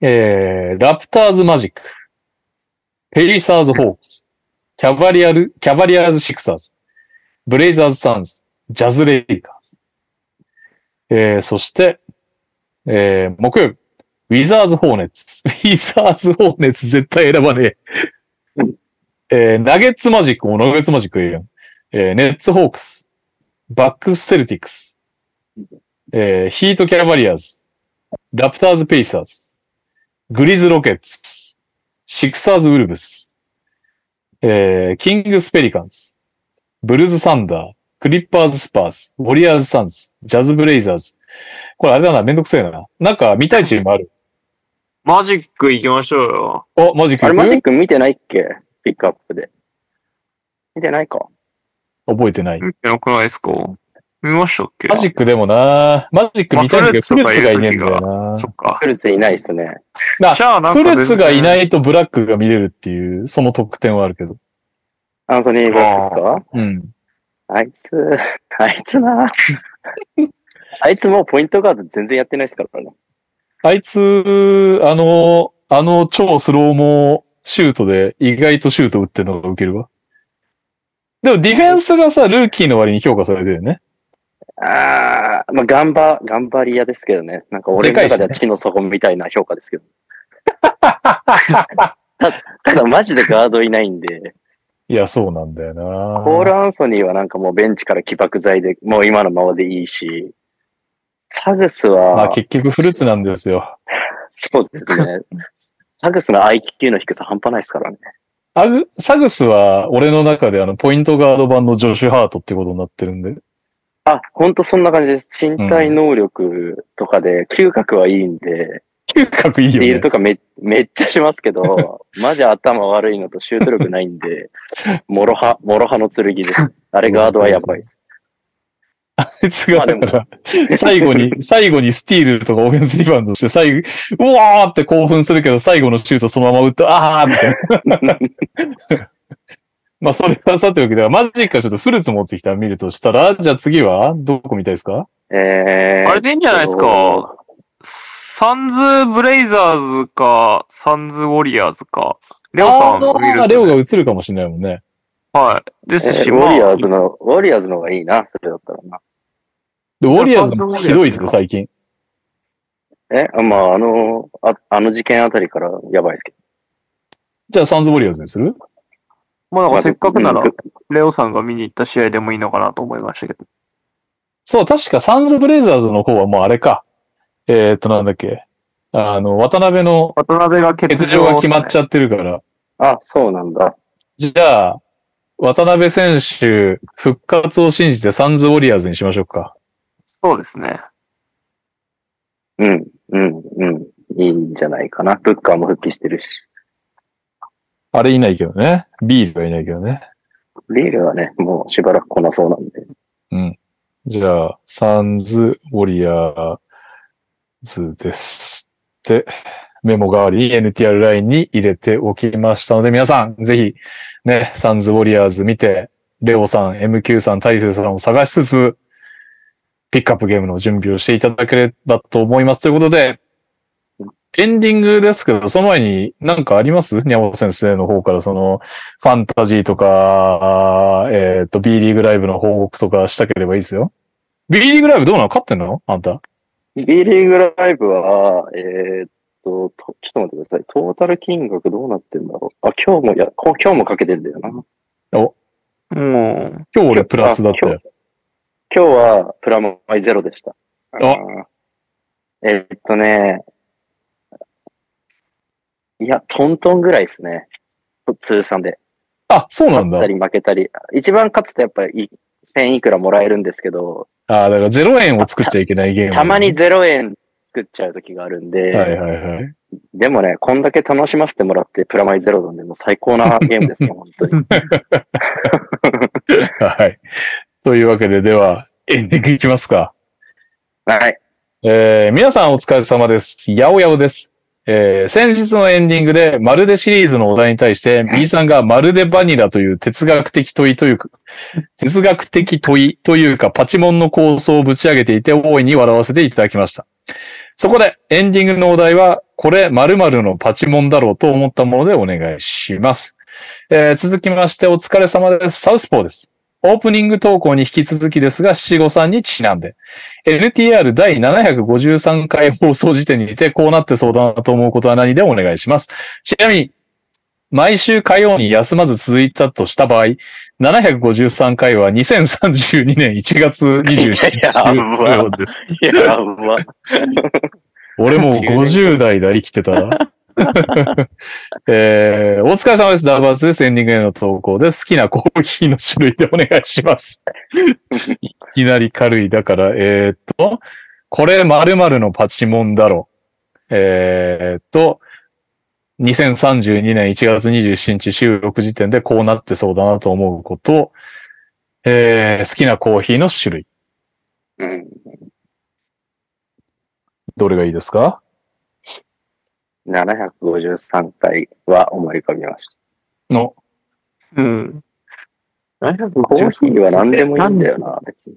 えー、ラプターズマジック、ペリサーズホークス、キャバリアル、キャバリアーズシクサーズ、ブレイザーズサンズ、ジャズレイカーズ、えー、そして、えー、木曜日、ウィザーズ・ホーネッツ。ウィザーズ・ホーネッツ絶対選ばねえ。えー、ナゲッツ・マジックもナゲッツ・マジックええやん。えー、ネッツ・ホークス。バックス・セルティクス。えー、ヒート・キャラバリアーズ。ラプターズ・ペイサーズ。グリズ・ロケッツ。シクサーズ・ウルブス。えー、キングス・ペリカンズ。ブルーズ・サンダー。クリッパーズ・スパーズ、ウォリアーズ・サンズ、ジャズ・ブレイザーズ。これあれだな、めんどくせえな。なんか見たいチームある。
マジック行きましょうよ。
お、マジック
あれマジ
行
ッ
く
ク見てないっけピックアップで。見てないか。
覚えてない。
見てなくないですか見ましたっけ
マジックでもなマジック見たいんだけど、フル
まあ
ーツがいねえんだよ
そっか。
フルーツいないですね。
な。
じゃあ、な
な
ん
フ
か。。
ルーツがいないいとブラックが見れるっていう、その特典はあるけど。
アンソニー・ブラックですか
うん。
あいつ、あいつな。 あいつもうポイントガード全然やってないですからね。
あいつ、あの、あの超スローモーシュートで意外とシュート打ってんのがウケるわ。でもディフェンスがさ、ルーキーの割に評価されてるよね。
あー、まあ、頑張、頑張り屋ですけどね。なんか俺の中では地の底みたいな評価ですけど。 たただマジでガードいないんで、
いや、そうなんだよな
コール・アンソニーはなんかもうベンチから起爆剤で、もう今のままでいいし、サグス
まあ
は、
結局フルーツなんですよ。
そうですね。サグスの IQ の低さ半端ないですからね。
アグ、サグスは俺の中であの、ポイントガード版のジョシュ・ハートってことになってるんで。
あ、ほんとそんな感じです。身体能力とかで、嗅覚はいいんで、
嗅覚いい
ディール
よね。
とかめめっちゃします けど、マジ頭悪いのとシュート力ないんで、もろは、もろはの剣です。あれガードはやばいです。
あいつが、だから、最後に、最後にスティールとかオフェンスリバウンドして、最後、うわーって興奮するけど、最後のシュートそのまま打って、あーみたいな。 まあ、それはさておきでは、マジックはちょっとフルーツ持ってきたら見るとしたら、じゃあ次は、どこ見たいですか
えー、
あれでいいんじゃないですか。サンズ・ブレイザーズか、サンズ・ウォリアーズか。レオさん
あ
見る
ー
っす
レ
よ
オ
ね
が映るかもしれないもんね。
はい。で
え
すし、
ーウ
ま
ォ
あ
リアーズの、ウォリアーズの方がいいな、それだったらな。
で、ウォリアーズもひどいですか、最近。
え、あまあ、あの、ああの事件あたりからやばいですけ
じゃあ、サンズ・ウォリアーズにする
まあ
ど。
なんかせっかくなら
まあ、
レオさんが見に行った試合でもいいのかなと思いましたけど。
そう、確かサンズ・ブレイザーズの方はもうあれか。えー、っと、なんだっけ。あの、渡辺の
渡辺が欠場、
欠場が決まっちゃってるから。
あ、そうなんだ。
じゃあ、渡辺選手復活を信じてサンズ・ウォリアーズにしましょうか。
そうですね。
うん、うん、うん。いいんじゃないかな。ブッカーも復帰してるし。
あれいないけどね。ビールがいないけどね。
リールはね、もうしばらく来なそうなんで。
じゃあ、サンズ、ウォリアーズです。で、メモ代わりに NTR ラインに入れておきましたので、皆さん、ぜひ、ね、サンズ、ウォリアーズ見て、レオさん、MQ さん、大勢さんを探しつつ、ピックアップゲームの準備をしていただければと思います。ということで、エンディングですけど、その前に何かありますにゃお先生の方から、その、ファンタジーとか、えっ、と、B リーグライブの報告とかしたければいいですよ。B リーグライブどうなの勝ってんのあんた。
B リーグライブは、えーっとと、ちょっと待ってください。トータル金額どうなってんだろう。あ、今日もや、こ今日もかけてんだよな。
もう、
今日俺プラスだったよ。
今日はプラマイゼロでした。
あ
えーっとね、いや、トントンぐらいですね。通算で。
あ、そうなん
勝っ
だ
た。り負けたり。一番勝つとやっぱり1000いくらもらえるんですけど、
あだから0円を作っちゃいけないゲーム、
たまに。0円作っちゃう時があるんで、
はいはいはい。
でもね、こんだけ楽しませてもらってプラマイゼロなんで、もう最高なゲームで すね、本当に。
はい。というわけで、では、エンディングいきますか。
はい。
えー皆さんお疲れ様です。やおやおです。えー先日のエンディングで、まるでシリーズのお題に対して、B さんがまるでバニラという哲学的問いというか、哲学的問いというか、パチモンの構想をぶち上げていて、大いに笑わせていただきました。そこで、エンディングのお題は、これ〇〇のパチモンだろうと思ったものでお願いします。えー続きまして、お疲れ様です。サウスポーです。オープニング投稿に引き続きですが、七五三にちなんで。NTR 第753回放送時点にてこうなってそうだなと思うことは何でお願いします。ちなみに、毎週火曜に休まず続いたとした場合、753回は2032年1月27日
や
終了です。
いや、やば。
俺もう50代だ、生きてたら。えー、お疲れ様です。ダブアツです。エンディングへの投稿です。好きなコーヒーの種類でお願いします。いきなり軽い。だから、えー、っと、これ〇〇のパチモンだろ。えー、っと、2032年1月27日収録時点でこうなってそうだなと思うこと、えー、好きなコーヒーの種類。
うん。
どれがいいですか
753回は思い浮かびました。
うん。
コーヒーは何でもいいんだ
よ。
よな、別に。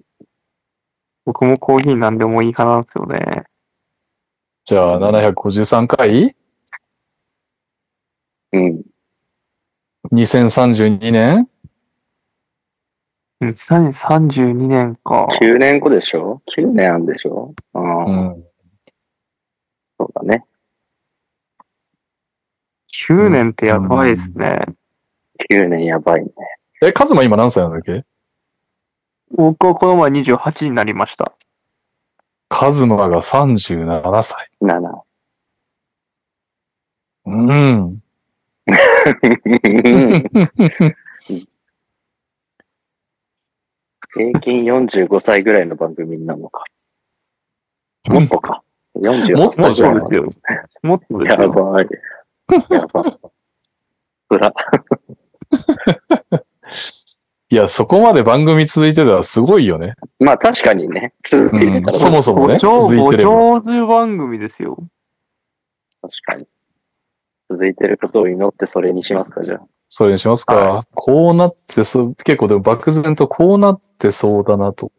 僕もコーヒー何でもいい派なんですよね。
じゃあ、753回
うん。
?2032 年
うん2032年か。
9年後でしょ ?9 年あんでしょああ、
うん。
そうだね。
9年ってやばいですね。
9年やばいね。
え、カズマ今何歳なんだっけ
僕はこの前28になりました。
カズマが37歳。
7。
うん。
平均45歳ぐらいの番組になるのか。もっとか。
も
48
っと
歳
じ
ぐ
ゃ
らい
ん
もっとですよ。もっとです
や
よ。
ばい。やばい。つら。
いや、そこまで番組続いてたらすごいよね。
まあ確かにね。続け
う
て
ん
た。ら、
そもそもね、
ご長
続いてれば。
ご長寿番組ですよ。
確かに。続いてることを祈ってそれにしますか、じゃあ。
それにしますか。こうなってそう、結構でも漠然とこうなってそうだなと。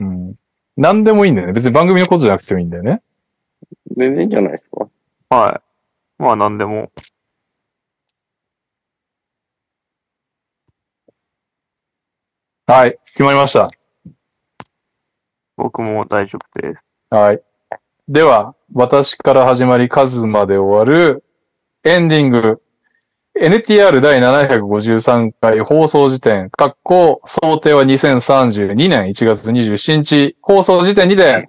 うん。何でもいいんだよね。別に番組のことじゃなくてもいいんだよね。
全然いいんじゃないですか。
はい。まあ何でも。
はい。決まりました。
僕も大丈夫です。
はい。では、私から始まり、カズまで終わる、エンディング。NTR 第753回放送時点、括弧、想定は2032年1月27日、放送時点にて、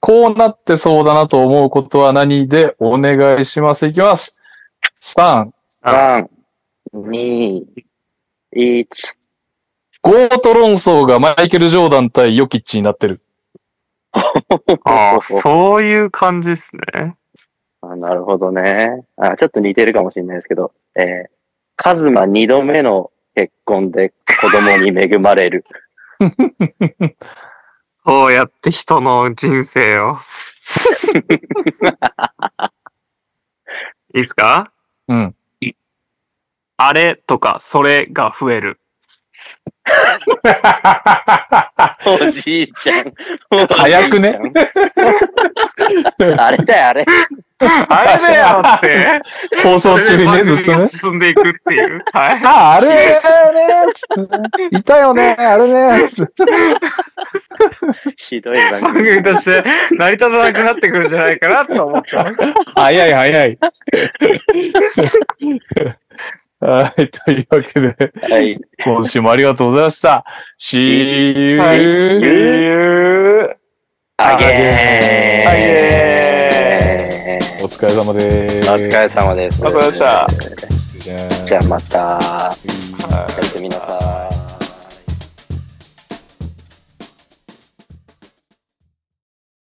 こうなってそうだなと思うことは何でお願いします。いきます。3、
3、2、1。
ゴート論争がマイケル・ジョーダン対ヨキッチになってる。
ああ、そういう感じですね。
あなるほどねあ。ちょっと似てるかもしれないですけど、えー、カズマ2度目の結婚で子供に恵まれる。
そうやって人の人 生を。いいっすか
うん。
あれとか、それが増 える。
おじいちゃん。
早く ね
おじいち ゃん。あれだよ、あれ。
あれだよって。
放送中にね、
そ
ず
れ
っ
で
と ね
番組が。進んでいくっていう。はい。
あ、あれねつってねいたよね、あれねつって
ひどい番
番
組。
組として成り立たなくなってくるんじゃないかなと思ってます。
早い早 い。はい、というわけで、
はい。
今週もありがとうございました。See you!
はい
あげー。
あ
げー。
お疲れ様で
お
す。
疲れ様です。
お疲れ様でした
じゃあ
じゃあまた、おやすみなさい。